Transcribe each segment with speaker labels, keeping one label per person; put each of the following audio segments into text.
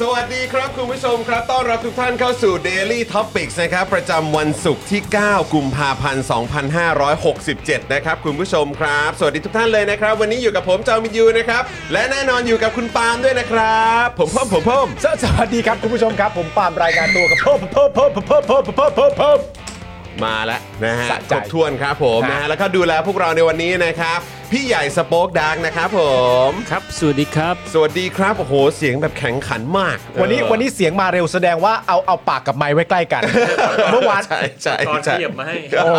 Speaker 1: สวัสดีครับคุณผู้ชมครับ ต้อนรับทุกท่านเข้าสู่ Daily Topics นะครับ ประจำวันศุกร์ที่ 9 กุมภาพันธ์ 2567 นะครับ คุณผู้ชมครับ สวัสดีทุกท่านเลยนะครับ วันนี้อยู่กับผมจอมินยูนะครับ และแน่นอนอยู่กับคุณปาล์มด้วยนะครับ ผมเพิ่มผมเพิ่ม
Speaker 2: สวัสดีครับ คุณผู้ชมครับ ผมปาล์มรายงานตัวกับเพิ่มเพิ่มเพิ่มเพิ่มเพิ่มเพิ่มเพิ่มเพิ่ม
Speaker 1: มาแล้วนะฮะ
Speaker 2: สะ
Speaker 1: ค
Speaker 2: ใจ
Speaker 1: รบถ้วนครับผม
Speaker 2: ครับ
Speaker 1: นะฮะแล้วก็ดูแลพวกเราในวันนี้นะครับ พี่ใหญ่สป็อกดาร์กนะครับผม
Speaker 3: ครับ สวัสดีครับ
Speaker 1: สวัสดีครับโอ้โหเสียงแบบแข็งขันมาก
Speaker 2: วันนี้
Speaker 1: เออ
Speaker 2: วันนี้เสียงมาเร็วแสดงว่าเอาเอาปากกับไม้ไว้ใกล้กัน เมื่อวาน
Speaker 1: ใช่ใช่
Speaker 3: ตอน
Speaker 1: ใช่
Speaker 3: ขยับมาให้
Speaker 2: โอ้โห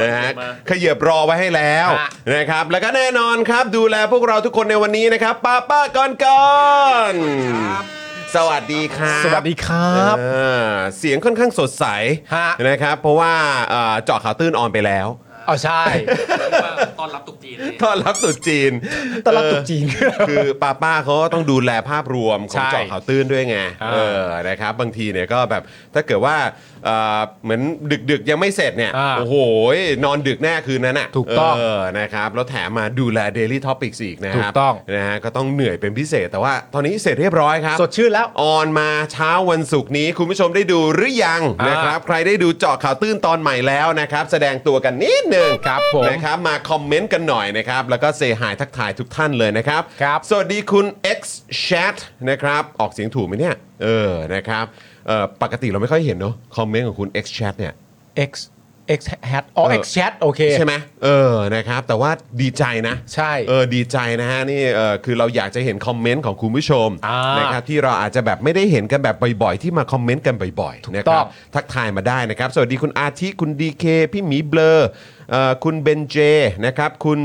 Speaker 1: นะฮะ
Speaker 3: มา
Speaker 1: ขยับรอไว้ให้แล้ว
Speaker 2: ฮะ
Speaker 1: นะครับ แล้วก็แน่นอนครับดูแลพวกเราทุกคนในวันนี้นะครับ ป้าป้าก่อนก่อนสวัสดีครับ
Speaker 2: สวัสดีครับ
Speaker 1: เออเสียงค่อนข้างสดใส
Speaker 2: ฮะ
Speaker 1: นะครับ เพราะว่าเอ่อเจาะข่าวตื้นออนไปแล้ว
Speaker 2: เอาใช่
Speaker 3: ตอนรับตุกจีนเลย
Speaker 1: ต้อนรับตรุ๊จีน
Speaker 2: ต้อนรับ
Speaker 1: เ
Speaker 2: ตรุ๊จีน
Speaker 1: คือป้าป้าเขาก็ต้องดูแลภาพรวมของ
Speaker 2: ใช่
Speaker 1: เจาะข่าวตื้นด้วยไง
Speaker 2: อ่า
Speaker 1: เออนะครับบางทีเนี่ยก็แบบถ้าเกิดว่าเอ่อเหมือนดึกๆยังไม่เสร็จเนี่ย
Speaker 2: อ่า
Speaker 1: โอ้โหนอนดึกแน่คืนนั้นอ่ะ
Speaker 2: ถูกต้อง
Speaker 1: เออนะครับแล้วแถมมาดูแล Daily Topics อีกนะครั
Speaker 2: ถูกต้อง
Speaker 1: นะฮะก็ต้องเหนื่อยเป็นพิเศษ แต่ว่าตอนนี้เสร็จเรียบร้อยครับ
Speaker 2: สดชื่นแล้ว
Speaker 1: ออนมาเช้าวันศุกร์นี้คุณผู้ชมได้ดูหรือยัง
Speaker 2: อ่าน
Speaker 1: นะครับ ใครได้ดูเจาะข่าวตื้นตอนใหม่แล้วนะครับ แสดงตัวกันนิดหนึ่ง
Speaker 2: ครับผม
Speaker 1: นะครับมาคอมเมนต์กันหน่อยนะครับ แล้วก็เซหายทักทายทุกท่านเลยนะครับ
Speaker 2: ครับ
Speaker 1: สวัสดีคุณ X Chat นะครับ ออกเสียงถูกไหมเนี่ย เออนะครับเอ่อปกติเราไม่ค่อยเห็นเนาะคอมเมนต์ของคุณ X Chat เนี่ย
Speaker 2: X X hat อ๋อ
Speaker 1: เออ
Speaker 2: X chat โอเค
Speaker 1: ใช่ไหมเออนะครับ แต่ว่าดีใจนะ
Speaker 2: ใช่
Speaker 1: เออดีใจนะฮะนี่เออคือเราอยากจะเห็นคอมเมนต์ของคุณผู้ชม
Speaker 2: อ่าน
Speaker 1: นะครับที่เราอาจจะแบบไม่ได้เห็นกันแบบบ่อยๆ ที่มาคอมเมนต์กันบ่อยๆนะค
Speaker 2: ต้
Speaker 1: รั
Speaker 2: อบ ง
Speaker 1: ทักทายมาได้นะครับ สวัสดีคุณอาทิคุณดีเคพี่หมีเบลอเอ่อคุณเบนเจนะครับคุณ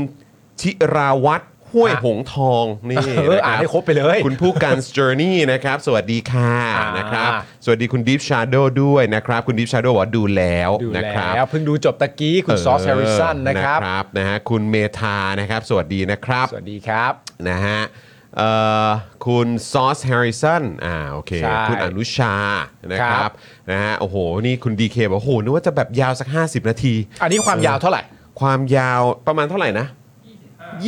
Speaker 1: ชิราวัตรห้วยหงทองนี่
Speaker 2: เออะ
Speaker 1: บ
Speaker 2: อ่านให้ครบไปเลย
Speaker 1: คุณผู้การ Journey นะครับ สวัสดีค่ะ
Speaker 2: อ่าน
Speaker 1: นะครับ สวัสดีคุณ Deep Shadow ด้วยนะครับ คุณ Deep Shadow บอกว่าดูแล้ว
Speaker 2: ดู
Speaker 1: นะ
Speaker 2: แล
Speaker 1: ครับ
Speaker 2: ้วเพิ่งดูจบตะกี้คุณซอสแฮร์ริสันนะครับ
Speaker 1: นะครับนะฮะคุณเมธานะครับ สวัสดีนะครับ
Speaker 2: สวัสดีครับ
Speaker 1: นะฮะเอ่อคุณซอสแฮร์ริสันอ่าโอเค
Speaker 2: ใช่
Speaker 1: คุณอนุชานะค
Speaker 2: ค
Speaker 1: รั
Speaker 2: รั
Speaker 1: บบ นะฮะโอ้โห นี่คุณดีเคบอกโอ้โหนึกว่าจะแบบยาวสัก 50 นาที
Speaker 2: อันนี้ความยาวเท่าไหร่
Speaker 1: ความยาวประมาณเท่าไหร่นะ
Speaker 2: 25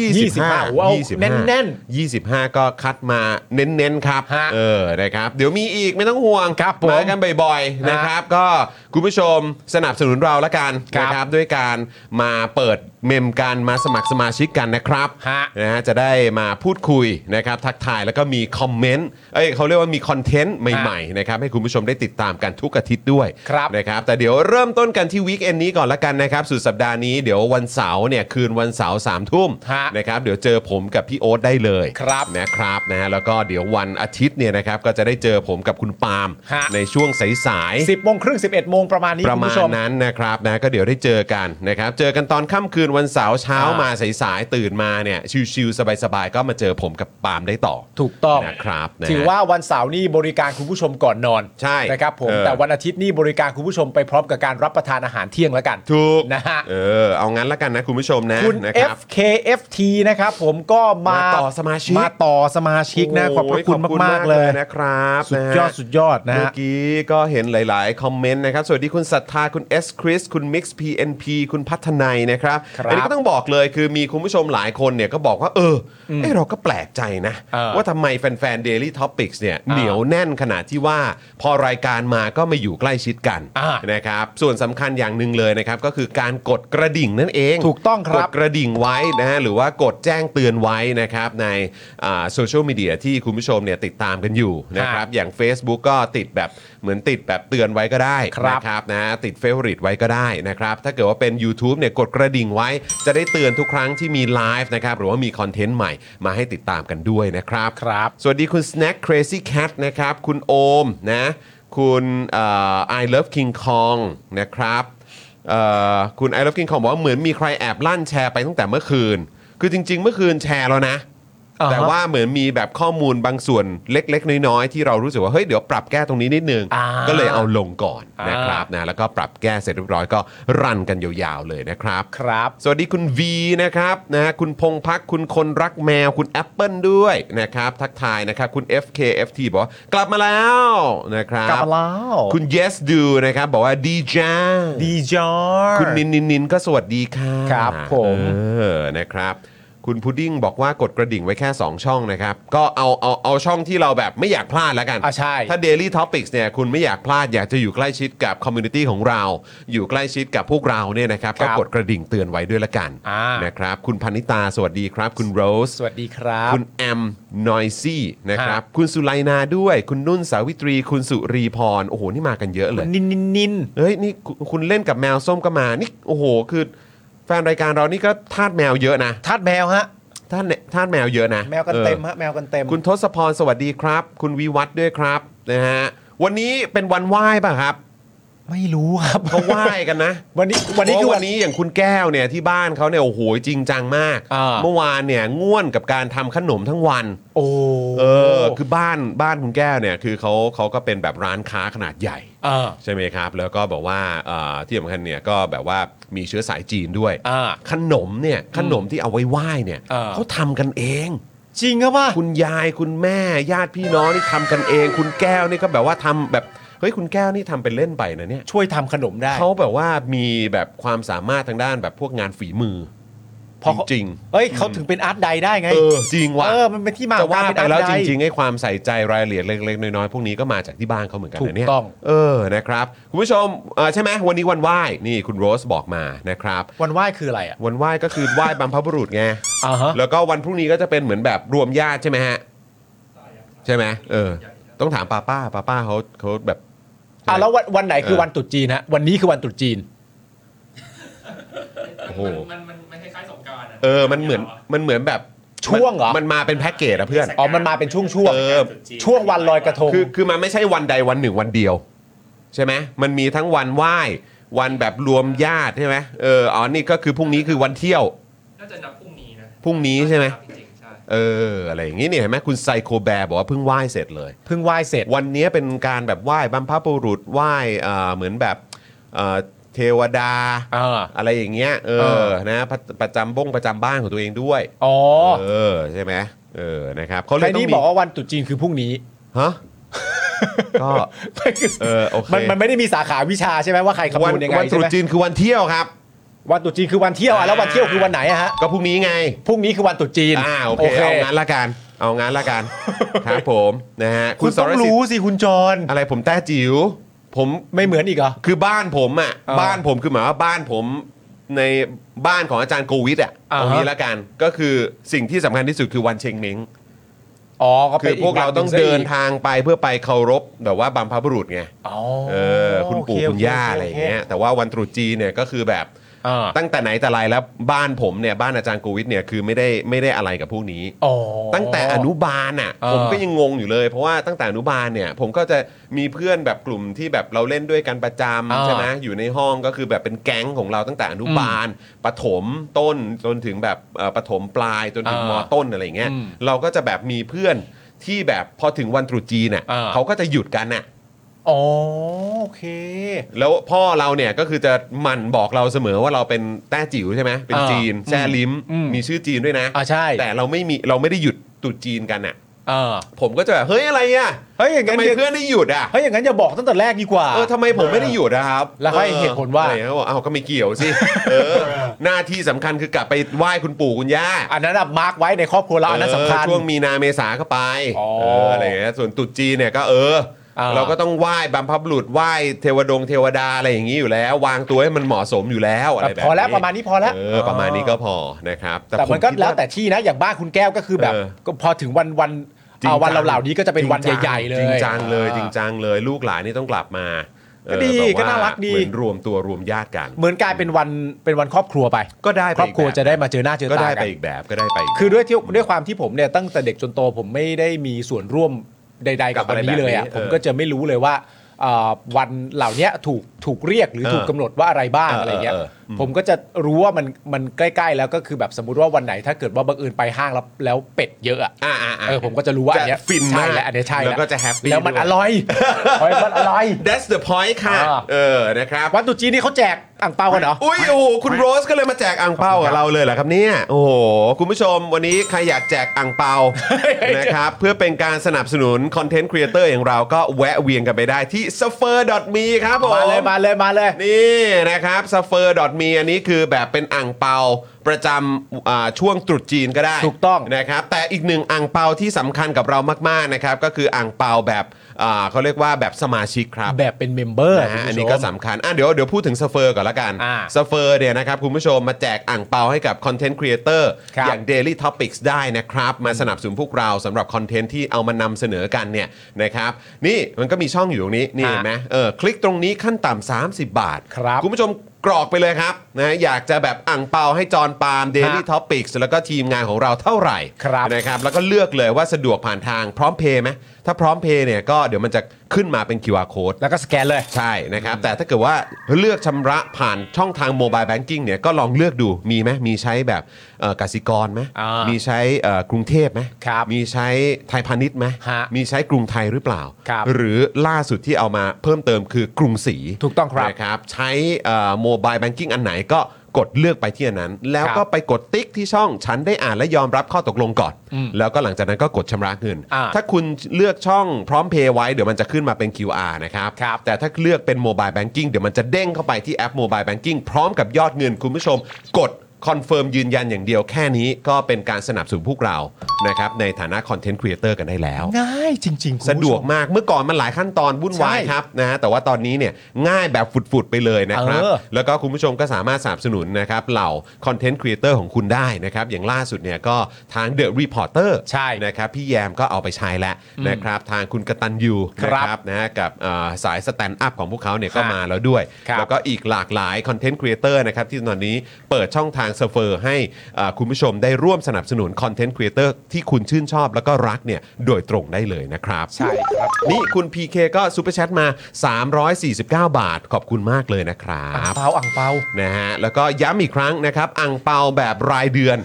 Speaker 2: โอ้โห
Speaker 1: 25
Speaker 2: แน่น
Speaker 1: 25 ก็คัดมาเน้นๆครับ
Speaker 2: ฮะ
Speaker 1: เออ นะครับ เดี๋ยวมีอีกไม่ต้องห่วง
Speaker 2: ครับผม
Speaker 1: มากันบ่อยๆ
Speaker 2: ฮะ
Speaker 1: นะครับ ก็คุณผู้ชมสนับสนุนเราละกัน
Speaker 2: ครับ
Speaker 1: นะครับ ด้วยการมาเปิดเมมกันมาสมัครสมาชิกกันนะครับ
Speaker 2: ฮะ
Speaker 1: นะฮะ จะได้มาพูดคุยนะครับ ทักทายแล้วก็มีคอมเมนต์ เอ้ยเขาเรียกว่ามีคอนเทนต์ใหม่ๆ นะครับ ให้คุณผู้ชมได้ติดตามกันทุกอาทิตย์ด้วย
Speaker 2: ครับ
Speaker 1: นะครับแต่เดี๋ยวเริ่มต้นกันที่วีคเอนนี้ก่อนละกันนะครับ สุดสัปดาห์นี้เดี๋ยววันเสาร์เนี่ยคืนวันเสาร์สามทุ่ม
Speaker 2: ฮะ
Speaker 1: นะครับเดี๋ยวเจอผมกับพี่โอ๊ตได้เลย
Speaker 2: ครับ
Speaker 1: นะครับนะฮะแล้วก็เดี๋ยววันอาทิตย์เนี่ยนะครับก็จะได้เจอผมกับคุณปาล์ม
Speaker 2: ฮะ
Speaker 1: ในช่วงสายๆ
Speaker 2: 10โมงครึ่ง11โมงประมาณนี้
Speaker 1: ประ
Speaker 2: คุณ
Speaker 1: มา
Speaker 2: ผู้
Speaker 1: ณ
Speaker 2: ชม
Speaker 1: นั้นนะครับนะก็เดี๋ยวได้เจอกันนะครับเจอกันตอนค่ำคืนวันเสาร์เช้า
Speaker 2: อ่าม
Speaker 1: มาสายๆตื่นมาเนี่ยชิวๆสบายๆก็มาเจอผมกับปาล์มได้ต่อ
Speaker 2: ถูกต้อง
Speaker 1: นะครับนะฮะ
Speaker 2: ถือว่าวันเสาร์นี่บริการคุณผู้ชมก่อนนอน
Speaker 1: ใช่
Speaker 2: นะครับผม
Speaker 1: เออ
Speaker 2: แต่วันอาทิตย์นี่บริการคุณผู้ชมไปพร้อมกับการรับประทานอาหารเที่ยงแล้วกัน
Speaker 1: ถูก
Speaker 2: นะฮะ
Speaker 1: เออเอางั้นละกันนะคุณผู้ชมนะ
Speaker 2: คุณ
Speaker 1: นะครับ
Speaker 2: FKF FT นะครับผมก็มา
Speaker 1: ต่อสมาชิก
Speaker 2: มาต่อสมาชิกนะขอบพระคุณมากๆเลย
Speaker 1: นะครับ
Speaker 2: สุด
Speaker 1: นะ
Speaker 2: ย
Speaker 1: ฮะ
Speaker 2: อดสุดยอดนะ
Speaker 1: เมื่อ
Speaker 2: ฮะ
Speaker 1: กี้ก็เห็นหลาย ๆ คอมเมนต์นะครับ สวัสดีคุณศรัทธา คุณเอสคริส คุณ Mix PNP คุณพัฒนัยนะครับ
Speaker 2: ครับ
Speaker 1: อันี้ก็ต้องบอกเลยคือมีคุณผู้ชมหลายคนเนี่ยก็บอกว่า เออเอ้ยเราก็แปลกใจนะ
Speaker 2: เออ
Speaker 1: ว่าทำไมแฟน ๆ Daily Topics เนี่ยเหนียวแน่นขนาดที่ว่าพอรายการมาก็มาอยู่ใกล้ชิดกัน
Speaker 2: อ่าน
Speaker 1: นะครับ ส่วนสำคัญอย่างหนึ่งเลยนะครับ ก็คือการกดกระดิ่งนั่นเอง
Speaker 2: ถูกต้องครับ
Speaker 1: กดกระดิ่งไว้นะฮะหรือว่ากดแจ้งเตือนไว้นะครับในโซเชียลมีเดียที่คุณผู้ชมเนี่ยติดตามกันอยู่นะครับอย่าง Facebook ก็ติดแบบเหมือนติดแบบเตือนไว้ก็ได้
Speaker 2: ครับ
Speaker 1: นะครับนะฮะติดเฟ v o r i t e ไว้ก็ได้นะครับถ้าเกิดว่าเป็น YouTube เนี่ยกดกระดิ่งไว้ จะได้เตือนทุกครั้งที่มีไลฟ์นะครับหรือว่ามีคอนเทนต์ใหม่มาให้ติดตามกันด้วยนะครับ
Speaker 2: ครับ
Speaker 1: สวัสดีคุณ Snack Crazy Cat นะครับคุณโอมนะคุณเอ่อ I Love King Kong นะครับ เอ่อคุณ I Love King Kong บอกว่าเหมือนมีใครแอบลั่นแชร์ไปตั้งแต่เมื่อคืน คือจริง ๆ เมื่อคืนแชร์แล้วนะ
Speaker 2: อ่าฮะ
Speaker 1: แต่ว่าเหมือนมีแบบข้อมูลบางส่วนเล็ก ๆ น้อย ๆ ที่เรารู้สึกว่า เฮ้ย เดี๋ยวปรับแก้ตรงนี้นิดนึง
Speaker 2: อ่า
Speaker 1: ก็เลยเอาลงก่อน
Speaker 2: อ่าน
Speaker 1: นะครับนะแล้วก็ปรับแก้เสร็จเรียบร้อยก็รันกันยาวๆเลยนะครับ
Speaker 2: ครับ
Speaker 1: สวัสดีคุณ V นะครับนะฮะคุณพงพักคุณคนรักแมวคุณแอปเปิลด้วยนะครับทักทายนะครับคุณ FKFT บอกว่ากลับมาแล้วนะครับ
Speaker 2: กลับมาแล้ว
Speaker 1: คุณ Yes Do นะครับบอกว่าดีจ้า
Speaker 2: ดีจอ
Speaker 1: คุณนินนินนินก็สวัสดีค่ะ
Speaker 2: ครับผม
Speaker 1: เออนะครับ คุณพุดดิ้งบอกว่ากดกระดิ่งไว้แค่ 2 ช่องนะครับ ก็เอาเอาเอาช่องที่เราแบบไม่อยากพลาดแล้วกัน
Speaker 2: อ่ะใช่
Speaker 1: ถ้า Daily Topics เนี่ยคุณไม่อยากพลาดอยากจะอยู่ใกล้ชิดกับคอมมูนิตี้ของเรา อยู่ใกล้ชิดกับพวกเราเนี่ยนะครับ
Speaker 2: ครั
Speaker 1: ก็
Speaker 2: บ
Speaker 1: กดกระดิ่งเตือนไว้ด้วยละกัน
Speaker 2: อ่าน
Speaker 1: นะครับ คุณพนิตาสวัสดีครับ คุณโรส
Speaker 2: สวัสดีครับ
Speaker 1: คุณแอมนอยซี่นะค
Speaker 2: ครั
Speaker 1: รับ
Speaker 2: บ
Speaker 1: คุณสุไลนาด้วย คุณนุ่นสาวิตรี คุณสุรีพรโอ้โหนี่มากันเยอะเลย
Speaker 2: นินนินนิน
Speaker 1: เฮ้ยนี่คุณคุณเล่นกับแมวส้มก็มานี่โอ้โห คือ แฟนรายการเรานี่ก็ทาสแมวเยอะนะ
Speaker 2: ทาดแมวฮะ
Speaker 1: ทาสเนี่ยทาสแมวเยอะนะ
Speaker 2: แมวกัน
Speaker 1: ออ
Speaker 2: เต็มฮะ แมวกันเต็ม
Speaker 1: คุณทศพรสวัสดีครับ คุณวิวัฒน์ด้วยครับนะฮะวันนี้เป็นวันไหว้ป่ะครับ
Speaker 2: ไม่รู้ครับ
Speaker 1: เขาไหว้กันนะ
Speaker 2: วันนี้ วันนี้
Speaker 1: เพ
Speaker 2: คื
Speaker 1: ราะ
Speaker 2: อวั
Speaker 1: วัน นนี้อย่างคุณแก้วเนี่ยที่บ้านเขาเนี่ยโอ้โหจริงจังมาก
Speaker 2: อ่า
Speaker 1: เมื่อวานเนี่ยง่วนกับการทำขนมทั้งวัน
Speaker 2: โอ้
Speaker 1: เออ คือบ้านบ้านคุณแก้วเนี่ยคือเขาเขาก็เป็นแบบร้านค้าขนาดใหญ่
Speaker 2: อ่า
Speaker 1: ใช่ไหมครับ แล้วก็บอกว่าเอ่อที่สำคัญเนี่ยก็แบบว่ามีเชื้อสายจีนด้วย
Speaker 2: อ่า
Speaker 1: ขนมเนี่ยขนมที่เอาไว้ไหว้เนี่ย
Speaker 2: อ่า
Speaker 1: เขาทำกันเอง
Speaker 2: จริงครับป่ะ
Speaker 1: คุณยายคุณแม่ญาติพี่น้องนี่ทำกันเอง คุณแก้วนี่ก็แบบว่าทำแบบเฮ้ยคุณแก้วนี่ทำเป็นเล่นไปนะเนี่ย
Speaker 2: ช่วยทำขนมได้
Speaker 1: เขาแบบว่ามีแบบความสามารถทางด้านแบบพวกงานฝีมือ
Speaker 2: เพราะเขา
Speaker 1: จริง
Speaker 2: เอ้ยเขาถึงเป็นอาร์ตไดได้ไง
Speaker 1: ๆเออจริงว่ะ
Speaker 2: เออ มันเป็นที่มาข
Speaker 1: แต่
Speaker 2: อง
Speaker 1: ว่า
Speaker 2: การเป็น
Speaker 1: ไป
Speaker 2: อาร์ต
Speaker 1: แล้ว
Speaker 2: ได
Speaker 1: จริงๆให้ความใส่ใจรายละเอียดเล็กๆน้อยๆพวกนี้ก็มาจากที่บ้านเขาเหมือนกันนะเนี่ย
Speaker 2: ถูกต้อง
Speaker 1: เออ นะครับ คุณผู้ชมเอ่อใช่ไหมวันนี้วันไหว้ นี่คุณโรสบอกมานะครับ
Speaker 2: วันไหว้คืออะไรอ่ะ
Speaker 1: วันไหว้ก็คือไหว้บรรพบุรุษไง
Speaker 2: อ่าฮะ
Speaker 1: แล้วก็วันพรุ่งนี้ก็จะเป็นเหมือนแบบรวมญาติใช่ไหมฮะ ใช่ไหมเออ ต้องถามป้าป้าป้าป้าเขาเขาแบบ
Speaker 2: อ่ะแล้ววันวันไหนคือ
Speaker 1: เออ
Speaker 2: วันตรุษจีนฮะ วันนี้คือวันตรุษจีน
Speaker 1: โอ้โห
Speaker 3: มันมันมันคล้ายๆสงกราร
Speaker 1: เออ มันเหมือน มันเหมือนแบบ
Speaker 2: ช่วงเหรอ
Speaker 1: มันมาเป็นแพ็กเกจอะเพื่อน
Speaker 2: อ๋อมันมาเป็นช่วงๆ
Speaker 1: เออ
Speaker 2: ช่วงวันลอยกระทง
Speaker 1: คือคือมันไม่ใช่วันใดวันหนึ่งวันเดียว ใช่ไหมมันมีทั้งวันไหว้ วันแบบรวมญาติใช่ไหมเออ อ๋อ นี่ก็คือพรุ่งนี้คือวันเที่ยว
Speaker 3: น่าจะนับพรุ่งนี้นะ
Speaker 1: พรุ่งนี้ใช่ไหม
Speaker 3: จริงๆใช่
Speaker 1: เอออะไรอย่างนี้เนี่ยเห็นไหมคุณไซโคแบร์บอกว่าเพิ่งไหว้เสร็จเลย
Speaker 2: เพิ่งไหว้เสร็จ
Speaker 1: วันนี้เป็นการแบบไหว้บรรพบุรุษไหว้เอ่อเหมือนแบบเอ่อเทวดา
Speaker 2: เออ
Speaker 1: อะไรอย่างเงี้ยเอ
Speaker 2: เอ
Speaker 1: อ
Speaker 2: อ
Speaker 1: นะประประจำบ้งประจำบ้านของตัวเองด้วย
Speaker 2: อ๋อ
Speaker 1: เออใช่ไหมเออนะครับเขาเล
Speaker 2: ใคร
Speaker 1: ยต้อ
Speaker 2: นี่
Speaker 1: งมี
Speaker 2: บอกว่าวันตรุษจีนคือพรุ่งนี้
Speaker 1: ฮะก็เออโอเค
Speaker 2: มันมันไม่ได้มีสาขาวิชาใช่ไหมว่าใครคำ
Speaker 1: วัน
Speaker 2: นวณยังไง
Speaker 1: วันต
Speaker 2: ใช่
Speaker 1: รุษ
Speaker 2: ไหม
Speaker 1: จีนคือวันเที่ยวครับ
Speaker 2: วันตรุษจีนคือวันเที่ยวอ่ะแล้ววันเที่ยวคือวันไหนอะฮะ
Speaker 1: ก็พรุ่งนี้ไง
Speaker 2: พรุ่งนี้คือวันตรุษจีน
Speaker 1: อ่าโอเคเอางั้นละกันเอางั้นละกันครับผมนะฮะ
Speaker 2: คุณต้อง
Speaker 1: ท
Speaker 2: รู้สิคุณจร
Speaker 1: อะไรผมแต้จิ๋วผม
Speaker 2: ไม่เหมือนอีกเหรอ
Speaker 1: คือบ้านผมอ่ะ
Speaker 2: อ่า
Speaker 1: บ้านผมคือหมายว่าบ้านผมในบ้านของอาจารย์โควิดอ่ะ
Speaker 2: อ่าฮะ
Speaker 1: ตรงนี้ละกันก็คือสิ่งที่สำคัญที่สุดคือวันเชงเม้ง
Speaker 2: อ๋อก็
Speaker 1: คื
Speaker 2: เป็
Speaker 1: อนพวกเราต้องเดินทางไปเพื่อไปเคารพแบบว่าบรรพบุรุษไง
Speaker 2: อ๋อ
Speaker 1: เออคุณปู่
Speaker 2: โเ
Speaker 1: คุณย่าอะไรอย่างเงี้ย
Speaker 2: โ
Speaker 1: แต่ว่าวันตรุษจีนเนี่ยก็คือแบบ
Speaker 2: อเคอ่า
Speaker 1: ตั้งแต่ไหนแต่ไรแล้วบ้านผมเนี่ยบ้านอาจารย์โควิดเนี่ยคือไม่ได้ไม่ได้อะไรกับพวกนี้
Speaker 2: อ๋อ
Speaker 1: ตั้งแต่อนุบาลอ่ะ
Speaker 2: อ่า
Speaker 1: ผมก็ยังงงอยู่เลย เพราะว่าตั้งแต่อนุบาลเนี่ยผมก็จะมีเพื่อนแบบกลุ่มที่แบบเราเล่นด้วยกันประจ
Speaker 2: อ่า
Speaker 1: ำใช่ไหมอยู่ในห้องก็คือแบบเป็นแก๊งของเราตั้งแต่อนุบาลปฐมต้นจนถึงแบบเอ่อปฐมปลายจนถึง
Speaker 2: อ่าม ม
Speaker 1: ต้นอะไรอย่างเงี้ย
Speaker 2: อืม
Speaker 1: เราก็จะแบบมีเพื่อนที่แบบพอถึงวันตรุษจีนเนี่ย
Speaker 2: อ่า
Speaker 1: เขาก็จะหยุดกันน่ะ
Speaker 2: อ๋อโอเค
Speaker 1: แล้วพ่อเราเนี่ยก็คือจะหมั่นบอกเราเสมอว่าเราเป็นแต้จิ๋วใช่ไหมเป็น
Speaker 2: อ่า
Speaker 1: จีนแซ่ลิ้ม
Speaker 2: อืม
Speaker 1: มีชื่อจีนด้วยนะ
Speaker 2: อ่าใช่
Speaker 1: แต่เราไม่มีเราไม่ได้หยุดตรุษจีนกันอ่ะ
Speaker 2: เออ
Speaker 1: ผมก็จะแบบเฮ้ยอะไรอ่ะ
Speaker 2: เฮ้ยอย่าง
Speaker 1: ทำ
Speaker 2: งั้น
Speaker 1: ไมเพื่อนไม่หยุดอ่ะ
Speaker 2: เฮ้ยอย่างงั้นอย่าบอกตั้งแต่แรกดีกว่า
Speaker 1: เออทำไมผมไม่ได้หยุดอะครับ
Speaker 2: แล้วให้เหตุผลว่า
Speaker 1: อออะไรเงี้ยบอกอ้าวก็ไม่เกี่ยวสิเออ หน้าที่สำคัญคือกลับไปไหว้คุณปู่คุณย่า
Speaker 2: อันนั้นอะมาร์กไว้ในครอบครัวเราอันนั้นสำคัญ
Speaker 1: เออช่วงมีนาเมษาเข้าไป
Speaker 2: อ๋อ
Speaker 1: เอออะไรอย่างเงี้ยส่วนตรุษจีนเนี่ยก็เออ
Speaker 2: อ่า
Speaker 1: เราก็ต้องไหว้บัมพบรุษไหว้เทวดงเทวดาอะไรอย่างนี้อยู่แล้ว วางตัวให้มันเหมาะสมอยู่แล้วอะไรแบบ
Speaker 2: พอแล้วประมาณนี้พอแล้ว
Speaker 1: เออประมาณนี้ก็พอนะครับ
Speaker 2: แต่มันก็
Speaker 1: ผคิดา
Speaker 2: แล้วแต่ที่นะอย่างบ้านคุณแก้วก็คือแบบ
Speaker 1: เออ
Speaker 2: ก็พอถึงวันวัน
Speaker 1: จริง
Speaker 2: อ่า
Speaker 1: จัง
Speaker 2: วันเหล่าๆนี้ก็จะเป็นวัน
Speaker 1: จริง
Speaker 2: ใหญ่ ๆ เลย
Speaker 1: จริงจังเลยจริงจังเลยลูกหลานนี่ต้องกลับมา
Speaker 2: ก็ดี
Speaker 1: เออแบบว่
Speaker 2: ก็น่ารักดี
Speaker 1: เหมือนรวมตัวรวมญาติกัน
Speaker 2: เหมือนกลายเป็นวันเป็นวันครอบครัวไป
Speaker 1: ก็ได้ไป
Speaker 2: ครอบครัวจะได้มาเจอหน้าเจอ
Speaker 1: ก็
Speaker 2: ตา
Speaker 1: ได้
Speaker 2: กั
Speaker 1: ไป
Speaker 2: น
Speaker 1: อีกแบบก็ได้ไปกแบบ
Speaker 2: คือด้วยที่ด้วยความที่ผมเนี่ยตั้งแต่เด็กจนโตผมไม่ได้มีส่วนร่วมใด ๆ กับ
Speaker 1: กับ
Speaker 2: วั
Speaker 1: อะ
Speaker 2: น
Speaker 1: ไร
Speaker 2: นี้เลยอ่ะ
Speaker 1: แบบนี้
Speaker 2: ผม
Speaker 1: เออ
Speaker 2: ก็จะไม่รู้เลยว่าเอ่อวันเหล่านี้ถูกถูกเรียกหรือ
Speaker 1: เออ
Speaker 2: ถูกกำหนดว่าอะไรบ้าง
Speaker 1: เอออ
Speaker 2: อะไรเงี้ย
Speaker 1: เออเอออืม
Speaker 2: ผมก็จะรู้ว่ามันมันใกล้ๆ แล้วก็คือแบบสมมติว่าวันไหนถ้าเกิดว่าบังเอิญไปห้างแล้วแล้วเป็ดเยอะอะ
Speaker 1: อ่าอ่าา
Speaker 2: เออผมก็จะรู้ว่าอันเนี้ย
Speaker 1: จฟิน
Speaker 2: ใช่
Speaker 1: มาก
Speaker 2: แล้วอันเนี้ยใช่
Speaker 1: แล้วก็จะแฮปปี้
Speaker 2: แล้วมัน
Speaker 1: ด้ย
Speaker 2: อร่อย เฮ้ยมันอร่อย
Speaker 1: That's the point ค่ะ
Speaker 2: อ่า
Speaker 1: เออ นะครับ
Speaker 2: วันตรุษจีนนี่เขาแจกอ่างเปากันเหรอ
Speaker 1: อุ้ยโอ้โหคุณโรสก็เลยมาแจกอ่างเปากับเราเลยเหรอครับเนี่ย โอ้โห คุณผู้ชมวันนี้ใครอยากแจกอ่าง เปา นะครับ เพื่อเป็นการสนับสนุนคอนเทนต์ครีเอเตอร์อย่างเราก็แวะเวียนกันไปได้ที่ s u f f e r m e ครับผม
Speaker 2: มาเลยมาเลยมาเลย
Speaker 1: นี่นะครับ s u f f e r m e อันนี้คือแบบเป็นอ่างเปาประจำอ่าช่วงตรุษจีนก็ได้
Speaker 2: ถูกต้อง
Speaker 1: นะครับ แต่อีกหนึ่งอ่างเปาที่สำคัญกับเรามากๆนะครับ ก็คืออ่างเปาแบบอ่าเขาเรียกว่าแบบสมาชิกครับ
Speaker 2: แบบเป็นเมมเบอร์
Speaker 1: นะฮะ
Speaker 2: คุณผู้ชม
Speaker 1: อันนี้ก็สำคัญอ่ะเดี๋ยวเดี๋ยวพูดถึงสเฟอร์ก่อนละกัน
Speaker 2: อ่า
Speaker 1: สเฟอร์เนี่ยนะครับคุณผู้ชมมาแจกอ่างเปาให้กับคอนเทนต์ครีเอเตอร์
Speaker 2: ครับ
Speaker 1: อย่าง Daily Topics ได้นะครับ มาสนับสนุนพวกเราสำหรับคอนเทนต์ที่เอามานำเสนอกันเนี่ยนะครับนี่มันก็มีช่องอยู่ตรงนี้ นี่
Speaker 2: ฮะ
Speaker 1: เห็นไหมเออคลิกตรงนี้ขั้นต่ำ30 บาท
Speaker 2: ครับ
Speaker 1: ณผู้ชมกรอกไปเลยครับนะอยากจะแบบอ่างเปาให้จอนปาล์ม Daily
Speaker 2: ฮะ
Speaker 1: Topics แล้วก็ทีมงานของเราเท่าไหร่
Speaker 2: ครับ
Speaker 1: นะครับแล้วก็เลือกเลยว่าสะดวกผ่านทางพร้อมเพย์ไหมถ้าพร้อมเพย์เนี่ยก็เดี๋ยวมันจะขึ้นมาเป็น QR code
Speaker 2: แล้วก็สแกนเลย
Speaker 1: ใช่นะครับ แต่ถ้าเกิดว่าเลือกชำระผ่านช่องทางโมบายแบงกิ้งเนี่ยก็ลองเลือกดูมีไหมมีใช้แบบเอ่อกสิกรไหม
Speaker 2: อ่ามี
Speaker 1: มีใช้เอ่อกรุงเทพไหม
Speaker 2: ครับ
Speaker 1: มีใช้ไทยพาณิชย์ไหม
Speaker 2: ฮะ
Speaker 1: มีใช้กรุงไทยหรือเปล่า
Speaker 2: ครับ
Speaker 1: หรือล่าสุดที่เอามาเพิ่มเติมคือกรุงศรี
Speaker 2: ถูกต้องครับ
Speaker 1: นะครับ ใช้โมบายแบงกิ้งอันไหนก็กดเลือกไปที่อันนั้น แล้วก็ไปกดติ๊กที่ช่องฉันได้อ่านและยอมรับข้อตกลงก่อน แล้วก็หลังจากนั้นก็กดชำระเงิน
Speaker 2: อ่า
Speaker 1: ถ้าคุณเลือกช่องพร้อมเพย์ไว้เดี๋ยวมันจะขึ้นมาเป็น QR นะครับ
Speaker 2: ครับ
Speaker 1: แต่ถ้าเลือกเป็นโมบายแบงกิ้งเดี๋ยวมันจะเด้งเข้าไปที่แอปโมบายแบงกิ้งพร้อมกับยอดเงินคุณผู้ชม กดคอนเฟิร์มยืนยันอย่างเดียวแค่นี้ก็เป็นการสนับสนุนพวกเรานะครับในฐานะคอนเทนต์ครีเอเตอร์กันได้แล้ว
Speaker 2: ง่ายจริงๆคุณผู้ชม
Speaker 1: สะดวกมากเมื่อก่อนมันหลายขั้นตอนวุ่นวาย
Speaker 2: ใช่
Speaker 1: ครับนะฮะแต่ว่าตอนนี้เนี่ยง่ายแบบฝุดๆไปเลยนะครับ
Speaker 2: เออ
Speaker 1: แล้วก็คุณผู้ชมก็สามารถสนับสนุนนะครับเหล่าคอนเทนต์ครีเอเตอร์ของคุณได้นะครับ อย่างล่าสุดเนี่ยก็ทาง The Reporter
Speaker 2: ใช่
Speaker 1: นะครับพี่แยมก็เอาไปใช้แล้วนะครับทางคุณกตันยู
Speaker 2: ครั
Speaker 1: นะ
Speaker 2: บ
Speaker 1: ครับนะฮะกับเอ่อสายสแตนด์อัพของพวกเขาเนี่ยก็
Speaker 2: ค่ะ
Speaker 1: มาแล้วด้วย
Speaker 2: ครับ
Speaker 1: แล้วก็อีกหลากหลายคอนเทนต์ครีเอเตอร์นะครับที่ตอนนี้เปิดช่องทางเซฟเฟอร์ให้เอ่อคุณผู้ชมได้ร่วมสนับสนุนคอนเทนต์ครีเอเตอร์ที่คุณชื่นชอบแล้วก็รักเนี่ยโดยตรงได้เลยนะครับ
Speaker 2: ใช่ครับ
Speaker 1: นี่คุณ PK ก็ซูเปอร์แชทมา 349 บาท ขอบคุณมากเลยนะครั
Speaker 2: อ่าง
Speaker 1: บ
Speaker 2: เปาอ่างเปา
Speaker 1: นะฮะ แล้วก็ย้ำอีกครั้งนะครับอ่างเปาแบบรายเดือน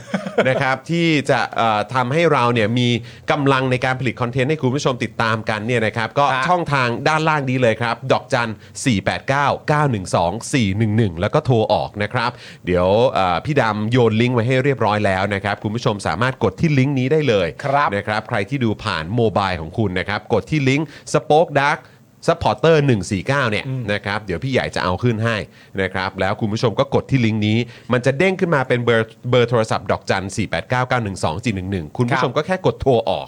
Speaker 1: นะครับ ที่จะเอ่อทำให้เราเนี่ยมีกำลังในการผลิตคอนเทนต์ให้คุณผู้ชมติดตามกันเนี่ยนะครับ ก็
Speaker 2: ครับ
Speaker 1: ช่องทางด้านล่างนี้เลยครับ ดอกจัน 489 912 411 แล้วก็โทรออกนะครับ เดี๋ยวเอ่อพี่ดำโยนลิงก์ไว้ให้เรียบร้อยแล้วนะครับ คุณผู้ชมสามารถกดที่ลิงก์นี้ได้เลย
Speaker 2: ครับ
Speaker 1: นะครับ ใครที่ดูผ่านโมบายของคุณนะครับ กดที่ลิงก์ Spoke Dark ซัพพอร์เตอร์ 149 เนี่ยนะครับ เดี๋ยวพี่ใหญ่จะเอาขึ้นให้นะครับ แล้วคุณผู้ชมก็กดที่ลิงก์นี้ มันจะเด้งขึ้นมาเป็นเบอร์เบอร์โทรศัพท์ดอกจัน 489912411 คุณผู้ชมก็แค่กดโทรออก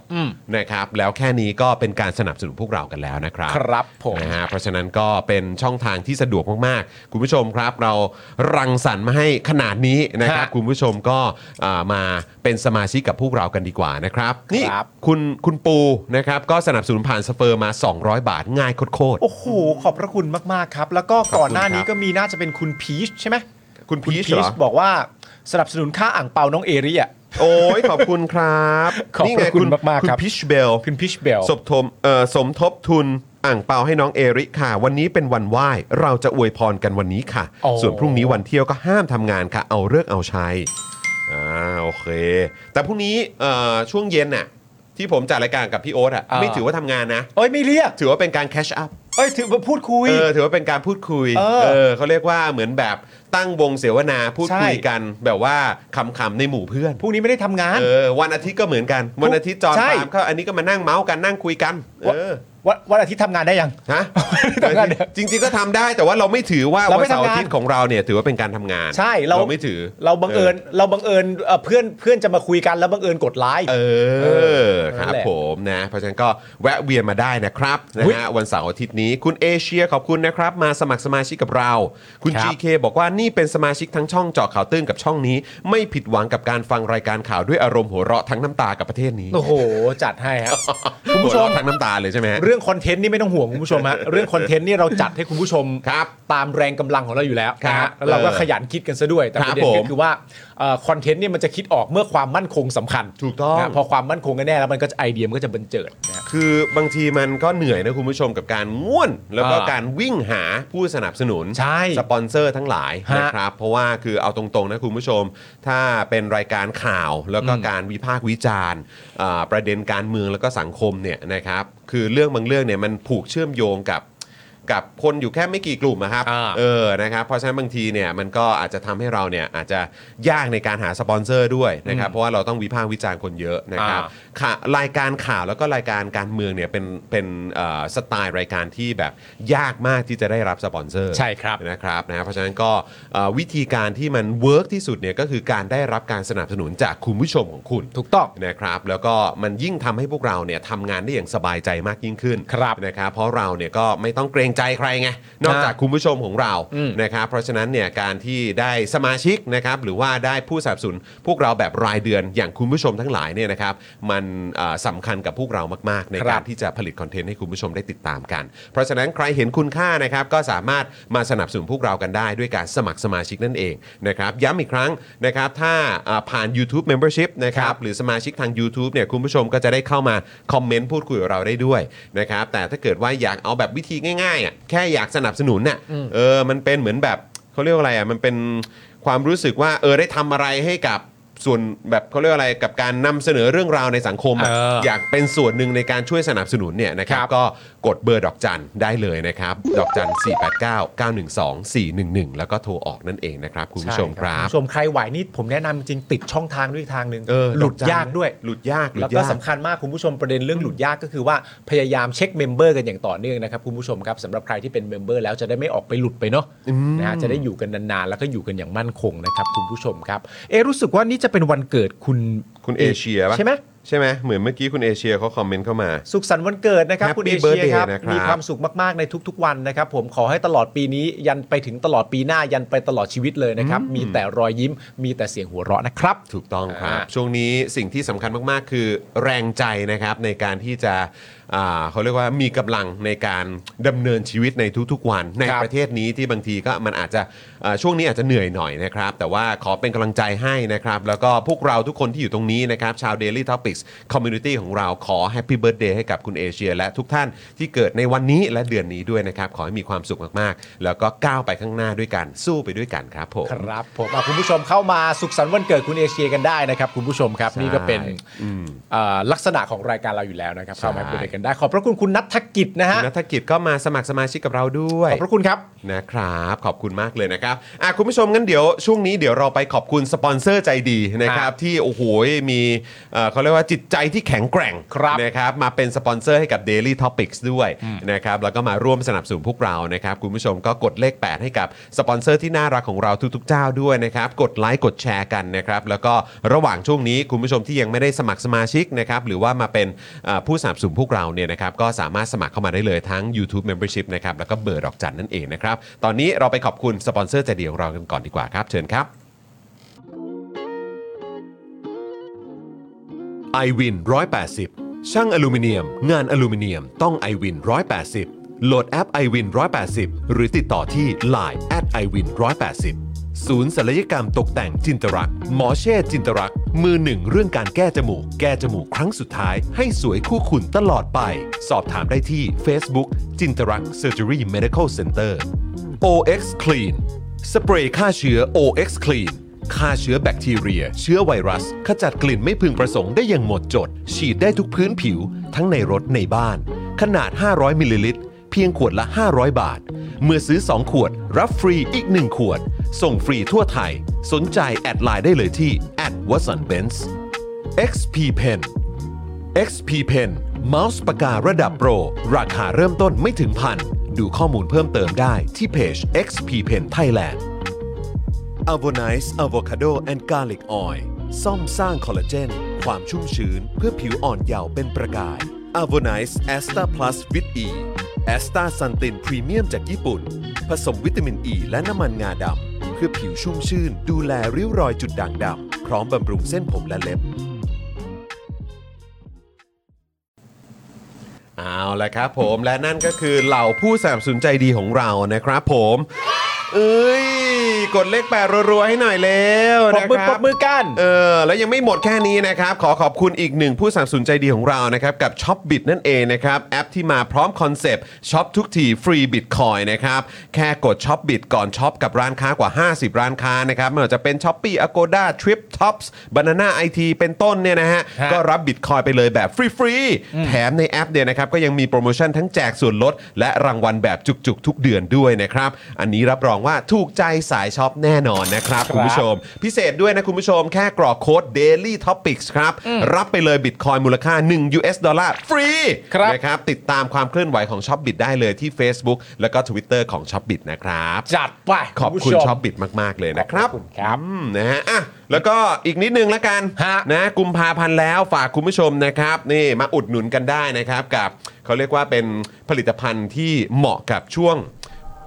Speaker 1: นะครับ แล้วแค่นี้ก็เป็นการสนับสนุนพวกเรากันแล้วนะครับ
Speaker 2: ครับผม
Speaker 1: นะฮะเพราะฉะนั้นก็เป็นช่องทางที่สะดวกมาก ๆ คุณผู้ชมครับ เรารังสรรค์มาให้ขนาดนี้นะครับ
Speaker 2: ฮะ
Speaker 1: คุณผู้ชมก็อ่ามาเป็นสมาชิกกับพวกเรากันดีกว่านะครับ นี่
Speaker 2: ครับ
Speaker 1: คุณคุณปูนะครับ ก็สนับสนุนผ่านสเปอร์มา 200 บาทง่ายโคตร
Speaker 2: โอ้โห ขอบพระคุณมาก ๆ ครับ แล้วก็ก่อนหน้านี้
Speaker 1: ขอบคุณครับ
Speaker 2: ก็มีน่าจะเป็นคุณพีชใช่ไหม
Speaker 1: ๆคุณพีชเหรอ
Speaker 2: บอกว่าสนับสนุนค่าอ่างเปาน้องเอริอ่ะ
Speaker 1: โอ้ยขอบคุณครับ
Speaker 2: ขอบพระ
Speaker 1: นี่ไง
Speaker 2: คุณมากๆ
Speaker 1: คุณ
Speaker 2: ครับ
Speaker 1: พีชเบล
Speaker 2: คุณพีชเบล
Speaker 1: สมทบเอ่อสมทบทุนอ่างเปาให้น้องเอริค่ะ วันนี้เป็นวันไหว้ เราจะอวยพรกันวันนี้ค่ะ
Speaker 2: โอ้
Speaker 1: ส่วนพรุ่งนี้วันเที่ยวก็ห้ามทำงานค่ะ เอาเลิกเอาชัยอ่าโอเค แต่พรุ่งนี้เอ่อช่วงเย็นน่ะที่ผมจัดรายการกับพี่โอ๊ตอ่ะไม่ถือว่าทำงานนะ
Speaker 2: เอ้ยไม่เรียก
Speaker 1: ถือว่าเป็นการแคชอัพ
Speaker 2: เอ้ยถือว่าพูดคุย
Speaker 1: เออถือว่าเป็นการพูดคุย
Speaker 2: เออ
Speaker 1: เขาเรียกว่าเหมือนแบบตั้งวงเสวนาพูด
Speaker 2: ใช่
Speaker 1: คุยกันแบบว่าคำๆในหมู่เพื่อน
Speaker 2: พวกนี้ไม่ได้ทำงาน
Speaker 1: เออวันอาทิตย์ก็เหมือนกัน วันอาทิตย์จอน
Speaker 2: ใช่
Speaker 1: ปาล์มเขาอันนี้ก็มานั่งเมาส์กันนั่งคุยกัน เออ
Speaker 2: วันวันอาทิตย์ทำงานได้ยัง
Speaker 1: ฮะ
Speaker 2: ทำงานเดี๋ยว
Speaker 1: จริง ๆก็ทำได้แต่ว่าเราไม่ถือว่า
Speaker 2: เรา
Speaker 1: วัน
Speaker 2: ไม่
Speaker 1: เสาร์
Speaker 2: ทำงาน
Speaker 1: อาทิตย์ของเราเนี่ยถือว่าเป็นการทำงาน
Speaker 2: ใช่เรา
Speaker 1: ไม่ถือ
Speaker 2: เราบังเอิญเราบังเอิญเอ่อเพื่อนเพื่อนจะมาคุยกันแล้วบังเอิญกดไลค์
Speaker 1: เออเออครับ
Speaker 2: นั่นแหละ
Speaker 1: ผมนะเพราะฉะนั้นก็แวะเวียนมาได้นะครับนะ
Speaker 2: อุ๊ย
Speaker 1: ฮะวันเสาร์อาทิตย์นี้คุณเอเชียขอบคุณนะครับ มาสมัครสมาชิกกับเรา คุณ
Speaker 2: ครับ
Speaker 1: GK บอกว่านี่เป็นสมาชิกทั้งช่องเจาะข่าวตื้นกับช่องนี้ ไม่ผิดหวังกับการฟังรายการข่าวด้วยอารมณ์หัวเราะทั้งน้ำตากับประเทศนี้
Speaker 2: โอ้โห จัดให้ฮะ
Speaker 1: หัว
Speaker 2: คุณผู้ชม
Speaker 1: เราะทั้งน้ำตาเลยใช่ไหมฮะ
Speaker 2: เรื่องคอนเทนต์นี่ไม่ต้องห่วงคุณผู้ชม ฮะ เรื่องคอนเทนต์นี่เราจัดให้คุณผู้ชม
Speaker 1: ครับ
Speaker 2: ตามแรงกำลังของเราอยู่แล้วนะ
Speaker 1: ครั
Speaker 2: ฮะ
Speaker 1: บ
Speaker 2: แล้วเราก็
Speaker 1: เออ
Speaker 2: ขยันคิดกันซะด้วย แต่
Speaker 1: ครั
Speaker 2: ป
Speaker 1: บ
Speaker 2: ระเด็น
Speaker 1: ผ
Speaker 2: ก็
Speaker 1: ม
Speaker 2: คือว่าเอ่อคอนเทนต์เนี่ยมันจะคิดออกเมื่อความมั่นคงสำคัญ
Speaker 1: ถูกต้อง
Speaker 2: นะฮะพอความมั่นคงกันแน่แล้วมันก็จะไอเดียมันก็จะบันเจิดนะฮะ
Speaker 1: คือบางทีมันก็เหนื่อยนะคุณผู้ชมกับการง่วน แล้วก็
Speaker 2: อ่า
Speaker 1: การวิ่งหาผู้สนับสนุน
Speaker 2: ใช่
Speaker 1: สปอนเซอร์ทั้งหลาย
Speaker 2: ฮะ
Speaker 1: นะครับ เพราะว่าคือเอาตรงๆนะคุณผู้ชม ถ้าเป็นรายการข่าวแล้วก็
Speaker 2: อืม
Speaker 1: การวิพากษ์วิจารณ์อ่าประเด็นการเมืองแล้วก็สังคมเนี่ยนะครับ คือเรื่องบางเรื่องเนี่ยมันผูกเชื่อมโยงกับกับคนอยู่แค่ไม่กี่กลุ่มนะครับ
Speaker 2: อ่า
Speaker 1: เออนะครับเพราะฉะนั้นบางทีเนี่ยมันก็อาจจะทำให้เราเนี่ยอาจจะยากในการหาสปอนเซอร์ด้วยนะครับเพราะว่าเราต้องวิพากษ์วิจารณ์คนเยอะนะครับ ค่ะรายการข่าวแล้วก็รายการการเมืองเนี่ยเป็นเป็นเอ่อสไตล์รายการที่แบบยากมากที่จะได้รับสปอนเซอร์
Speaker 2: ใช่ครับ
Speaker 1: นะครับนะเพราะฉะนั้นก็เอ่อวิธีการที่มันเวิร์กที่สุดเนี่ยก็คือการได้รับการสนับสนุนจากคุณผู้ชมของคุณ
Speaker 2: ถูกต้อง
Speaker 1: นะครับแล้วก็มันยิ่งทำให้พวกเราเนี่ยทำงานได้อย่างสบายใจมากยิ่งขึ้น
Speaker 2: ครับ
Speaker 1: นะครับเพราะเราเนี่ยก็ไม่ต้องเกรงใจใครไงนอกจากคุณผู้ชมของเรา
Speaker 2: อืม
Speaker 1: นะครับเพราะฉะนั้นเนี่ยการที่ได้สมาชิกนะครับหรือว่าได้ผู้สนับสนุนพวกเราแบบรายเดือนอย่างคุณผู้ชมทั้งหลายเนี่ยนะครับมันเอ่อสำคัญกับพวกเรามากๆ ใน
Speaker 2: ครั
Speaker 1: การ
Speaker 2: บ
Speaker 1: ที่จะผลิตคอนเทนต์ให้คุณผู้ชมได้ติดตามกัน เพราะฉะนั้นใครเห็นคุณค่านะครับก็สามารถมาสนับสนุนพวกเรากันได้ด้วยการสมัครสมาชิกนั่นเองนะครับย้ำอีกครั้งนะครับถ้าอ่าผ่าน YouTube Membership นะครับหรือสมาชิกทาง YouTube เนี่ยคุณผู้ชมก็จะได้เข้ามาคอมเมนต์พูดคุยกับเราได้ด้วยนะครับแต่ถ้าเกิดว่าอยากเอาแบบวิธีง่ายๆอ่ะแค่อยากสนับสนุนน่ะเออมันเป็นเหมือนแบบเขาเรียกว่าอะไรอ่ะมันเป็นความรู้สึกว่าเออได้ทำอะไรให้กับส่วนแบบเขาเรียกว่าอะไรกับการนำเสนอเรื่องราวในสังคมะ
Speaker 2: เออ
Speaker 1: อยากเป็นส่วนหนึ่งในการช่วยสนับสนุนเนี่ยนะครับ
Speaker 2: ครับ
Speaker 1: ก็กดเบอร์ดอกจันได้เลยนะครับ ดอกจัน 489 912 411 แล้วก็โทรออกนั่นเองนะครับ คุณผู้ชมครับ
Speaker 2: คุณผู้ชมใครไหวนี่ผมแนะนำจริงติดช่องทางด้วยทางหนึ่ง
Speaker 1: เออ
Speaker 2: หลุ
Speaker 1: อก
Speaker 2: ด
Speaker 1: จัน
Speaker 2: ยากด้วย
Speaker 1: หลุดยากหลุ
Speaker 2: แล้ว
Speaker 1: ด
Speaker 2: ก็
Speaker 1: ยาก
Speaker 2: สำคัญมากคุณผู้ชมประเด็นเรื่องหลุดยากก็คือว่าพยายามเช็คเมมเบอร์กันอย่างต่อเนื่องนะครับคุณผู้ชมครับสำหรับใครที่เป็นเมมเบอร์แล้วจะได้ไม่ออกไปหลุดไปเนาะนะฮะจะได้อยู่กันนานๆแล้วก็อยู่กันอย่างมั่นคงนะครับคุณผู้ชมครับ เอะรู้สึกว่านี่จะเป็นวันเกิดคุณ
Speaker 1: คุณเอเชียปะ
Speaker 2: ใช่ไหม
Speaker 1: ใช่ไหมเหมือนเมื่อกี้คุณเอเชียเขาคอมเมนต์เข้ามา
Speaker 2: สุขสันต์วันเกิดนะครับ
Speaker 1: Happy
Speaker 2: คุณเอเชีย
Speaker 1: birthday
Speaker 2: ครับ
Speaker 1: นะครับ
Speaker 2: มีความสุขมากๆในทุก ๆ วันนะครับ ผมขอให้ตลอดปีนี้ยันไปถึงตลอดปีหน้ายันไปตลอดชีวิตเลยนะครับมีแต่รอยยิ้มมีแต่เสียงหัวเราะนะครับ
Speaker 1: ถูกต้องครับ
Speaker 2: อ่า
Speaker 1: ช่วงนี้สิ่งที่สำคัญมาก ๆ คือแรงใจนะครับในการที่จะอ่าเขาเรียกว่ามีกำลังในการดำเนินชีวิตในทุกๆวัน ใน
Speaker 2: ครับ
Speaker 1: ประเทศนี้ที่บางทีก็มันอาจจะอ่าช่วงนี้อาจจะเหนื่อยหน่อยนะครับ แต่ว่าขอเป็นกำลังใจให้นะครับ แล้วก็พวกเราทุกคนที่อยู่ตรงนี้นะครับ ชาว Daily Topics Community ของเราขอ Happy Birthday ให้กับคุณเอเชีย และทุกท่านที่เกิดในวันนี้และเดือนนี้ด้วยนะครับ ขอให้มีความสุขมากๆ แล้วก็ก้าวไปข้างหน้าด้วยกันสู้ไปด้วยกันครับผม
Speaker 2: ครับผมอ่ะคุณผู้ชมเข้ามาสุขสันต์วันเกิดคุณเอเชียกันได้นะครับ คุณผู้ชมครับ
Speaker 1: ใช่
Speaker 2: นี่ก็เป็น
Speaker 1: อืม
Speaker 2: เอ่อลักษณะของรายการเราอยู่แล้วนะครับ
Speaker 1: ใช่
Speaker 2: เข้ามาพูดคุยกันได้ ขอบพระคุณคุณนัทกิจนะ
Speaker 1: คุ
Speaker 2: ฮะ
Speaker 1: ณนัฐกิจก็มาสมัครสมาชิกกับเราด้วย
Speaker 2: ขอบพระคุณครับ
Speaker 1: นะครับขอบคุณมากเลยนะครับอ่ะคุณผู้ชมงั้นเดี๋ยวช่วงนี้เดี๋ยวเราไปขอบคุณสปอนเซอร์ใจดีนะครับที่โอ้โหมีเอ่อเขาเรียกว่าจิตใจที่แข็งแกร่ง
Speaker 2: ครับ
Speaker 1: นะครับมาเป็นสปอนเซอร์ให้กับ Daily Topics ด้วยนะครับแล้วก็มาร่วมสนับสนุนพวกเรานะครับคุณผู้ชมก็กดเลข 8 ให้กับสปอนเซอร์ที่น่ารักของเราทุกๆเจ้าด้วยนะครับกดไลค์กดแชร์กันนะครับแล้วก็ระหว่างช่วงนี้คุณผู้ชมที่ยังไม่ได้สมัครสมาชิกนะครับหรือว่ามาเป็นเอ่อผู้สนับสนุนพวกเราเนี่ยนะครับก็สามารถสมัครเข้ามาได้เลยทั้ง YouTube Membership นะครับแล้วก็เบอร์ดอกจันนั่นเองนะครับตอนนี้เราไปขอบคุณสปอนเซอร์ใจเดียวเรากันก่อนดีกว่าครับ เชิญครับ i w วิน180 ช่างอลูมิเนียม งานอลูมิเนียมต้อง i w วิน180 โหลดแอป i w วิน180 หรือติดต่อที่ Line at i w วิน180 ศูนย์ศัลยกรรมตกแต่งจินตรัก หมอเช่จินตรัก มือหนึ่งเรื่องการแก้จมูก แก้จมูกครั้งสุดท้าย ให้สวยคู่คุณตลอดไป สอบถามได้ที่ Facebook จินตรัก Surgery Medical Center OX Clean สเปรย์ฆ่าเชื้อ OX Clean ฆ่าเชื้อแบคทีเรีย เชื้อไวรัส ขจัดกลิ่นไม่พึงประสงค์ได้อย่างหมดจด ฉีดได้ทุกพื้นผิว ทั้งในรถในบ้าน ขนาด 500 มิลลิลิตร พียงขวดละ 500 บาท เมื่อซื้อ 2 ขวด รับฟรีอีก 1 ขวด ส่งฟรีทั่วไทย สนใจแอดไลน์ได้เลยที่ w a t s o n b e n z XP Pen XP Pen เมาส์ปากการะดับโปร ราคาเริ่มต้นไม่ถึงพัน ดูข้อมูลเพิ่มเติมได้ที่เพจ XP Pen Thailand a v o n i c e Avocado and Garlic Oil ซ่อมสร้างคอลลาเจน ความชุ่มชื้นเพื่อผิวอ่อนเยาว์เป็นประกาย a v o n i c e a s t a Plus with E a s t a s u n t i n Premium จากญี่ปุ่น ผสมวิตามินอ e ีและน้ำมันงาดำ เพื่อผิวชุ่มชื่น ดูแลริ้วรอยจุดด่างดำ พร้อมบำรุงเส้นผมและเล็บ เอาละครับผมและนั่นก็คือเหล่าผู้สามสนุนใจดีของเรานะครับผม เอ้ย กดเลขแปดรัวๆให้หน่อยเร็ว
Speaker 2: ปร
Speaker 1: นะ
Speaker 2: บมือ
Speaker 1: ค
Speaker 2: ปร
Speaker 1: รั
Speaker 2: บบ มือกัน
Speaker 1: เออแล้วยังไม่หมดแค่นี้นะครับ ขอขอบคุณอีกหนึ่งผู้สนับสนุนใจดีของเรานะครับ กับ s h o p b i t นั่นเองนะครับ แอปที่มาพร้อมคอนเซปต์ช็อปทุกทีฟรีบิตคอยนะครับ แค่กด s h o p b i t ก่อนช็อปกับร้านค้ากว่า 50 ร้านค้านะครับ ไม่ว่าจะเป็น s h o p ปี้ Agoda Trip Tops Banana IT เป็นต้นเนี่ยนะฮะ
Speaker 2: ฮะ
Speaker 1: ก็รับบิตคอยไปเลยแบบฟรีๆแถมในแอปเนี่ยนะครับ ก็ยังมีโปรโมชั่นทั้งแจกส่วนลด และรางวัลแบบจุกๆ ทุกเดือนด้วยนะครับอันนี้รับรองว่าถูกใจสายช็อปแน่นอนนะครับคุณผู้ชม พิเศษด้วยนะคุณผู้ชมแค่กรอกโค้ด daily topics ครับ รับไปเลยบิตคอยน์มูลค่า 1 US ดอลลาร์ฟรี
Speaker 2: ครับ
Speaker 1: นะครับติดตามความเคลื่อนไหวของช็อปบิตได้เลยที่ Facebook แล้วก็ Twitter ของช็อปบิตนะครับ
Speaker 2: จัดไป
Speaker 1: ขอบคุณ
Speaker 2: ณผู้ช
Speaker 1: ช็อ
Speaker 2: ม
Speaker 1: ปบิตมาก ๆ เลยนะครับ
Speaker 2: ขอบคุณครับ
Speaker 1: อืมนะฮะอ่ะแล้วก็อีกนิดนึงละกัน
Speaker 2: ฮะ
Speaker 1: นะกุมภาพันธ์แล้วฝากคุณผู้ชมนะครับ นี่มาอุดหนุนกันได้นะครับ กับเขาเรียกว่าเป็นผลิตภัณฑ์ที่เหมาะกับช่วง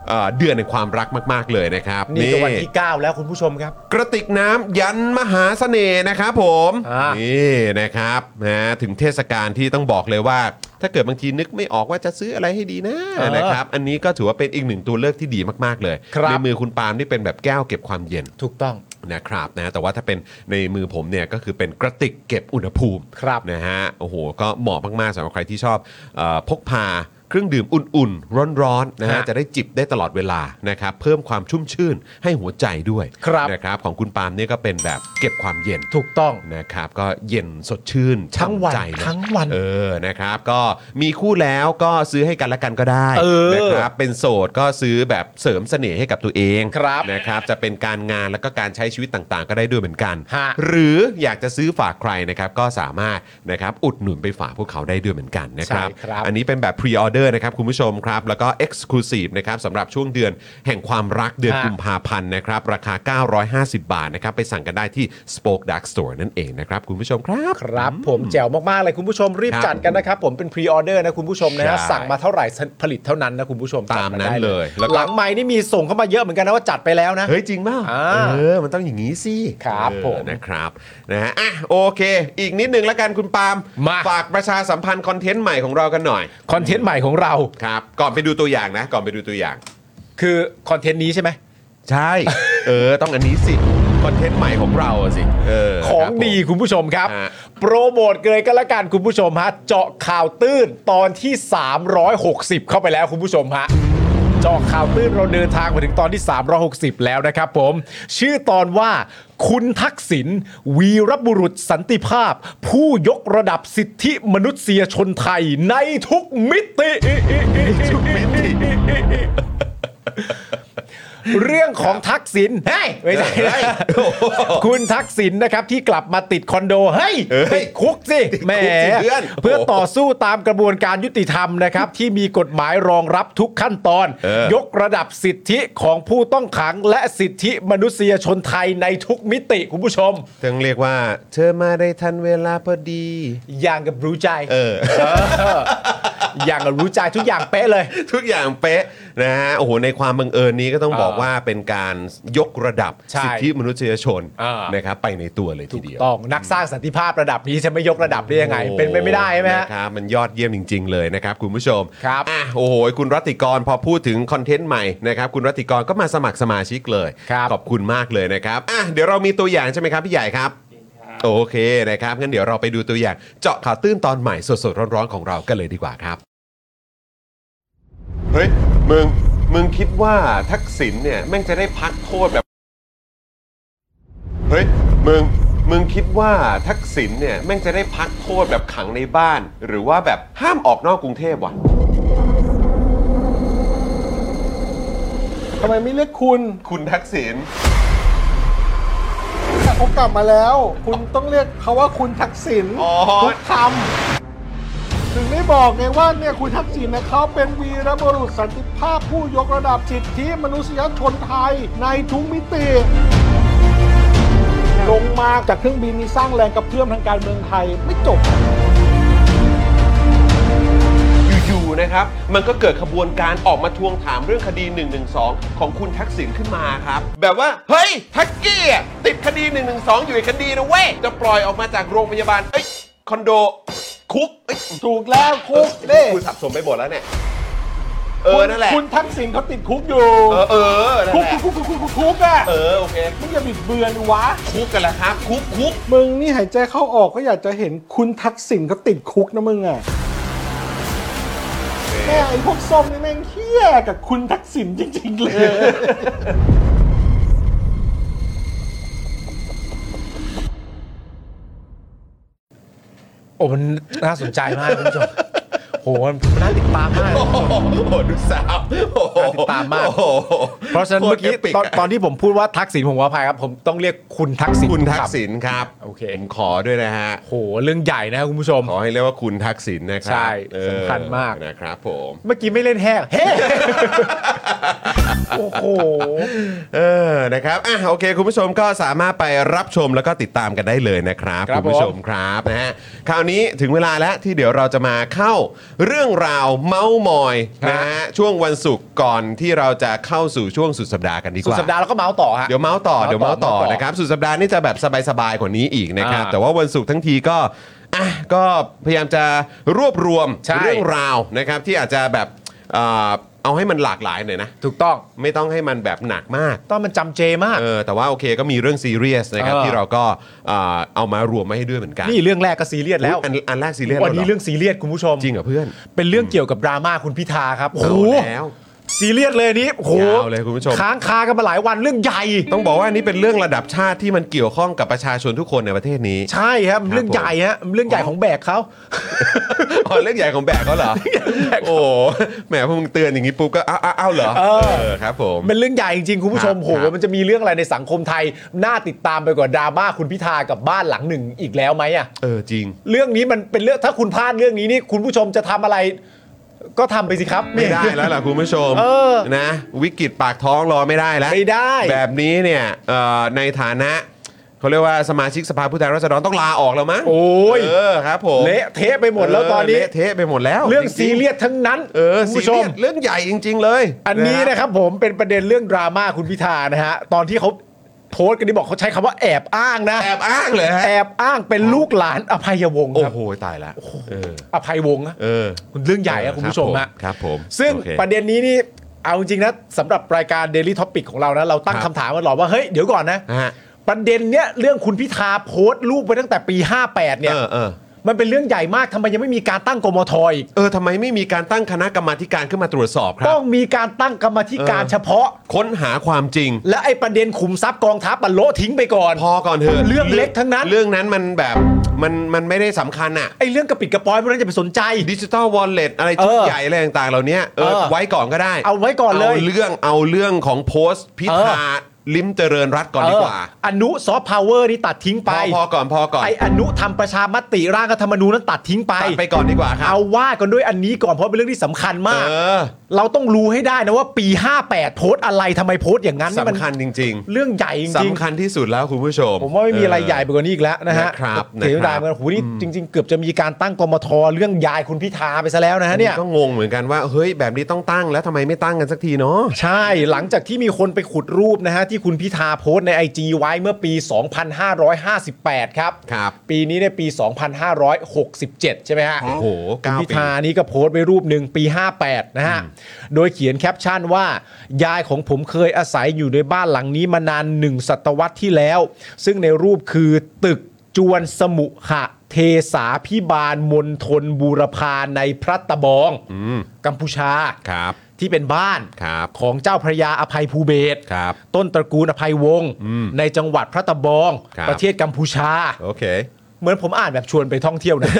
Speaker 1: เอ่อเดือนแห่งความรักมาก ๆ เลยนะครับ
Speaker 2: นี่ก็วันที่ 9 แล้วคุณผู้ชมครับ
Speaker 1: กระติกน้ำยันมหาเสน่ห์นะครับผม
Speaker 2: อ่า
Speaker 1: น
Speaker 2: นี่
Speaker 1: ี่นะครับนะถึงเทศกาลที่ต้องบอกเลยว่า ถ้าเกิดบางทีนึกไม่ออกว่าจะซื้ออะไรให้ดีนะนะครับ อันนี้ก็ถือว่าเป็นอีกหนึ่งตัวเลือกที่ดีมากๆเลยในมือคุณปาล์มนี่เป็นแบบแก้วเก็บความเย็น
Speaker 2: ถูกต้อง
Speaker 1: นะครับนะแต่ว่าถ้าเป็นในมือผมเนี่ยก็คือเป็นกระติกเก็บอุณหภูมิ
Speaker 2: ครับ
Speaker 1: นะฮะโอ้โหก็เหมาะมากๆสำหรับใครที่ชอบเออพกพาเครื่องดื่มอุ่นๆ ร้อนๆนะฮะ
Speaker 2: ฮะ
Speaker 1: จะได้จิบได้ตลอดเวลานะครับเพิ่มความชุ่มชื่นให้หัวใจด้วย
Speaker 2: ครับ
Speaker 1: นะครับของคุณปาล์มเนี่ยก็เป็นแบบเก็บความเย็น
Speaker 2: ถูกต้อง
Speaker 1: นะครับก็เย็นสดชื่น
Speaker 2: ทั้งวัน
Speaker 1: ฉ่ำใจะ
Speaker 2: ทั้งวัน
Speaker 1: เออนะครับก็มีคู่แล้วก็ซื้อให้กันและกันก็ได้
Speaker 2: เออ
Speaker 1: นะครับเป็นโสดก็ซื้อแบบเสริมเสน่ห์ให้กับตัวเอง
Speaker 2: ครับ
Speaker 1: นะครับจะเป็นการงานแล้วก็การใช้ชีวิตต่างๆ ก็ได้ด้วยเหมือนกัน
Speaker 2: ฮะ
Speaker 1: หรืออยากจะซื้อฝากใครนะครับก็สามารถนะครับอุดหนุนไปฝากพวกเขาได้ด้วยเหมือนกันนะครับ
Speaker 2: ใช่ครับ
Speaker 1: อันนี้เป็นแบบพรีออเดอร์นะครับคุณผู้ชมครับ แล้วก็ Exclusive นะครับสำหรับช่วงเดือนแห่งความรักเดือน
Speaker 2: ฮะ
Speaker 1: กุมภาพันธ์นะครับ ราคา 950 บาทนะครับ ไปสั่งกันได้ที่ Spoke Dark Store นั่นเองนะครับ คุณผู้ชมครับ
Speaker 2: ครับผมแจ๋วมาก ๆ เลยคุณผู้ชมรีบ
Speaker 1: ครับ
Speaker 2: จัดกันนะครับ ผมเป็นพรีออเดอร์นะคุณผู้ชมนะฮะ
Speaker 1: ใช่
Speaker 2: สั่งมาเท่าไหร่ผลิตเท่านั้นนะคุณผู้ชม
Speaker 1: ตามนั้น
Speaker 2: จำได้
Speaker 1: เลยแล้วก็
Speaker 2: หลังไม้นี่มีส่งเข้ามาเยอะเหมือนกันนะว่าจัดไปแล้วนะ
Speaker 1: เฮ้ย จริงมาก
Speaker 2: อ่า
Speaker 1: เออ มันต้องอย่างนี้สิ
Speaker 2: ครับ
Speaker 1: เออ
Speaker 2: ผม
Speaker 1: นะครับนะฮะอ่ะโอเค อีกนิดนึงแล้วกันคุณปาล์ม
Speaker 2: มา
Speaker 1: ฝากประชาสัมพันธ์คอนเทนต์ใหม่ของเรากันหน่อย
Speaker 2: คอนเทนต์ใหม่ของเรา
Speaker 1: ครับก่อนไปดูตัวอย่างนะ ก่อนไปดูตัวอย่าง
Speaker 2: คือคอนเทนต์นี้ใช่ไหม
Speaker 1: ใช่ เออ ต้องอันนี้สิคอนเทนต์ใหม่ของเราอะสิเออ
Speaker 2: ของ
Speaker 1: ครับผม
Speaker 2: ดีคุณผู้ชมครับ
Speaker 1: ฮะ
Speaker 2: โปรโมทเลยก็แล้วกันคุณผู้ชมฮะเจาะข่าวตื้นตอนที่ 360 เข้าไปแล้วคุณผู้ชมฮะเจาะข่าวตื้นเราเดินทางมาถึงตอนที่ 360 แล้วนะครับผม ชื่อตอนว่าคุณทักษิณวีรบุรุษสันติภาพ ผู้ยกระดับสิทธิมนุษยชนไทยในทุกมิติ เรื่องของทักษิณเฮ้ยไม่ใช่นะคุณทักษิณนะครับที่กลับมาติดคอนโดเฮ้ย
Speaker 1: เฮ้ย
Speaker 2: ติดคุกสิแหม
Speaker 1: ติดคุกสิเพื่อน
Speaker 2: เพื่อต่อสู้ตามกระบวนการยุติธรรมนะครับ ที่มีกฎหมายรองรับทุกขั้นตอน
Speaker 1: เออ
Speaker 2: ยกระดับสิทธิของผู้ต้องขังและสิทธิมนุษยชนไทยในทุกมิติคุณผู้ชม
Speaker 1: ต้องเรียกว่า เธอมาได้ทันเวลาพอดี
Speaker 2: อย่างกับรู้ใจ
Speaker 1: เออ
Speaker 2: เอออย่างกับรู้ใจทุกอย่างเป๊ะเลย
Speaker 1: ทุกอย่างเป๊ะนะฮะโอ้โหในความบังเอิญนี้ก็ต้อง
Speaker 2: เออ
Speaker 1: บอกว่าเป็นการยกระดับ
Speaker 2: ใช่
Speaker 1: สิทธิมนุษยชน
Speaker 2: เออ
Speaker 1: นะครับไปในตัวเลยทีเดียว
Speaker 2: ต้องนักสร้างสันติภาพระดับนี้จะไม่ยกระดับได้ยังไง เป็นไปไม่ได้ใช่ไหมฮะ
Speaker 1: นะครับมันยอดเยี่ยมจริง ๆ เลยนะครับคุณผู้ชม
Speaker 2: ครับ
Speaker 1: อ่ะโอ้โห คุณรัติกรพอพูดถึงคอนเทนต์ใหม่นะครับคุณรัติกรก็มาสมัครสมาชิกเลย
Speaker 2: ครับ
Speaker 1: ขอบคุณมากเลยนะครับอ่ะเดี๋ยวเรามีตัวอย่างใช่ไหมครับพี่ใหญ่ครับ โอเคนะครับงั้นเดี๋ยวเราไปดูตัวอย่างเจาะข่าวตื้นตอนใหม่สดๆร้อนๆของเรากันเลยดีกว่าครับ เฮ้ย มึง มึงคิดว่าทักษิณเนี่ย แม่งจะได้พักโทษแบบ เฮ้ย มึง มึงคิดว่าทักษิณเนี่ย แม่งจะได้พักโทษแบบขังในบ้าน หรือว่าแบบห้ามออกนอกกรุงเทพวะ
Speaker 4: ทำไมไม่เรียกคุณ
Speaker 1: คุณทักษิณ
Speaker 4: แต่เขากลับมาแล้ว คุณต้องเรียกเขาว่าคุณทักษิณ
Speaker 1: อ๋อ
Speaker 4: ทุกคำถึงได้บอกไงว่าเนี่ยคุณทักษิณเนี่ยเขาเป็นวีรบุรุษสันติภาพผู้ยกระดับสิทธิมนุษยชนไทยในทุกมิติ ลงมาจากเครื่องบินนี่สร้างแรงกระเพื่อมทางการเมืองไทยไม่จบ
Speaker 1: อยู่ๆนะครับ มันก็เกิดขบวนการออกมาทวงถามเรื่องคดี 112 ของคุณทักษิณขึ้นมาครับ แบบว่า เฮ้ย ทักกี้อะติดคดี 112 อยู่อีกคดีนะเว้ย จะปล่อยออกมาจากโรงพยาบาล เอ้ย คอนโด คุกเอ้ย
Speaker 4: ถูกแล้วคุก
Speaker 1: นี่
Speaker 4: เด้
Speaker 1: กูสับสนไปหมดแล้วเนี่ย เออ นั่นแหละ
Speaker 4: คุณทักษิณเขาติดคุกอยู่
Speaker 1: เออ เออ นั่น
Speaker 4: คุก
Speaker 1: แหละ
Speaker 4: คุกคุกคุกคุกคุกอะ
Speaker 1: เออ โอเค
Speaker 4: มึงอย่าบิดเบือนวะ
Speaker 1: คุกกันละครับ คุกคุก
Speaker 4: มึงนี่หายใจเข้าออกก็อยากจะเห็นคุณทักษิณเขาติดคุกนะมึงอะแม่ไอ้พวกส้มนี่แม่งเฮี้ยกับคุณทักษิณจริง ๆ เลย
Speaker 2: โอ้มันน่าสนใจมากคุณผู้ชมโหมันน่าติดตามมาก
Speaker 1: โอ้โหดูสาวโอ้โห
Speaker 2: น่าติดตามมาก
Speaker 1: โอ้โห
Speaker 2: เพราะฉะนั้นเมื่อ
Speaker 1: โค
Speaker 2: กี้
Speaker 1: ตปิก
Speaker 2: ตอนตอนที่ผมพูดว่าทักษิณผมขออภัยครับ ผมต้องเรียกคุณทักษิณ
Speaker 1: คุณทัก
Speaker 2: รับ
Speaker 1: ษิณครับ
Speaker 2: โอเค
Speaker 1: ผมขอด้วยนะฮะ
Speaker 2: โหเรื่องใหญ่นะครับคุณผู้ชม
Speaker 1: ขอให้เรียกว่าคุณทักษิณนะครั
Speaker 2: ใช่
Speaker 1: เออ
Speaker 2: สำคัญมาก
Speaker 1: นะครับผม
Speaker 2: เมื่อกี้ไม่เล่นแห้งเฮ้ โอ้โห
Speaker 1: เออนะครับอ่ะโอเค คุณผู้ชมก็สามารถไปรับชมแล้วก็ติดตามกันได้เลยนะครับ
Speaker 2: ครับ
Speaker 1: ณผู้ชมครับนะฮะคราวนี้ถึงเวลาแล้วที่เดี๋ยวเราจะมาเข้าเรื่องราวเมาส์มอย
Speaker 2: ฮะ
Speaker 1: นะฮะช่วงวันศุกร์ก่อนที่เราจะเข้าสู่ช่วงสุดสัปดาห์กันดีก
Speaker 2: สุด
Speaker 1: ว่า
Speaker 2: สัปดาห์เราก็เมาส์ต่อฮะ
Speaker 1: เดี๋ยวเมาส์ต่อเดี๋ยวเมาส์ต่อ
Speaker 2: เมาส์ต่อ
Speaker 1: นะครับสุดสัปดาห์นี่จะแบบสบายๆกว่านี้อีกนะครับ
Speaker 2: อ่า
Speaker 1: แต่ว่าวันศุกร์ทั้งทีก็อ่ะก็พยายามจะรวบรวม
Speaker 2: ใช่
Speaker 1: เรื่องราวนะครับที่อาจจะแบบเอ่อเอาให้มันหลากหลายหน่อยนะ
Speaker 2: ถูกต้อง
Speaker 1: ไม่ต้องให้มันแบบหนักมาก
Speaker 2: ต้องมันจำเจมาก
Speaker 1: เออแต่ว่าโอเคก็มีเรื่องซีเรียสนะครับ
Speaker 2: เออ
Speaker 1: ที่เราก็เอ่อเอามารวมมาให้ด้วยเหมือนกัน
Speaker 2: นี่เรื่องแรกก็ซีเรียสแล้ว
Speaker 1: อุ๊ยอันอันแรกซีเรียส
Speaker 2: วัน
Speaker 1: แล้
Speaker 2: นี้
Speaker 1: วห
Speaker 2: เรื่องซีเรียสคุณผู้ชม
Speaker 1: จริงเหรอเพื่อน
Speaker 2: เป็นเรื่องเกี่ยวกับดราม่าคุณพิธาครับโอ้โห
Speaker 1: เอาแล้ว
Speaker 2: ซีเรียสเลยอันนี้โอ้โห
Speaker 1: ยาวเลยคุณผู้ชม
Speaker 2: ค้างคากันมาหลายวันเรื่องใหญ่
Speaker 1: ต้องบอกว่าอันนี้เป็นเรื่องระดับชาติที่มันเกี่ยวข้องกับประชาชนทุกคนในประเทศนี้
Speaker 2: ใช่ครับมันเรื่อง
Speaker 1: ผม
Speaker 2: ใหญ่ฮะมันเรื่องใหญ่ของแบกเขา
Speaker 1: อ๋อเรื่องใหญ่ของแบกเขาเหรอ โอ้โหแหมพอมึงเตือนอย่างนี้ปุ๊บก็อ้าวอ้าวอ้าวเหรอ
Speaker 2: เออ
Speaker 1: เออครับผม
Speaker 2: เป็นเรื่องใหญ่จริงๆคุณผู้ชม
Speaker 1: ครับ
Speaker 2: โห
Speaker 1: ครับ
Speaker 2: มันจะมีเรื่องอะไรในสังคมไทย น่าติดตามไปกว่าดราม่าคุณพิธากับบ้านหลังหนึ่งอีกแล้วไหมอะ
Speaker 1: เออจริง
Speaker 2: เรื่องนี้มันเป็นเรื่องถ้าคุณพลาดเรื่องนี้นี่คุณผู้ชมจะทำอะไร ก็ทำไปสิครับ
Speaker 1: ไม่ได้แล้วล่ะคุณผู้ชม
Speaker 2: เออ
Speaker 1: นะ วิกฤตปากท้องรอไม่ได้แล้ว
Speaker 2: ไม่ได้
Speaker 1: แบบนี้เนี่ยเอ่อในฐานะเขาเรียกว่าสมาชิกสภาผู้แทนราษฎรต้องลาออกแล้วมั้ง
Speaker 2: โอ้ย
Speaker 1: เออครับผม
Speaker 2: เละเทะไปหมดแล้วตอนนี้
Speaker 1: เเทะไปหมดแล้ว
Speaker 2: เรื่อง
Speaker 1: จ
Speaker 2: ซี
Speaker 1: ๆ
Speaker 2: เรียสทั้งนั้น
Speaker 1: เออซี
Speaker 2: คุณผู้ช
Speaker 1: เรีย
Speaker 2: ม
Speaker 1: สเรื่องใหญ่จริง ๆ เลย
Speaker 2: อันนี้นะครับผมเป็นประเด็นเรื่องดราม่าคุณพิธานะฮะตอนที่เขาโพสต์กันนี่บอกเขาใช้คำว่าแอบอ้างนะ
Speaker 1: แอบอ้างเลยฮะ
Speaker 2: แอบอ้างเป็นลูกหลานอภัยวงศ์
Speaker 1: โอ้
Speaker 2: ครับ
Speaker 1: โหตายละเออ
Speaker 2: อภัยวงศ์นะ
Speaker 1: เออ
Speaker 2: คุณเรื่องใหญ่อะคุณผู้ชมฮะ
Speaker 1: ครับผม
Speaker 2: ซึ่ง
Speaker 1: โอเค
Speaker 2: ประเด็นนี้นี่เอาจริงๆนะสำหรับรายการ Daily Topic ของเรานะ เราตั้ง
Speaker 1: ครับ
Speaker 2: คำถามมาหรอกว่าเฮ้ยเดี๋ยวก่อนนะ
Speaker 1: ฮะ
Speaker 2: ประเด็นเนี้ยเรื่องคุณพิธาโพสต์รูปไปตั้งแต่ปี 58 เนี่ย
Speaker 1: เออเออ
Speaker 2: มันเป็นเรื่องใหญ่มากทำไมยังไม่มีการตั้งกมทอีก
Speaker 1: เออทำไมไม่มีการตั้งคณะกรรมาธิการขึ้นมาตรวจสอบครั
Speaker 2: ต้
Speaker 1: บ
Speaker 2: องมีการตั้งกรรมธิการ
Speaker 1: เออ
Speaker 2: เฉพาะ
Speaker 1: ค้นหาความจริง
Speaker 2: และไอ้ประเด็นขุมทรัพย์กองทัพมันโละทิ้งไปก่อน
Speaker 1: พอก่อนเถอะ
Speaker 2: เรื่องเล็กทั้งนั้น
Speaker 1: เรื่องนั้นมันแบบมันมันไม่ได้สำคัญอะ
Speaker 2: ไอ้เรื่องกระปิดกระปอยพวกนั้นจะไปสนใจ
Speaker 1: ดิจิ t a ลวอลเล็ตอะไรชุด
Speaker 2: เออ
Speaker 1: ใหญ่อะไรต่างๆ เหล่านี้เออ
Speaker 2: เออ
Speaker 1: ไว้ก่อนก็ได้
Speaker 2: เอาไว้ก่อนเลย
Speaker 1: เอาเรื่องเอาเรื่องของโพสต์พิ
Speaker 2: เอ
Speaker 1: ธา
Speaker 2: อ
Speaker 1: ลิ้มเจริญรัตน์ก่อนดีกว่า
Speaker 2: เอออนุซอฟต์พาวเวอร์นี่ตัดทิ้ง
Speaker 1: พ
Speaker 2: ไป
Speaker 1: อพอก่อนพอก่อน
Speaker 2: ไอ้อนุทำประชามติร่างรัฐธรรมนูญนั้นตัดทิ้งไป
Speaker 1: ตัดไปก่อนดีกว่าครับ
Speaker 2: เอาว่ากันด้วยอันนี้ก่อนเพราะเป็นเรื่องที่สำคัญ
Speaker 1: เอ
Speaker 2: มาก
Speaker 1: อ
Speaker 2: เราต้องรู้ให้ได้นะว่าปี 58 โพสต์อะไรทำไมโพสต์อย่างนั้นนี่มัน
Speaker 1: สำคัญจริง
Speaker 2: เรื่องใหญ่
Speaker 1: ๆ
Speaker 2: จริง
Speaker 1: สำคัญที่สุดแล้วคุณผู้ชม
Speaker 2: ๆผมว่าไม่มีอะไรใหญ่ไปกว่านี้อีกแล้วนะฮะ
Speaker 1: นะครับ
Speaker 2: เสียงดา
Speaker 1: นะครับ
Speaker 2: มกันโอ้โหนี่จริง ๆ เกือบจะมีการตั้งกมทเรื่องยายคุณพิธาไปซะแล้วนะฮะเนี่ย
Speaker 1: ก็งงเหมือนกันว่าเฮ้ยแบบนี้ต้องตั้งแล้วทำไมไม่ตั้งกันสักทีเนาะ
Speaker 2: ใช่หลังจากที่มีคนไปขุดรูปนะฮะ ที่คุณพิธาโพสต์ใน IG ไว้เมื่อปี 2558 ครับ
Speaker 1: ครับ
Speaker 2: ปีนี้ในยปี 2567 ใช่ไหมฮะ
Speaker 1: โอ้โห
Speaker 2: คุณ
Speaker 1: เก้า
Speaker 2: พิ
Speaker 1: ปี
Speaker 2: ธานี่ก็โพสต์ไว้รูปหนึ่งปี 58 นะฮะ โดยเขียนแคปชั่นว่า ยายของผมเคยอาศัยอยู่ในบ้านหลังนี้มานานหนึ่งศตวรรษที่แล้ว ซึ่งในรูปคือตึกจวนสมุหะเทสาพิบาลมณฑลบูรพาในพระตะบองกัมพูชา
Speaker 1: ครับ
Speaker 2: ที่เป็นบ้าน
Speaker 1: ครับ
Speaker 2: ของเจ้าพระยาอภัยภูเบศร
Speaker 1: ครับ
Speaker 2: ต้นตระกูลอภัยวงศ์ในจังหวัดพระตะบอง
Speaker 1: ครับ
Speaker 2: ประเทศกัมพูชา
Speaker 1: โอเค
Speaker 2: เหมือนผมอ่านแบบชวนไปท่องเที่ยวนะ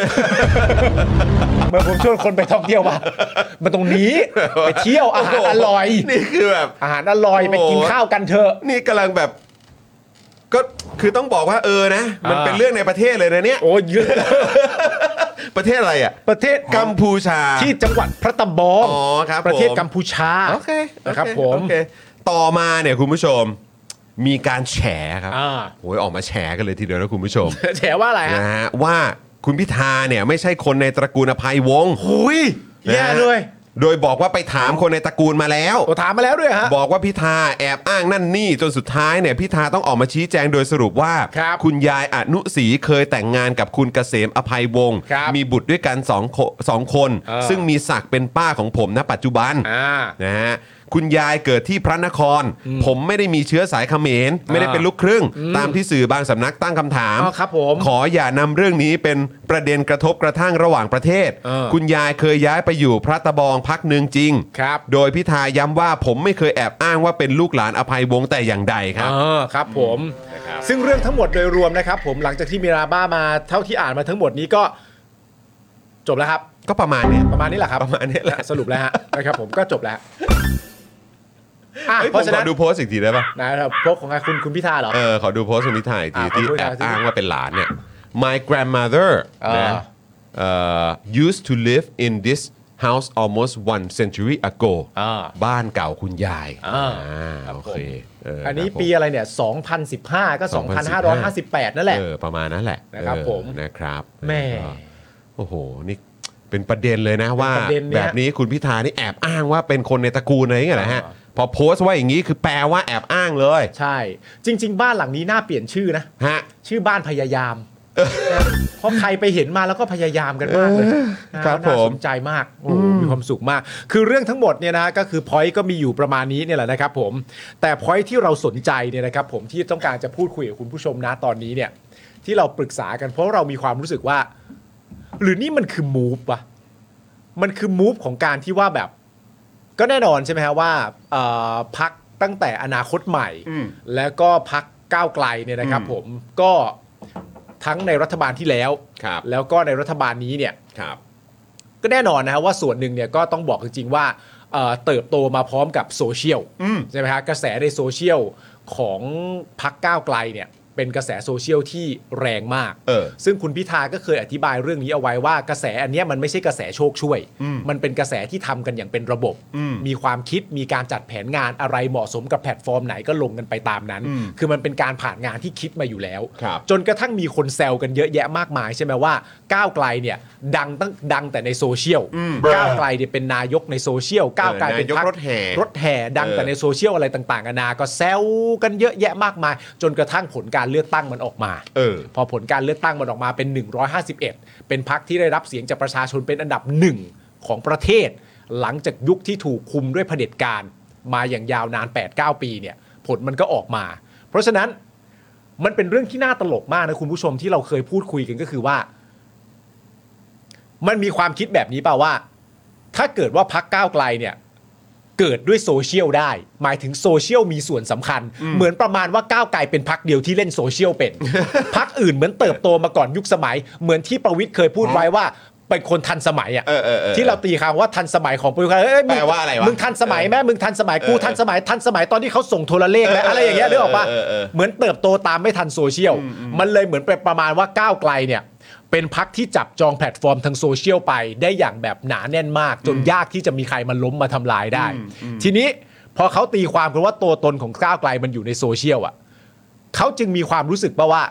Speaker 2: เหมื่อนผมชวนคนไปท่องเที่ยวมามาตรงนี้ไปเที่ยวอาหารอร่อย
Speaker 1: นี่คือแบบ
Speaker 2: อาหารอร่อยไปกิน
Speaker 1: โอ้โห
Speaker 2: ข้าวกันเถอะ
Speaker 1: นี่กำลังแบบ ก็คือต้องบอกว่าเออนะ มัน
Speaker 2: อ่า
Speaker 1: เป็นเรื่องในประเทศเลยนะเนี่ย
Speaker 2: โอ้เยอะ
Speaker 1: ประเทศอะไรอ่ะ
Speaker 2: ประเทศ
Speaker 1: กัมพูชา
Speaker 2: ที่จังหวัดพระตะบอง
Speaker 1: อ๋อครับผม
Speaker 2: ประเทศกัมพูชา
Speaker 1: โอเคโอเ
Speaker 2: นะครับผม
Speaker 1: โอเคต่อมาเนี่ยคุณผู้ชม มีการแฉครับ
Speaker 2: อ่า
Speaker 1: โอ้ยออกมาแฉกันเลยทีเดียวนะคุณผู้ชม
Speaker 2: แฉว่าอะไรฮะ
Speaker 1: นะฮะว่าคุณพิธาเนี่ยไม่ใช่คนในตระกูลอภัยวงศ์
Speaker 2: หุยแย่เลย
Speaker 1: โดยบอกว่าไปถามคนในตระกูลมาแล้ว
Speaker 2: โอ้ถามมาแล้วด้วยฮะ
Speaker 1: บอกว่าพิธาแอบอ้างนั่นนี่จนสุดท้ายเนี่ยพิธาต้องออกมาชี้แจงโดยสรุปว่า
Speaker 2: ครับ
Speaker 1: ณยายอนุศรีเคยแต่งงานกับคุณเกษมอภัยวงศ์
Speaker 2: ครับ
Speaker 1: มีบุตรด้วยกันสองคสองคน
Speaker 2: เออ
Speaker 1: ซึ่งมีศักดิ์เป็นป้าของผมณปัจจุบัน
Speaker 2: อ่า
Speaker 1: นะฮะคุณยายเกิดที่พระนคร ผมไม่ได้มีเชื้อสายเขมร ไม่ได้เป็นลูกครึ่ง ตามที่สื่อบางสำนักตั้งคำถาม
Speaker 2: อ๋อครับผม
Speaker 1: ขออย่านำเรื่องนี้เป็นประเด็นกระทบกระทั่งระหว่างประเทศ
Speaker 2: เออ
Speaker 1: คุณยายเคยย้ายไปอยู่พระตะบองพักหนึ่งจริง
Speaker 2: ครับ
Speaker 1: โดยพิธาย้ำว่าผมไม่เคยแอบอ้างว่าเป็นลูกหลานอภัยวงศ์แต่อย่างใดครับ
Speaker 2: เออครับผม ซึ่งเรื่องทั้งหมดโดยรวมนะครับ ผมหลังจากที่มีราบ้ามาเท่าที่อ่านมาทั้งหมดนี้ก็จบแล้วครับ
Speaker 1: ก็ประมาณเนี้ย
Speaker 2: ประมาณนี้แหละครับ
Speaker 1: ประมาณนี้แหละ
Speaker 2: สรุปแล้วฮะ นะครับผมก็จบแล้วฮะอ่ะ
Speaker 1: เฮ้ย
Speaker 2: เพ
Speaker 1: ผม
Speaker 2: ราะ
Speaker 1: ข
Speaker 2: ฉะ
Speaker 1: อ
Speaker 2: นั้น
Speaker 1: ดูโพสต์อีกทีได้ปะ
Speaker 2: นะครับพวกของคุณคุณพิธาเหรอ
Speaker 1: เออ ขอดูโพสต์คนที่ถ่ายอีกที
Speaker 2: อ่ะ
Speaker 1: ที่
Speaker 2: ขอดู
Speaker 1: แอ
Speaker 2: หน่
Speaker 1: บ
Speaker 2: อย
Speaker 1: อ้างว่าเป็นหลานเนี่ย my grandmother
Speaker 2: อ่า
Speaker 1: นะเอ่อ used to live in this house almost one century ago
Speaker 2: อ่า
Speaker 1: บ้านเก่าคุณยาย
Speaker 2: อ่า
Speaker 1: อ่าโอเคเ
Speaker 2: อันนี้
Speaker 1: ครับผม
Speaker 2: ปีอะไรเนี่ย 2015 ก็ 2558 นั่นแหละ
Speaker 1: เออ ประมาณนั้นแหละ
Speaker 2: นะครับ
Speaker 1: เออ
Speaker 2: ผม
Speaker 1: นะครับ
Speaker 2: แม่
Speaker 1: ก็โอ้โห นี่เป็นประเด็นเลยนะว่า
Speaker 2: ประเด็นเนี่ย
Speaker 1: แบบนี้คุณพิธานี่แอบอ้างว่าเป็นคนในตระกูลอะไรอย่างเงี้ยนะฮะ
Speaker 2: อ่า
Speaker 1: พอโพสต์ว่าอย่างนี้คือแปลว่าแอบอ้างเลย
Speaker 2: ใช่ จริง ๆ บ้านหลังนี้น่าเปลี่ยนชื่อนะ
Speaker 1: ฮะ
Speaker 2: ชื่อบ้านพยายามนะเพราะใครไปเห็นมาแล้วก็พยายามกันมากเลยนะครับ น่า
Speaker 1: ผ
Speaker 2: ส
Speaker 1: ม
Speaker 2: นใจมากโอ้มีความสุขมาก คือเรื่องทั้งหมดเนี่ยนะก็คือพอยต์ก็มีอยู่ประมาณนี้เนี่ยแหละนะครับผมแต่พอยต์ที่เราสนใจเนี่ยนะครับผมที่ต้องการจะพูดคุยกับคุณผู้ชมนะตอนนี้เนี่ยที่เราปรึกษากันเพราะเรามีความรู้สึกว่า หรือนี่มันคือมูฟวะมันคือมูฟของการที่ว่าแบบ ก็แน่นอนใช่ไหมฮะว่าเอ่อพักตั้งแต่อนาคตใหม่ แล้วก็พักก้าวไกลเนี่ยนะครับ ผมก็ทั้งในรัฐบาลที่แล้ว
Speaker 1: ครับ
Speaker 2: แล้วก็ในรัฐบาลนี้เนี่ย
Speaker 1: ครับ
Speaker 2: ก็แน่นอนนะฮะว่าส่วนหนึ่งเนี่ยก็ต้องบอกจริงๆว่าเอ่อเติบโตมาพร้อมกับโซเชียล
Speaker 1: อืม
Speaker 2: ใช่ไหมฮะกระแสในโซเชียลของพักก้าวไกลเนี่ยเป็นกระแสโซเชียลที่แรงมาก
Speaker 1: เออ
Speaker 2: ซึ่งคุณพิธาก็เคยอธิบายเรื่องนี้เอาไว้ว่ากระแสอันเนี้ยมันไม่ใช่กระแสโชคช่วย
Speaker 1: อืม
Speaker 2: มันเป็นกระแสที่ทำกันอย่างเป็นระบบ
Speaker 1: อืม
Speaker 2: มีความคิดมีการจัดแผนงานอะไรเหมาะสมกับแพลตฟอร์มไหนก็ลงกันไปตามนั้น
Speaker 1: อืม
Speaker 2: คือมันเป็นการผ่านงานที่คิดมาอยู่แล้ว
Speaker 1: ครับ
Speaker 2: จนกระทั่งมีคนแซวกันเยอะแยะมากมายใช่ไหมว่าก้าวไกลเนี่ยดังตั้งดังแต่ในโซเชียลก้าวไกลเนี่ยเป็นนายกในโซเชียลก้าวไกลเป็น
Speaker 1: นายก
Speaker 2: พค
Speaker 1: รถแห่
Speaker 2: รถแห่ดัง
Speaker 1: เออ
Speaker 2: แต่ในโซเชียลอะไรต่างๆนานาก็แซวกันเยอะแยะมากมาย จนกระทั่งผลการเลือกตั้งมันออกมา
Speaker 1: เออ
Speaker 2: พอผลการเลือกตั้งมันออกมาเป็น 151 เป็นพักที่ได้รับเสียงจากประชาชนเป็นอันดับหนึ่งของประเทศ หลังจากยุคที่ถูกคุมด้วยเผด็จการ มาอย่างยาวนาน 8-9 ปีเนี่ย ผลมันก็ออกมา เพราะฉะนั้นมันเป็นเรื่องที่น่าตลกมากนะคุณผู้ชมที่เราเคยพูดคุยกันก็คือว่า มันมีความคิดแบบนี้เปล่าว่า ถ้าเกิดว่าพักก้าวไกลเนี่ย เกิดด้วยโซเชียลได้ หมายถึงโซเชียลมีส่วนสำคัญ เหมือนประมาณว่าก้าวไกลเป็นพักเดียวที่เล่นโซเชียลเป็น พักอื่นเหมือนเติบโตมาก่อนยุคสมัย เหมือนที่ประวิทย์เคยพูดไว้ว่าเป็นคนทันสมัยอ่ะ
Speaker 1: เออเออเออ
Speaker 2: ที่เราตีความว่าทันสมัยของประยุทธ์เอ้ยมึง
Speaker 1: แปลว่าอะไรวะ
Speaker 2: มึงทันสมัยแม่มึงทันสมัยกู
Speaker 1: เออเออ
Speaker 2: ทันสมัยทันสมัยตอนที่เขาส่งโทรเลขและอะไรอย่างเงี้ย
Speaker 1: เออ
Speaker 2: นึกออกปะ
Speaker 1: เออเออ
Speaker 2: เหมือนเติบโตตามไม่ทันโซเชียลมันเลยเหมือนเป็นประมาณว่าก้าวไกลเนี่ย เป็นพักที่จับจองแพลตฟอร์มทางโซเชียลไปได้อย่างแบบหนาแน่นมาก จนยากที่จะมีใครมาล้มมาทำลายได้ ทีนี้พอเขาตีความกันว่าตัวตนของก้าวไกลมันอยู่ในโซเชียลอ่ะเขาจึงมีความรู้สึกป่าว่า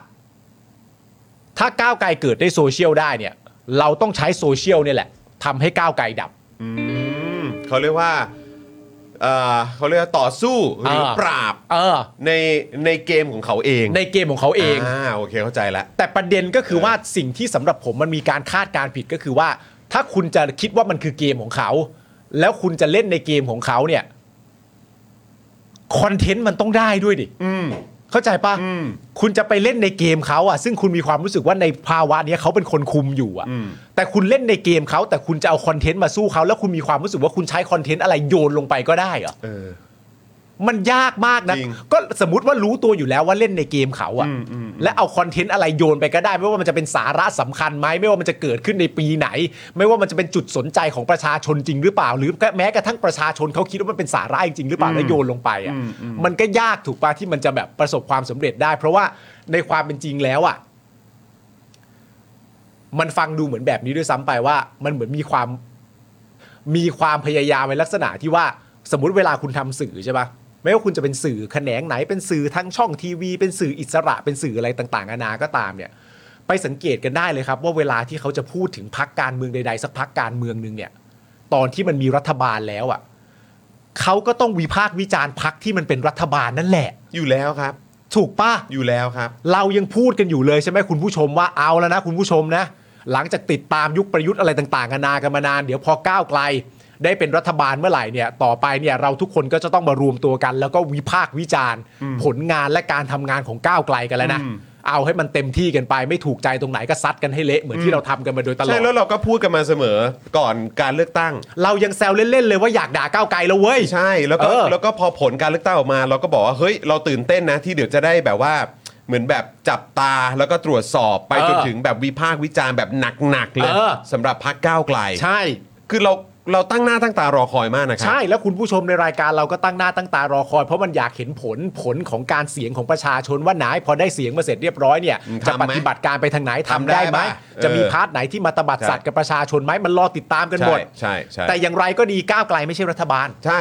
Speaker 2: ถ้าก้าวไกลเกิดได้โซเชียลได้เนี่ย เราต้องใช้โซเชียลเนี่ยแหละทำให้ก้าวไกลดับ
Speaker 1: อืมเขาเรียกว่าเอ่อเขาเรียกว่าต่อสู้หรือ
Speaker 2: เออ
Speaker 1: ปราบ
Speaker 2: เออ
Speaker 1: ในในเกมของเขาเอง
Speaker 2: ในเกมของเขาเอง
Speaker 1: อ่าโอเคเข้าใจละ
Speaker 2: แต่ประเด็นก็คือว่าสิ่งที่สำหรับผมมันมีการคาดการณ์ผิดก็คือว่า ถ้าคุณจะคิดว่ามันคือเกมของเขา แล้วคุณจะเล่นในเกมของเขาเนี่ยคอนเทนต์มันต้องได้ด้วยดิเข้าใจปะคุณจะไปเล่นในเกมเขาอะซึ่งคุณมีความรู้สึกว่าในภาวะเนี้ยเขาเป็นคนคุมอยู่อะแต่คุณเล่นในเกมเขาแต่คุณจะเอาคอนเทนต์มาสู้เขาแล้วคุณมีความรู้สึกว่าคุณใช้คอนเทนต์อะไรโยนลงไปก็ได้เหรอ
Speaker 1: เออ
Speaker 2: มันยากมากนะ
Speaker 1: จริง
Speaker 2: ก็สมมติว่ารู้ตัวอยู่แล้วว่าเล่นในเกมเขาอะ
Speaker 1: อืมอืมอืม
Speaker 2: และเอาคอนเทนต์อะไรโยนไปก็ได้ ไม่ว่ามันจะเป็นสาระสำคัญไหมไม่ว่ามันจะเกิดขึ้นในปีไหน ไม่ว่ามันจะเป็นจุดสนใจของประชาชนจริงหรือเปล่า หรือแม้กระทั่งประชาชนเขาคิดว่ามันเป็นสาระจริงหรือเปล่าแล้วโยนลงไปอะมันก็ยากถูกปะที่มันจะแบบประสบความสำเร็จได้ เพราะว่าในความเป็นจริงแล้วอะ มันฟังดูเหมือนแบบนี้ด้วยซ้ำไปว่า มันเหมือนมีความมีความพยายามในลักษณะที่ว่าสมมติเวลาคุณทำสื่อใช่ปะไม่ว่าคุณจะเป็นสื่อแขนงไหนเป็นสื่อทั้งช่องทีวี เป็นสื่ออิสระเป็นสื่ออะไรต่างๆนานาก็ตามเนี่ย ไปสังเกตกันได้เลยครับ ว่าเวลาที่เขาจะพูดถึงพักการเมืองใดๆสักพักการเมืองหนึ่งเนี่ย ตอนที่มันมีรัฐบาลแล้วอะ่ะเขาก็ต้องวิพากษ์วิจารณ์พักที่มันเป็นรัฐบาลนั่นแหละ
Speaker 1: อยู่แล้วครับ
Speaker 2: ถูกปะ
Speaker 1: อยู่แล้วครับ
Speaker 2: เรายังพูดกันอยู่เลยใช่ไหมคุณผู้ชมว่าเอาแล้วนะคุณผู้ชมนะ หลังจากติดตามยุคประยุทธ์อะไรต่างๆกันานากันมานาน เดี๋ยวพอก้าวไกล ได้เป็นรัฐบาลเมื่อไหร่เนี่ย ต่อไปเนี่ยเราทุกคนก็จะต้องมารวมตัวกัน แล้วก็วิพากษ์วิจารณ์ ผลงานและการทำงานของก้าวไกลกันแล้วนะเอาให้มันเต็มที่กันไปไม่ถูกใจตรงไหนก็ซัดกันให้เละเหมือนที่เราทำกันมาโดยตลอ
Speaker 1: ใช่
Speaker 2: ด
Speaker 1: แล้วเราก็พูดกันมาเสมอก่อนการเลือกตั้ง
Speaker 2: เรายังแซวเล่นๆเลยว่าอยากด่าก้าวไกลแล้วเว้ย
Speaker 1: ใช่แล้วก็
Speaker 2: เออ
Speaker 1: แล้วก็พอผลการเลือกตั้งออกมา เราก็บอกว่าเฮ้ยเราตื่นเต้นนะที่เดี๋ยวจะได้แบบว่าเหมือนแบบจับตาแล้วก็ตรวจสอบไป
Speaker 2: เออ
Speaker 1: จนถึงแบบวิพากษ์วิจารณ์แบบหนักๆเลย
Speaker 2: เออ
Speaker 1: สำหรับพักก้าวไกล
Speaker 2: ใช่
Speaker 1: คือเราเราตั้งหน้าตั้งตารอคอยมากนะครั
Speaker 2: ใช่แล้วคุณผู้ชมในรายการเราก็ตั้งหน้าตั้งตารอคอย เพราะมันอยากเห็นผลผลของการเสียงของประชาชนว่าไหนพอได้เสียงมาเสร็จเรียบร้อยเนี่ยจะปฏิบัติการไปทางไหนทำได้ไหมจะมีพาร์ทไหนที่มาตบัดสัตว์กับประชาชนไหมมันรอติดตามกันหม
Speaker 1: ใช่
Speaker 2: ด
Speaker 1: ใช่ใช่
Speaker 2: แต่อย่างไรก็ดีก้าวไกลไม่ใช่รัฐบาล
Speaker 1: ใช่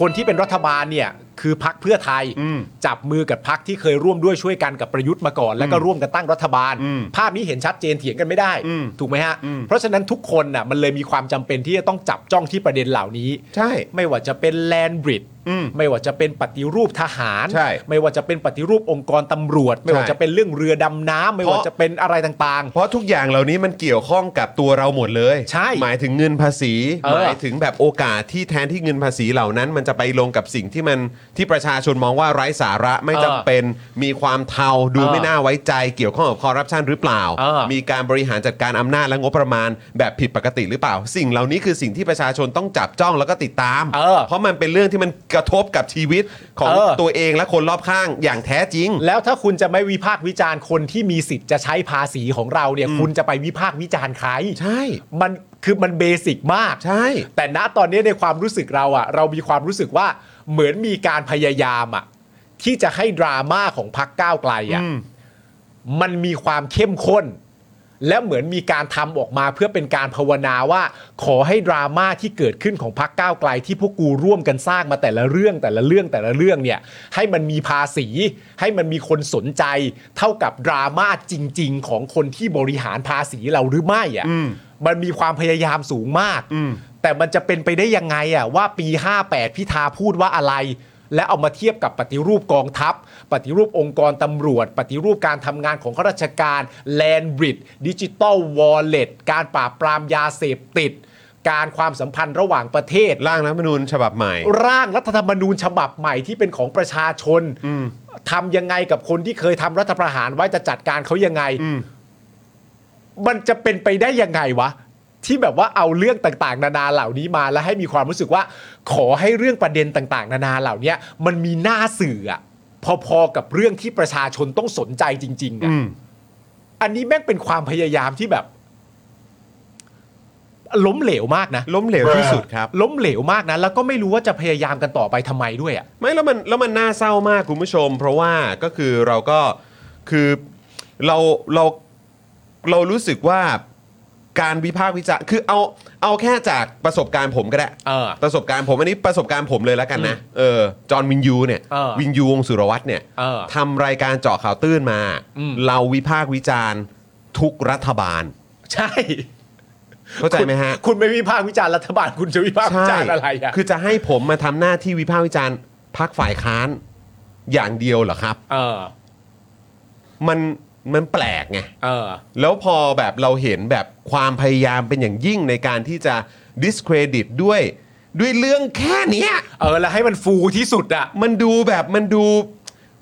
Speaker 2: คนที่เป็นรัฐบาลเนี่ยคือพักเพื่อไทย
Speaker 1: อืม
Speaker 2: จับมือกับพักที่เคยร่วมด้วยช่วยกันกับประยุทธ์มาก่อน แล้วก็ร่วมกันตั้งรัฐบาล
Speaker 1: อืม
Speaker 2: ภาพนี้เห็นชัดเจนเถียงกันไม่ได้
Speaker 1: อืม
Speaker 2: ถูกไหมฮะ
Speaker 1: อืม
Speaker 2: เพราะฉะนั้นทุกคนน่ะมันเลยมีความจำเป็นที่จะต้องจับจ้องที่ประเด็นเหล่านี้
Speaker 1: ใช่
Speaker 2: ไม่ว่าจะเป็นแลนบริด
Speaker 1: อืม
Speaker 2: ไม่ว่าจะเป็นปฏิรูปทหาร
Speaker 1: ใช่
Speaker 2: ไม่ว่าจะเป็นปฏิรูปองค์กรตำรวจ ไม่ว่าจะเป็นเรื่องเรือดำน้ำไม่
Speaker 1: เพราะ
Speaker 2: ว่าจะเป็นอะไรต่าง
Speaker 1: เพราะทุกอย่างเหล่านี้มันเกี่ยวข้องกับตัวเราหมดเลย
Speaker 2: ใช่
Speaker 1: หมายถึงเงินภาษี
Speaker 2: เออ
Speaker 1: หมายถึงแบบโอกาสที่แทนที่เงินภาษีเหล่านั้น มันจะไปลงกับสิ่งที่มันที่ประชาชนมองว่าไร้สาระไม่จำเป็น มีความเทาดู
Speaker 2: เออ
Speaker 1: ไม่น่าไว้ใจ เกี่ยวข้องกับคอร์รัปชันหรือเปล่า
Speaker 2: เออ
Speaker 1: มีการบริหารจัดการอำนาจและงบประมาณ แบบผิดปกติหรือเปล่า สิ่งเหล่านี้คือสิ่งที่ประชาชนต้องจับจ้องแล้วก็ติดตาม
Speaker 2: เออ
Speaker 1: เพราะมันเป็นเรื่องที่มันกระทบกับชีวิตของ
Speaker 2: เออ
Speaker 1: ตัวเองและคนรอบข้างอย่างแท้จริง
Speaker 2: ๆ แล้วถ้าคุณจะไม่วิพากษ์วิจารณ์คนที่มีสิทธิ์จะใช้ภาษีของเราเนี่ยคุณจะไปวิพากษ์วิจารณ์ใคร
Speaker 1: ใช่
Speaker 2: มันคือมันเบสิกมาก
Speaker 1: ใช่
Speaker 2: แต่ณตอนนี้ในความรู้สึกเราอะเรามีความรู้สึกว่าเหมือนมีการพยายามอะที่จะให้ดราม่าของพักก้าวไกลอะมันมีความเข้มข้น และเหมือนมีการทำออกมาเพื่อเป็นการภาวนาว่า ขอให้ดราม่าที่เกิดขึ้นของพักก้าวไกล ที่พวกกูร่วมกันสร้างมาแต่ละเรื่องแต่ละเรื่องแต่ละเรื่องเนี่ย ให้มันมีภาษี ให้มันมีคนสนใจ เท่ากับดราม่าจริง ๆ ของคนที่บริหารภาษีเราหรือไม่อะ่ะมันมีความพยายามสูงมาก แต่มันจะเป็นไปได้ยังไงอ่ะว่าปี 58 พิธาพูดว่าอะไร และเอามาเทียบกับปฏิรูปกองทัพ ปฏิรูปองค์กรตำรวจ ปฏิรูปการทำงานของข้าราชการแลนบริดดิจิตอลวอลเล็ตการปราบปรามยาเสพติด การความสัมพันธ์ระหว่างประเทศ
Speaker 1: ร่างรัฐธรรมนูญฉบับใหม่
Speaker 2: ร่างรัฐธรรมนูญฉบับใหม่ที่เป็นของประชาชนทำยังไงกับคนที่เคยทำรัฐประหารไว้จะจัดการเขายังไง มันจะเป็นไปได้ยังไงวะ ที่แบบว่าเอาเรื่องต่างๆ นานาเหล่านี้มาแล้วให้มีความรู้สึกว่า ขอให้เรื่องประเด็นต่างๆ นานาเหล่าเนี้ยมันมีหน้าสื่ออะพอๆกับเรื่องที่ประชาชนต้องสนใจจริงๆอะอันนี้แม่งเป็นความพยายามที่แบบ ล้มเหลวมากนะ
Speaker 1: ล้มเหลวที่สุดครับ
Speaker 2: ล้มเหลวมากนะแล้วก็ไม่รู้ว่าจะพยายามกันต่อไปทำไมด้วยอ่ะ
Speaker 1: ไม่แล้วมันแล้วมันน่าเศร้ามากคุณผู้ชม เพราะว่าก็คือเราก็คือเราเราเรารู้สึกว่าการวิพากษ์วิจารณ์คือเอาเอาแค่จากประสบการณ์ผมก็ได้
Speaker 2: เออ
Speaker 1: ประสบการณ์ผมอันนี้ประสบการณ์ผมเลยแล้วกันนะเออจอห์นวินยูเนี่ย
Speaker 2: เออ
Speaker 1: วินยูวงศ์สุรวัตรเนี่ย
Speaker 2: เออ
Speaker 1: ทำรายการเจาะข่าวตื้นมา
Speaker 2: อืม
Speaker 1: เราวิพากษ์วิจารณ์ทุกรัฐบาล
Speaker 2: ใช่
Speaker 1: เข้าใจไหมฮะ
Speaker 2: คุณไม่วิพากษ์วิจารณ์รัฐบาลคุณจะวิพากษ์วิจ ารณ์อะไรอ่ะ
Speaker 1: คือจะให้ผมมาทำหน้าที่วิพากษ์วิจารณ์พักฝ่ายค้านอย่างเดียวเหรอครับ
Speaker 2: เออ
Speaker 1: มันมันแปลกไง
Speaker 2: เออ
Speaker 1: แล้วพอแบบเราเห็นแบบความพยายามเป็นอย่างยิ่งในการที่จะ discredit ด้วย ด้วยเรื่องแค่เนี้ย
Speaker 2: เออ แล้วให้มันฟูที่สุดอ่ะ
Speaker 1: มันดูแบบมันดู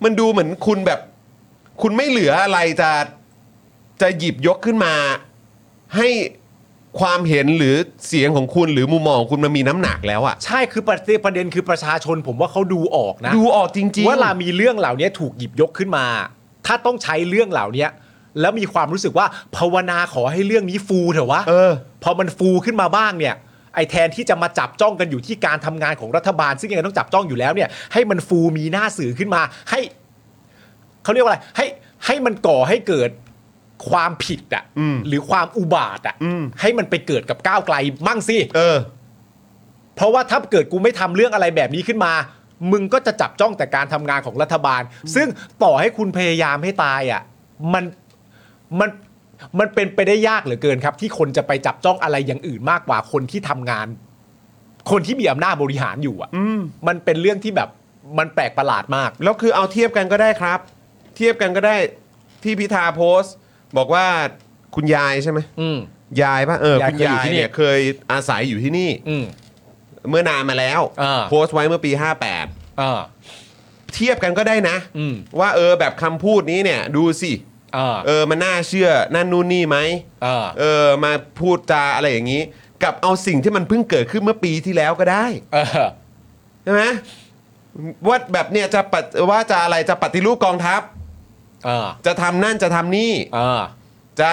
Speaker 1: มันดูเหมือนคุณแบบ คุณไม่เหลืออะไรจะจะหยิบยกขึ้นมา ให้ ความเห็นหรือเสียงของคุณหรือมุมมองของคุณมันมีน้ำหนักแล้วอะ
Speaker 2: ใช่คือประเด็นประเด็นคือประชาชนผมว่าเขาดูออกนะ
Speaker 1: ดูออกจริงๆ
Speaker 2: ว่าเวลามีเรื่องเหล่านี้ถูกหยิบยกขึ้นมา ถ้าต้องใช้เรื่องเหล่านี้แล้วมีความรู้สึกว่าภาวนาขอให้เรื่องนี้ฟูเถอะวะ
Speaker 1: เออ
Speaker 2: พอมันฟูขึ้นมาบ้างเนี่ยไอ้แทนที่จะมาจับจ้องกันอยู่ที่การทำงานของรัฐบาล ซึ่งยังไงต้องจับจ้องอยู่แล้วเนี่ย ให้มันฟูมีหน้าสื่อขึ้นมา ให้เขาเรียกว่าอะไรให้ให้มันก่อให้เกิดความผิดอะ่ะหรือความอุบาท
Speaker 1: อื
Speaker 2: อะ่ะ
Speaker 1: ม
Speaker 2: ให้มันไปเกิดกับก้าวไกลมั่งสิ
Speaker 1: เออ
Speaker 2: เพราะว่าถ้าเกิดกูไม่ทำเรื่องอะไรแบบนี้ขึ้นมา มึงก็จะจับจ้องแต่การทำงานของรัฐบาล ซึ่งต่อให้คุณพยายามให้ตายอ่ะ มัน มัน มันเป็นไปได้ยากเหลือเกินครับ ที่คนจะไปจับจ้องอะไรอย่างอื่นมากกว่าคนที่ทำงาน คนที่มีอำนาจบริหารอยู่อ่ะ
Speaker 1: อืม
Speaker 2: มันเป็นเรื่องที่แบบมันแปลกประหลาดมาก
Speaker 1: แล้วคือเอาเทียบกันก็ได้ครับ เทียบกันก็ได้ที่พิธาโพสต์ บอกว่าคุณยายใช่ไหม
Speaker 2: อืม
Speaker 1: ยายปะเออคุณ
Speaker 2: ยาย
Speaker 1: ยาย
Speaker 2: เคยอยู่ที่นี่
Speaker 1: เนี่ยเคยอาศัยอยู่ที่นี่
Speaker 2: อืม
Speaker 1: เมื่อนานมาแล้ว
Speaker 2: อ่า
Speaker 1: โพสต์ไว้เมื่อปี
Speaker 2: อ่า
Speaker 1: 58 เทียบกันก็ได้นะ
Speaker 2: อืม
Speaker 1: ว่าเออแบบคำพูดนี้เนี่ย ดูสิ
Speaker 2: อ่า
Speaker 1: เออมันน่าเชื่อนั่นนู่นนี่ไหม
Speaker 2: อ่า
Speaker 1: เออมาพูดจาอะไรอย่างนี้ กับเอาสิ่งที่มันเพิ่งเกิดขึ้นเมื่อปีที่แล้วก็ได้
Speaker 2: เออ
Speaker 1: ใช่ไหมว่าแบบเนี่ยจะปฏิว่าจะอะไรจะปฏิรูปกองทัพ
Speaker 2: อ่า
Speaker 1: จะทำนั่นจะทำนี่
Speaker 2: อ่า
Speaker 1: จะ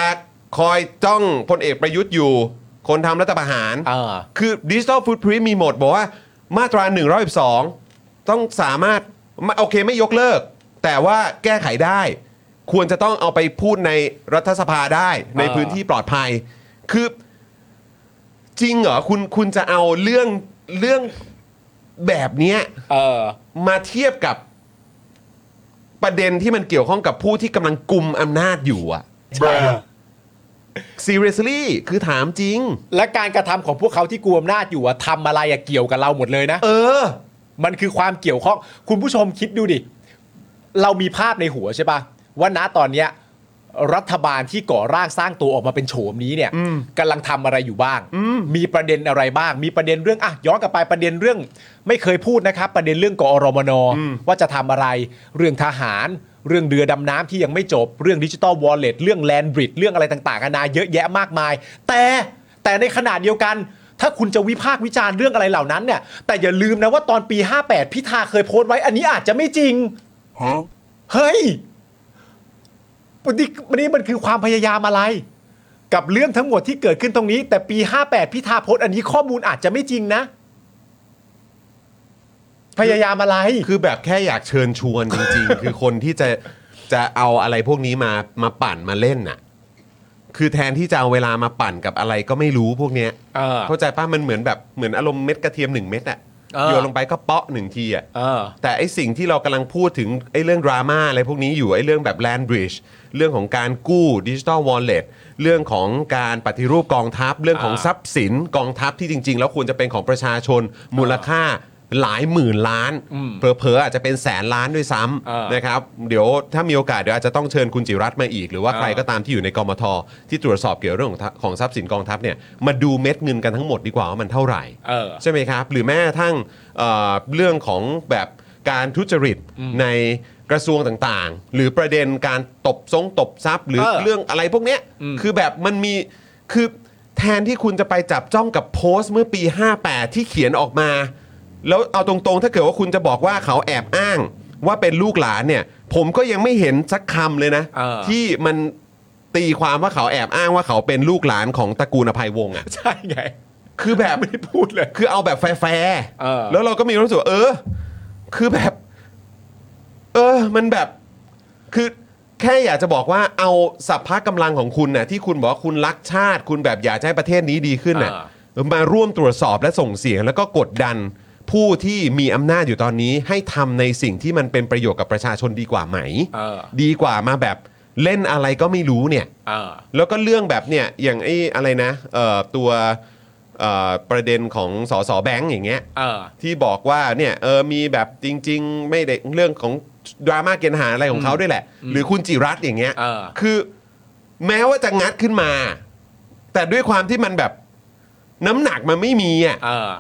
Speaker 1: คอยจ้องพลเอกประยุทธ์อยู่ คนทำรัฐประหาร
Speaker 2: อ่า
Speaker 1: คือดิจิทัลฟุตพิ i น t มีโหมดบอกว่ามาตรา 112 ต้องสามารถไม่โอเคไม่ยกเลิก แต่ว่าแก้ไขได้ ควรจะต้องเอาไปพูดในรัฐสภาได้ใน
Speaker 2: เออ
Speaker 1: พื้นที่ปลอดภัย คือจริงเหรอคุณคุณจะเอาเรื่องเรื่องแบบเนี้ย
Speaker 2: เออ
Speaker 1: มาเทียบกับประเด็นที่มันเกี่ยวข้องกับผู้ที่กำลังกุมอำนาจอยู่อะ seriously คือถามจริง
Speaker 2: และการกระทำของพวกเขาที่กลัวอำนาจอยู่อะทำอะไรอะเกี่ยวกับเราหมดเลยนะ
Speaker 1: เออ
Speaker 2: มันคือความเกี่ยวข้อง คุณผู้ชมคิดดูดิ เรามีภาพในหัวใช่ปะว่าณตอนเนี้ยรัฐบาลที่ก่อร่างสร้างตัวออกมาเป็นโฉมนี้เนี่ยกำลังทำอะไรอยู่บ้าง มีประเด็นอะไรบ้าง มีประเด็นเรื่องอะย้อนกลับไปประเด็นเรื่อง ไม่เคยพูดนะครับ ประเด็นเรื่องกอรมนว่าจะทำอะไร เรื่องทหาร เรื่องเรือดำน้ำที่ยังไม่จบ เรื่องดิจิตอลวอลเล็ตเรื่องแลนบริดเรื่องอะไรต่างๆนานาเยอะแยะมากมาย แต่แต่ในขณะเดียวกัน ถ้าคุณจะวิพากษ์วิจารณ์เรื่องอะไรเหล่านั้นเนี่ย แต่อย่าลืมนะว่าตอนปี 58 พิธาเคยโพสต์ไว้ อันนี้อาจจะไม่จริง เฮ้ยนี่นี่มันคือความพยายามอะไร กับเรื่องทั้งหมดที่เกิดขึ้นตรงนี้ แต่ปี 58 พิธาโพสต์อันนี้ข้อมูลอาจจะไม่จริงนะ พยายามอะไร
Speaker 1: คือแบบแค่อยากเชิญชวนจริงๆ คือคนที่จะจะเอาอะไรพวกนี้มามาปั่นมาเล่นน่ะ คือแทนที่จะเอาเวลามาปั่นกับอะไรก็ไม่รู้พวกเนี้ย
Speaker 2: เออ
Speaker 1: เข้าใจป้ะมันเหมือนแบบเหมือนอารมณ์เม็ดกระเทียมหนึ่งเม็ดอะ
Speaker 2: เออ
Speaker 1: โยนลงไปก็เปาะหนึ่งทีอะ
Speaker 2: เออ
Speaker 1: แต่ไอสิ่งที่เรากำลังพูดถึงไอเรื่องดราม่าอะไรพวกนี้อยู่ไอเรื่องแบบแลนบริดจ์เรื่องของการกู้ดิจิ t a ลวอลเล็ตเรื่องของการปฏิรูปกองทัพ เรื่องของ
Speaker 2: อ่า
Speaker 1: ทรัพย์สินกองทัพที่จริง ๆ แล้วควรจะเป็นของประชาชนมูลค่าหลายหมื่นล้าน เผลอๆอาจจะเป็นแสนล้านด้วยซ้ำนะครับ เดี๋ยวถ้ามีโอกาสเดี๋ยวอาจจะต้องเชิญคุณจิรัตน์มาอีก หรือว่าใครก็ตามที่อยู่ในกมทที่ตรวจสอบเกี่ยวเรื่องของทะของทรัพย์สินกองทัพเนี่ยมาดูเม็ดเงินกันทั้งหมดดีกว่าว่ามันเท่าไหร่
Speaker 2: เออ
Speaker 1: ใช่ไหมครับ หรือแม้กระทั่งเอ่อเรื่องของแบบการทุจริตในกระทรวงต่างๆ หรือประเด็นการตบทรงตบทรัพย์ หรือ
Speaker 2: เออ
Speaker 1: เรื่องอะไรพวกเนี้ยคือแบบมันมีคือแทนที่คุณจะไปจับจ้องกับโพสต์เมื่อปี 58 ที่เขียนออกมา แล้วเอาตรงๆ ถ้าเกิดว่าคุณจะบอกว่าเขาแอบอ้างว่าเป็นลูกหลานเนี่ย ผมก็ยังไม่เห็นสักคำเลยนะ
Speaker 2: เออ
Speaker 1: ที่มันตีความว่าเขาแอบอ้างว่าเขาเป็นลูกหลานของตระกูลอภัยวงศ์อ่ะ
Speaker 2: ใช่ไง
Speaker 1: คือแบบ
Speaker 2: ไม่ได้พูดเลย
Speaker 1: คือเอาแบบแฟร์ๆ
Speaker 2: เออ
Speaker 1: แล้วเราก็มีความรู้สึกว่าเออ คือแบบ เออ มันแบบ คือแค่อยากจะบอกว่าเอาสัพพะกำลังของคุณน่ะที่คุณบอกว่าคุณรักชาติ คุณแบบอยากจะให้ประเทศนี้ดีขึ้นน่ะ มาร่วมตรวจสอบและส่งเสียง แล้วก็กดดันผู้ที่มีอำนาจอยู่ตอนนี้ให้ทำในสิ่งที่มันเป็นประโยชน์กับประชาชนดีกว่าไหม
Speaker 2: เออ
Speaker 1: ดีกว่ามาแบบเล่นอะไรก็ไม่รู้เนี่ย
Speaker 2: เออ
Speaker 1: แล้วก็เรื่องแบบเนี่ยอย่างไอ้อะไรนะเอ่อตัวเอ่อประเด็นของสสแบงค์อย่างเงี้ย
Speaker 2: เออ
Speaker 1: ที่บอกว่าเนี่ยเออมีแบบจริง ๆ ไม่ได้เรื่องของดราม่าเกณฑ์ทหารอะไรของเขาด้วยแหละ หรือคุณจิรัตน์อย่างเงี้ย
Speaker 2: เออ
Speaker 1: คือแม้ว่าจะงัดขึ้นมา แต่ด้วยความที่มันแบบน้ำหนักมันไม่มีอ่ะ
Speaker 2: เออ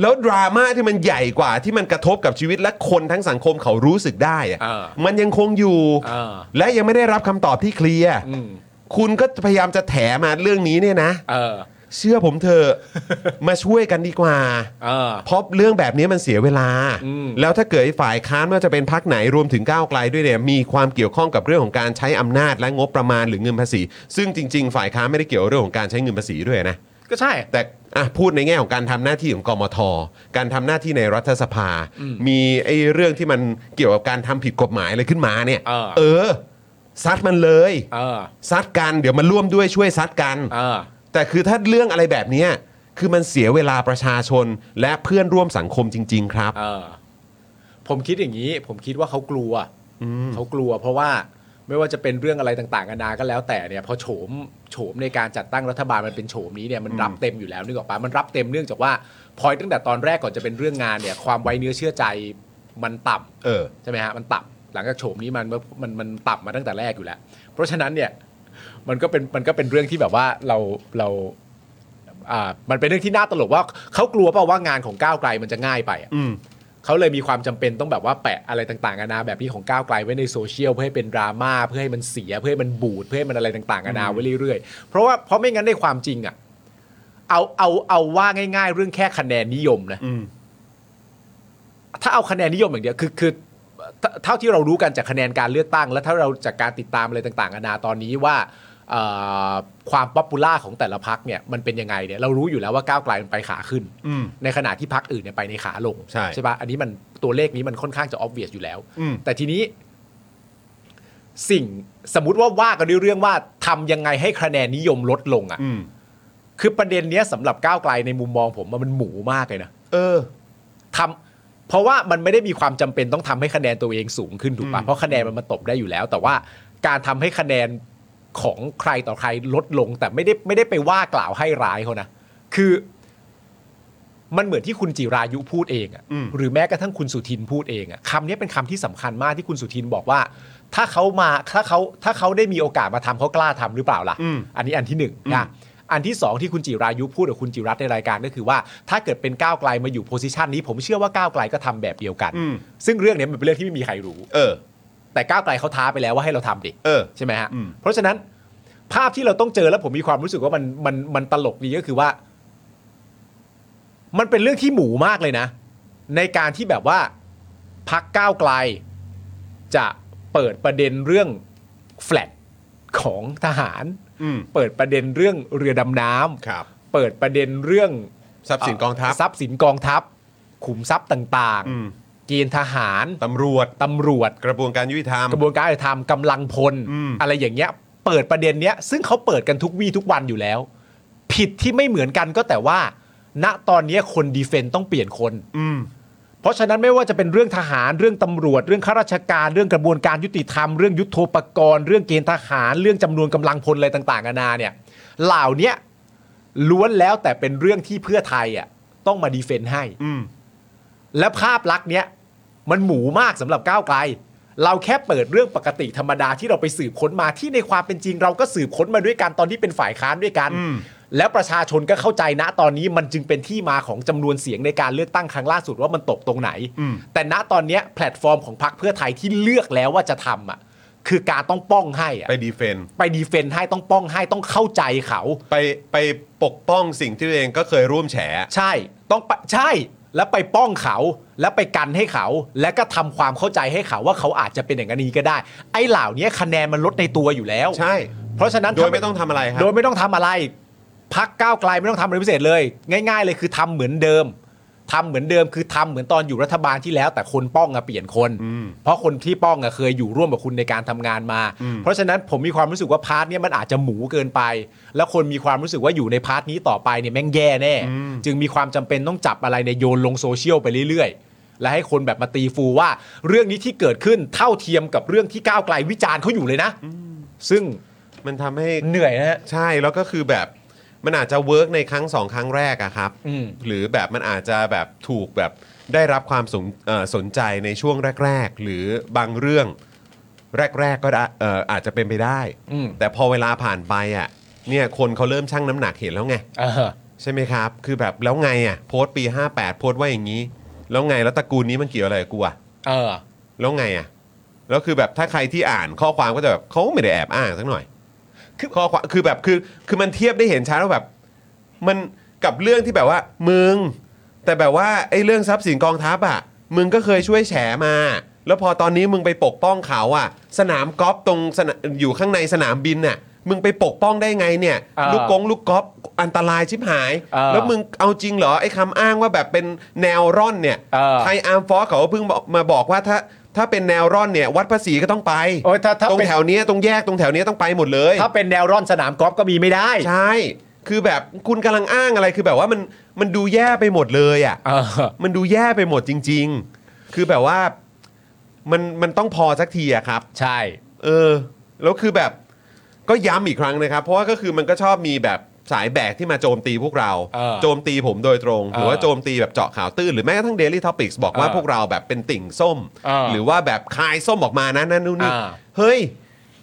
Speaker 1: แล้วดราม่าที่มันใหญ่กว่าที่มันกระทบกับชีวิตและคนทั้งสังคมเขารู้สึกได้อ่ะ
Speaker 2: เออ
Speaker 1: มันยังคงอยู่
Speaker 2: เออ
Speaker 1: และยังไม่ได้รับคำตอบที่เคลียร์
Speaker 2: อืม
Speaker 1: คุณก็พยายามจะแถมาเรื่องนี้เนี่ยนะ
Speaker 2: เออ
Speaker 1: เชื่อผมเถอะ มาช่วยกันดีกว่า
Speaker 2: เออ
Speaker 1: เพราะเรื่องแบบนี้มันเสียเวลา
Speaker 2: อืม
Speaker 1: แล้วถ้าเกิดไอ้ฝ่ายค้านไม่ว่าจะเป็นพักไหนรวมถึงก้าวไกลด้วยเนี่ยมีความเกี่ยวข้องกับเรื่องของการใช้อำนาจและงบประมาณหรือเงินภาษี ซึ่งจริง ๆ ฝ่ายค้านไม่ได้เกี่ยวเรื่องของการใช้เงินภาษีด้วยนะ
Speaker 2: ก็ใช่
Speaker 1: แต่อ่ะพูดในแง่ของการทำหน้าที่ของกมท การทำหน้าที่ในรัฐสภา มีไอ้เรื่องที่มันเกี่ยวกับการทำผิดกฎหมายอะไรขึ้นมาเนี่ย
Speaker 2: เอ
Speaker 1: อ
Speaker 2: อ
Speaker 1: ซัดมันเลย
Speaker 2: เออ
Speaker 1: ซัดกันเดี๋ยวมันร่วมด้วยช่วยซัดกัน
Speaker 2: เออ
Speaker 1: แต่คือถ้าเรื่องอะไรแบบเนี้ยคือมันเสียเวลาประชาชนและเพื่อนร่วมสังคมจริง ๆ ครับ
Speaker 2: เออผมคิดอย่างนี้ ผมคิดว่าเขากลัวเขากลัว เพราะว่าไม่ว่าจะเป็นเรื่องอะไรต่างๆกันานาก็แล้วแต่เนี่ยพอโฉมโฉมในการจัดตั้งรัฐบาลมันเป็นโฉมนี้เนี่ยมันรับเต็มอยู่แล้วนึกออกปะมันรับเต็มเนื่องจากว่าพอยตั้งแต่ตอนแรกก่อนจะเป็นเรื่องงานเนี่ย ความไว้เนื้อเชื่อใจมันต่ำ
Speaker 1: เออ
Speaker 2: ใช่ไหมฮะมันต่ำหลังจากโฉมนี้มันมันมันต่ำมาตั้งแต่แรกอยู่แล้ว เพราะฉะนั้นเนี่ยมันก็เป็นมันก็เป็นเรื่องที่แบบว่าเราเราอ่ามันเป็นเรื่องที่น่าตลกว่าเขากลัวเปล่าว่างานของก้าวไกลมันจะง่ายไปอะ
Speaker 1: อืม
Speaker 2: เขาเลยมีความจำเป็นต้องแบบว่าแปะอะไรต่างๆนานาแบบนี้ของก้าวไกลไว้ในโซเชียลเพื่อให้เป็นดราม่าเพื่อให้มันเสียเพื่อให้มันบูดเพื่อให้มันอะไรต่างๆนานาไว้เรื่อยๆเพราะว่าเพราะไม่งั้นในความจริงอ่ะเอาเอาเอาว่าง่าย ๆ เรื่องแค่คะแนนนิยมนะ
Speaker 1: อืม
Speaker 2: ถ้าเอาคะแนนนิยมอย่างเดียวคือคือเท่าเท่าที่เรารู้กันจากคะแนนการเลือกตั้ง และถ้าเราจากการติดตามอะไรต่างๆนานาตอนนี้ว่าเอ่อความป๊อปปูล่าของแต่ละพักเนี่ยมันเป็นยังไงเนี่ยเรารู้อยู่แล้วว่าก้าวไกลมันไปขาขึ้น
Speaker 1: อืม
Speaker 2: ในขณะที่พักอื่นเนี่ยไปในขาลง
Speaker 1: ใช่
Speaker 2: ปะอันนี้มันตัวเลขนี้มันค่อนข้างจะออบเวียสอยู่แล้ว
Speaker 1: อืม
Speaker 2: แต่ทีนี้สิ่งสมมติว่าว่ากันด้วยเรื่องว่าทำยังไงให้คะแนนนิยมลดลงอะ่ะ
Speaker 1: อืม
Speaker 2: คือประเด็นเนี้ยสำหรับก้าวไกลในมุมมองผมอะมันหมูมากเลยนะ
Speaker 1: เออ
Speaker 2: ทำเพราะว่ามันไม่ได้มีความจำเป็นต้องทำให้คะแนนตัวเองสูงขึ้นถูกปะเพราะคะแนนมันมาตบได้อยู่แล้ว แต่ว่าการทำให้คะแนนของใครต่อใครลดลง แต่ไม่ได้ไม่ได้ไปว่ากล่าวให้ร้ายเขานะคือ มันเหมือนที่คุณจิรายุพูดเองอะ
Speaker 1: อืม
Speaker 2: หรือแม้กระทั่งคุณสุทินพูดเองอะคำนี้เป็นคำที่สำคัญมากที่คุณสุทินบอกว่า ถ้าเขามาถ้าเขาถ้าเขาได้มีโอกาสมาทำเขากล้าทำหรือเปล่าล่ะ
Speaker 1: อืม
Speaker 2: อันนี้อันที่หนึ่งนะอันที่สองที่คุณจิรายุพูดกับคุณจิรัตน์ในรายการก็คือว่า ถ้าเกิดเป็นก้าวไกลมาอยู่โพสิชันนี้ผมเชื่อว่าก้าวไกลก็ทำแบบเดียวกัน
Speaker 1: อืม
Speaker 2: ซึ่งเรื่องเนี้ยมันเป็นเรื่องที่ไม่มีใครรู้
Speaker 1: เออ
Speaker 2: แต่ก้าวไกลเขาท้าไปแล้วว่าให้เราทำดิ
Speaker 1: เออ
Speaker 2: ใช่ไหมฮะ
Speaker 1: อืม
Speaker 2: เพราะฉะนั้นภาพที่เราต้องเจอแล้วผมมีความรู้สึกว่ามันมันมันตลกดีก็คือว่า มันเป็นเรื่องที่หมูมากเลยนะ ในการที่แบบว่าพักก้าวไกล จะเปิดประเด็นเรื่องแฟลตของทหาร
Speaker 1: อืม
Speaker 2: เปิดประเด็นเรื่องเรือดำน้ำ
Speaker 1: ครับ
Speaker 2: เปิดประเด็นเรื่อง
Speaker 1: ทรัพย์สินกองทัพ
Speaker 2: ทรัพย์สินกองทัพ ขุมทรัพย์ต่าง
Speaker 1: อืม
Speaker 2: ๆ เกณฑ์ทหาร
Speaker 1: ตำรวจ
Speaker 2: ตำรวจ
Speaker 1: กระบวนการยุติธรรม
Speaker 2: กระบวนการยุติธรรมกำลังพล
Speaker 1: อืม
Speaker 2: ไรอย่างเงี้ย เปิดประเด็นเนี้ย ซึ่งเขาเปิดกันทุกวี่ทุกวันอยู่แล้ว ผิดที่ไม่เหมือนกันก็แต่ว่า ณตอนเนี้ยคนดีเฟนต์ต้องเปลี่ยนคน
Speaker 1: อืม
Speaker 2: เพราะฉะนั้นไม่ว่าจะเป็นเรื่องทหารเรื่องตำรวจ เรื่องข้าราชการ เรื่องกระบวนการยุติธรรมเรื่องยุทโธปกรณ์เรื่องเกณฑ์ทหารเรื่องจำนวนกำลังพลอะไรต่างๆนานาเนี่ย เหล่าเนี้ยล้วนแล้วแต่เป็นเรื่องที่เพื่อไทยอ่ะต้องมาดีเฟนต์ให้
Speaker 1: อืม
Speaker 2: และภาพลักษณ์เนี้ยมันหมูมากสำหรับก้าวไกล เราแค่เปิดเรื่องปกติธรรมดาที่เราไปสืบค้นมาที่ในความเป็นจริงเราก็สืบค้นมาด้วยกันตอนที่เป็นฝ่ายค้านด้วยกัน
Speaker 1: อืม
Speaker 2: แล้วประชาชนก็เข้าใจนะตอนนี้มันจึงเป็นที่มาของจำนวนเสียงในการเลือกตั้งครั้งล่าสุดว่ามันตกตรงไหน
Speaker 1: อืม
Speaker 2: แต่ณตอนเนี้ยแพลตฟอร์มของพรรคเพื่อไทยที่เลือกแล้วว่าจะทำอ่ะคือการต้องป้องให้อ่ะ
Speaker 1: ไปดีเฟน
Speaker 2: ไปดีเฟนต์ให้ต้องป้องให้ต้องเข้าใจเขา
Speaker 1: ไปไปปกป้องสิ่งที่ตัวเองก็เคยร่วมแฉ
Speaker 2: ใช่ต้องไปใช่แล้วไปป้องเขาแล้วไปกันให้เขา แล้วก็ทำความเข้าใจให้เขาว่าเขาอาจจะเป็นอย่างนี้ก็ได้ ไอ้เหล่านี้คะแนนมันลดในตัวอยู่แล้ว
Speaker 1: ใช่
Speaker 2: เพราะฉะนั้น
Speaker 1: โดยไม่ต้องทำอะไรครั
Speaker 2: โดยไม่ต้องทำอะไรพักก้าวไกลไม่ต้องทำอะไรพิเศษเลย ง่าย ๆ เลยคือทำเหมือนเดิมทำเหมือนเดิมคือทำเหมือนตอนอยู่รัฐบาลที่แล้ว แต่คนป้องอะเปลี่ยนคน
Speaker 1: อืม
Speaker 2: เพราะคนที่ป้องอะเคยอยู่ร่วมกับคุณในการทำงานมา
Speaker 1: อืม
Speaker 2: เพราะฉะนั้นผมมีความรู้สึกว่าพาร์ทเนี้ยมันอาจจะหมูเกินไป แล้วคนมีความรู้สึกว่าอยู่ในพาร์ทนี้ต่อไปเนี่ยแม่งแย่แน่ จึงมีความจำเป็นต้องจับอะไรในยโยนลงโซเชียลไปเรื่อยๆ และให้คนแบบมาตีฟูว่า เรื่องนี้ที่เกิดขึ้นเท่าเทียมกับเรื่องที่ก้าวไกลวิจารณ์เขาอยู่เลยนะ ซึ่ง
Speaker 1: มันทำให้
Speaker 2: เหนื่อยนะฮะ
Speaker 1: ใช่แล้วก็คือแบบมันอาจจะเวิร์กในครั้งสองครั้งแรกอะครับ
Speaker 2: อืม
Speaker 1: หรือแบบมันอาจจะแบบถูกแบบได้รับความสนเอ่อสนใจในช่วงแรก ๆ หรือบางเรื่องแรก ๆ ก็ได้เอ่ออาจจะเป็นไปได้
Speaker 2: อืม
Speaker 1: แต่พอเวลาผ่านไปอะเนี่ยคนเขาเริ่มชั่งน้ำหนักเห็นแล้วไง
Speaker 2: อ่าฮะ
Speaker 1: ใช่ไหมครับ คือแบบแล้วไงอะโพสต์ปี 58 โพสต์ว่าอย่างนี้ แล้วไงแล้วตระกูลนี้มันเกี่ยวอะไรกับกูอะ
Speaker 2: เออ
Speaker 1: แล้วไงอ่ะ แล้วคือแบบถ้าใครที่อ่านข้อความก็จะแบบเขาไม่ได้แอบอ้างสักหน่อย คือข้อความคือแบบคือคือมันเทียบได้เห็นชัดว่าแบบ มันกับเรื่องที่แบบว่ามึง แต่แบบว่าไอ้เรื่องทรัพย์สินกองทัพอ่ะมึงก็เคยช่วยแฉมา แล้วพอตอนนี้มึงไปปกป้องเขาอ่ะ สนามกอล์ฟตรงสนามอยู่ข้างในสนามบินน่ะมึงไปปกป้องได้ไงเนี่ย
Speaker 2: เออ
Speaker 1: ลูกกงลูกกอล์ฟอันตรายชิบหาย
Speaker 2: เออ
Speaker 1: แล้วมึงเอาจริงเหรอไอ้คำอ้างว่าแบบเป็นแนวร่อนเนี่ย
Speaker 2: เออ
Speaker 1: ไทยอาร์มฟอร์สเขาเพิ่งบอกมาบอกว่าถ้าถ้าเป็นแนวร่อนเนี่ยวัดภาษีก็ต้องไป
Speaker 2: โอ้ยถ้าถ้า
Speaker 1: ตรง
Speaker 2: เป็น
Speaker 1: แถวเนี้ยตรงแยกตรงแถวเนี้ยต้องไปหมดเลย
Speaker 2: ถ้าเป็นแนวร่อนสนามกอล์ฟก็มีไม่ได้
Speaker 1: ใช่ คือแบบคุณกำลังอ้างอะไรคือแบบว่ามันมันดูแย่ไปหมดเลยอ่ะ
Speaker 2: เออ
Speaker 1: มันดูแย่ไปหมดจริง ๆ คือแบบว่ามันมันต้องพอสักทีอะครับ
Speaker 2: ใช่
Speaker 1: เออ แล้วคือแบบก็ย้ำอีกครั้งนะครับ เพราะว่าก็คือมันก็ชอบมีแบบสายแบกที่มาโจมตีพวกเรา
Speaker 2: เออ
Speaker 1: โจมตีผมโดยตรง
Speaker 2: เออ
Speaker 1: หรือว่าโจมตีแบบเจาะข่าวตื้นหรือแม้กระทั่ง Daily Topics บอกว่า
Speaker 2: เออ
Speaker 1: พวกเราแบบเป็นติ่งส้ม
Speaker 2: เออ
Speaker 1: หรือว่าแบบคายส้มออกมานะนั่นนู่นนี่
Speaker 2: อ่า
Speaker 1: เฮ้ย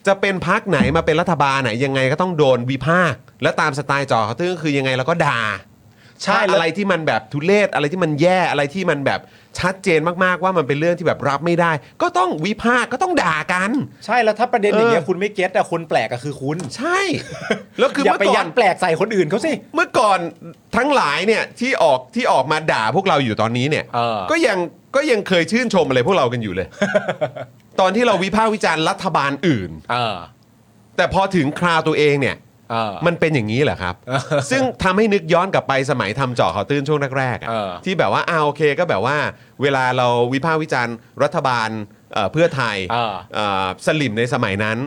Speaker 1: จะเป็นพักไหนมาเป็นรัฐบาลไหนยังไงก็ต้องโดนวิพากษ์และตามสไตล์เจอข่าวตื้นคือยังไงเราก็ด่า
Speaker 2: ใช่
Speaker 1: ถ้า
Speaker 2: แล้ว
Speaker 1: อะไรที่มันแบบทุเลศอะไรที่มันแย่อะไรที่มันแบบชัดเจนมากๆว่ามันเป็นเรื่องที่แบบรับไม่ได้ ก็ต้องวิพากษ์ก็ต้องด่ากัน
Speaker 2: ใช่แล้วถ้าประเด็นอย่างเงี้ย
Speaker 1: เออ
Speaker 2: คุณไม่เก็ตอะคนแปลกอะคือคุณ
Speaker 1: ใช่ แล้วคือ
Speaker 2: อย่า
Speaker 1: เมื่อ
Speaker 2: ไป
Speaker 1: ก่อ
Speaker 2: ยั
Speaker 1: น
Speaker 2: นแปลกใส่คนอื่นเขาสิ
Speaker 1: เมื่อก่อนทั้งหลายเนี่ยที่ออกที่ออกมาด่าพวกเราอยู่ตอนนี้เนี่ย
Speaker 2: เออ
Speaker 1: ก็ยังก็ยังเคยชื่นชมอะไรพวกเรากันอยู่เลย ตอนที่เราวิพากษ์วิจารณ์รัฐบาลอื่น
Speaker 2: เออ
Speaker 1: แต่พอถึงคราวตัวเองเนี่ย
Speaker 2: เออ
Speaker 1: มันเป็นอย่างนี้เหร อครับ
Speaker 2: เออ
Speaker 1: ซึ่งทำให้นึกย้อนกลับไปสมัยทำเจาะข่าวตื้นช่วงแรกๆอะ
Speaker 2: เออ
Speaker 1: ที่แบบว่าอ่าโอเคก็แบบว่า เวลาเราวิพากษ์วิจารณ์รัฐบาลเอ่อเพื่อไทย
Speaker 2: เออ
Speaker 1: เอ่อสลิมในสมัยนั้น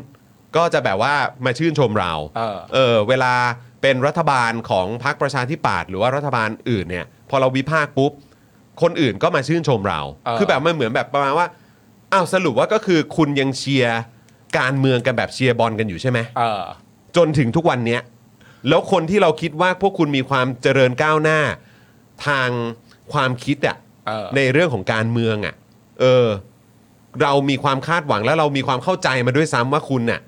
Speaker 1: ก็จะแบบว่ามาชื่นชมเรา
Speaker 2: เออ
Speaker 1: เออเวลาเป็นรัฐบาลของพรรคประชาธิปัตย์หรือว่ารัฐบาลอื่นเนี่ย พอเราวิพากษ์ปุ๊บคนอื่นก็มาชื่นชมเรา
Speaker 2: เออ
Speaker 1: คือแบบมันเหมือนแบบประมาณว่าอ้าวสรุปว่าก็คือคุณยังเชียร์การเมืองกันแบบเชียร์บอลกันอยู่ใช่ไหม
Speaker 2: เออ
Speaker 1: จนถึงทุกวันเนี้ยแล้วคนที่เราคิดว่าพวกคุณมีความเจริญก้าวหน้า ทางความคิดอะ
Speaker 2: เออ
Speaker 1: ในเรื่องของการเมืองอะเออ เรามีความคาดหวังและเรามีความเข้าใจมาด้วยซ้ำว่าคุณน่ะ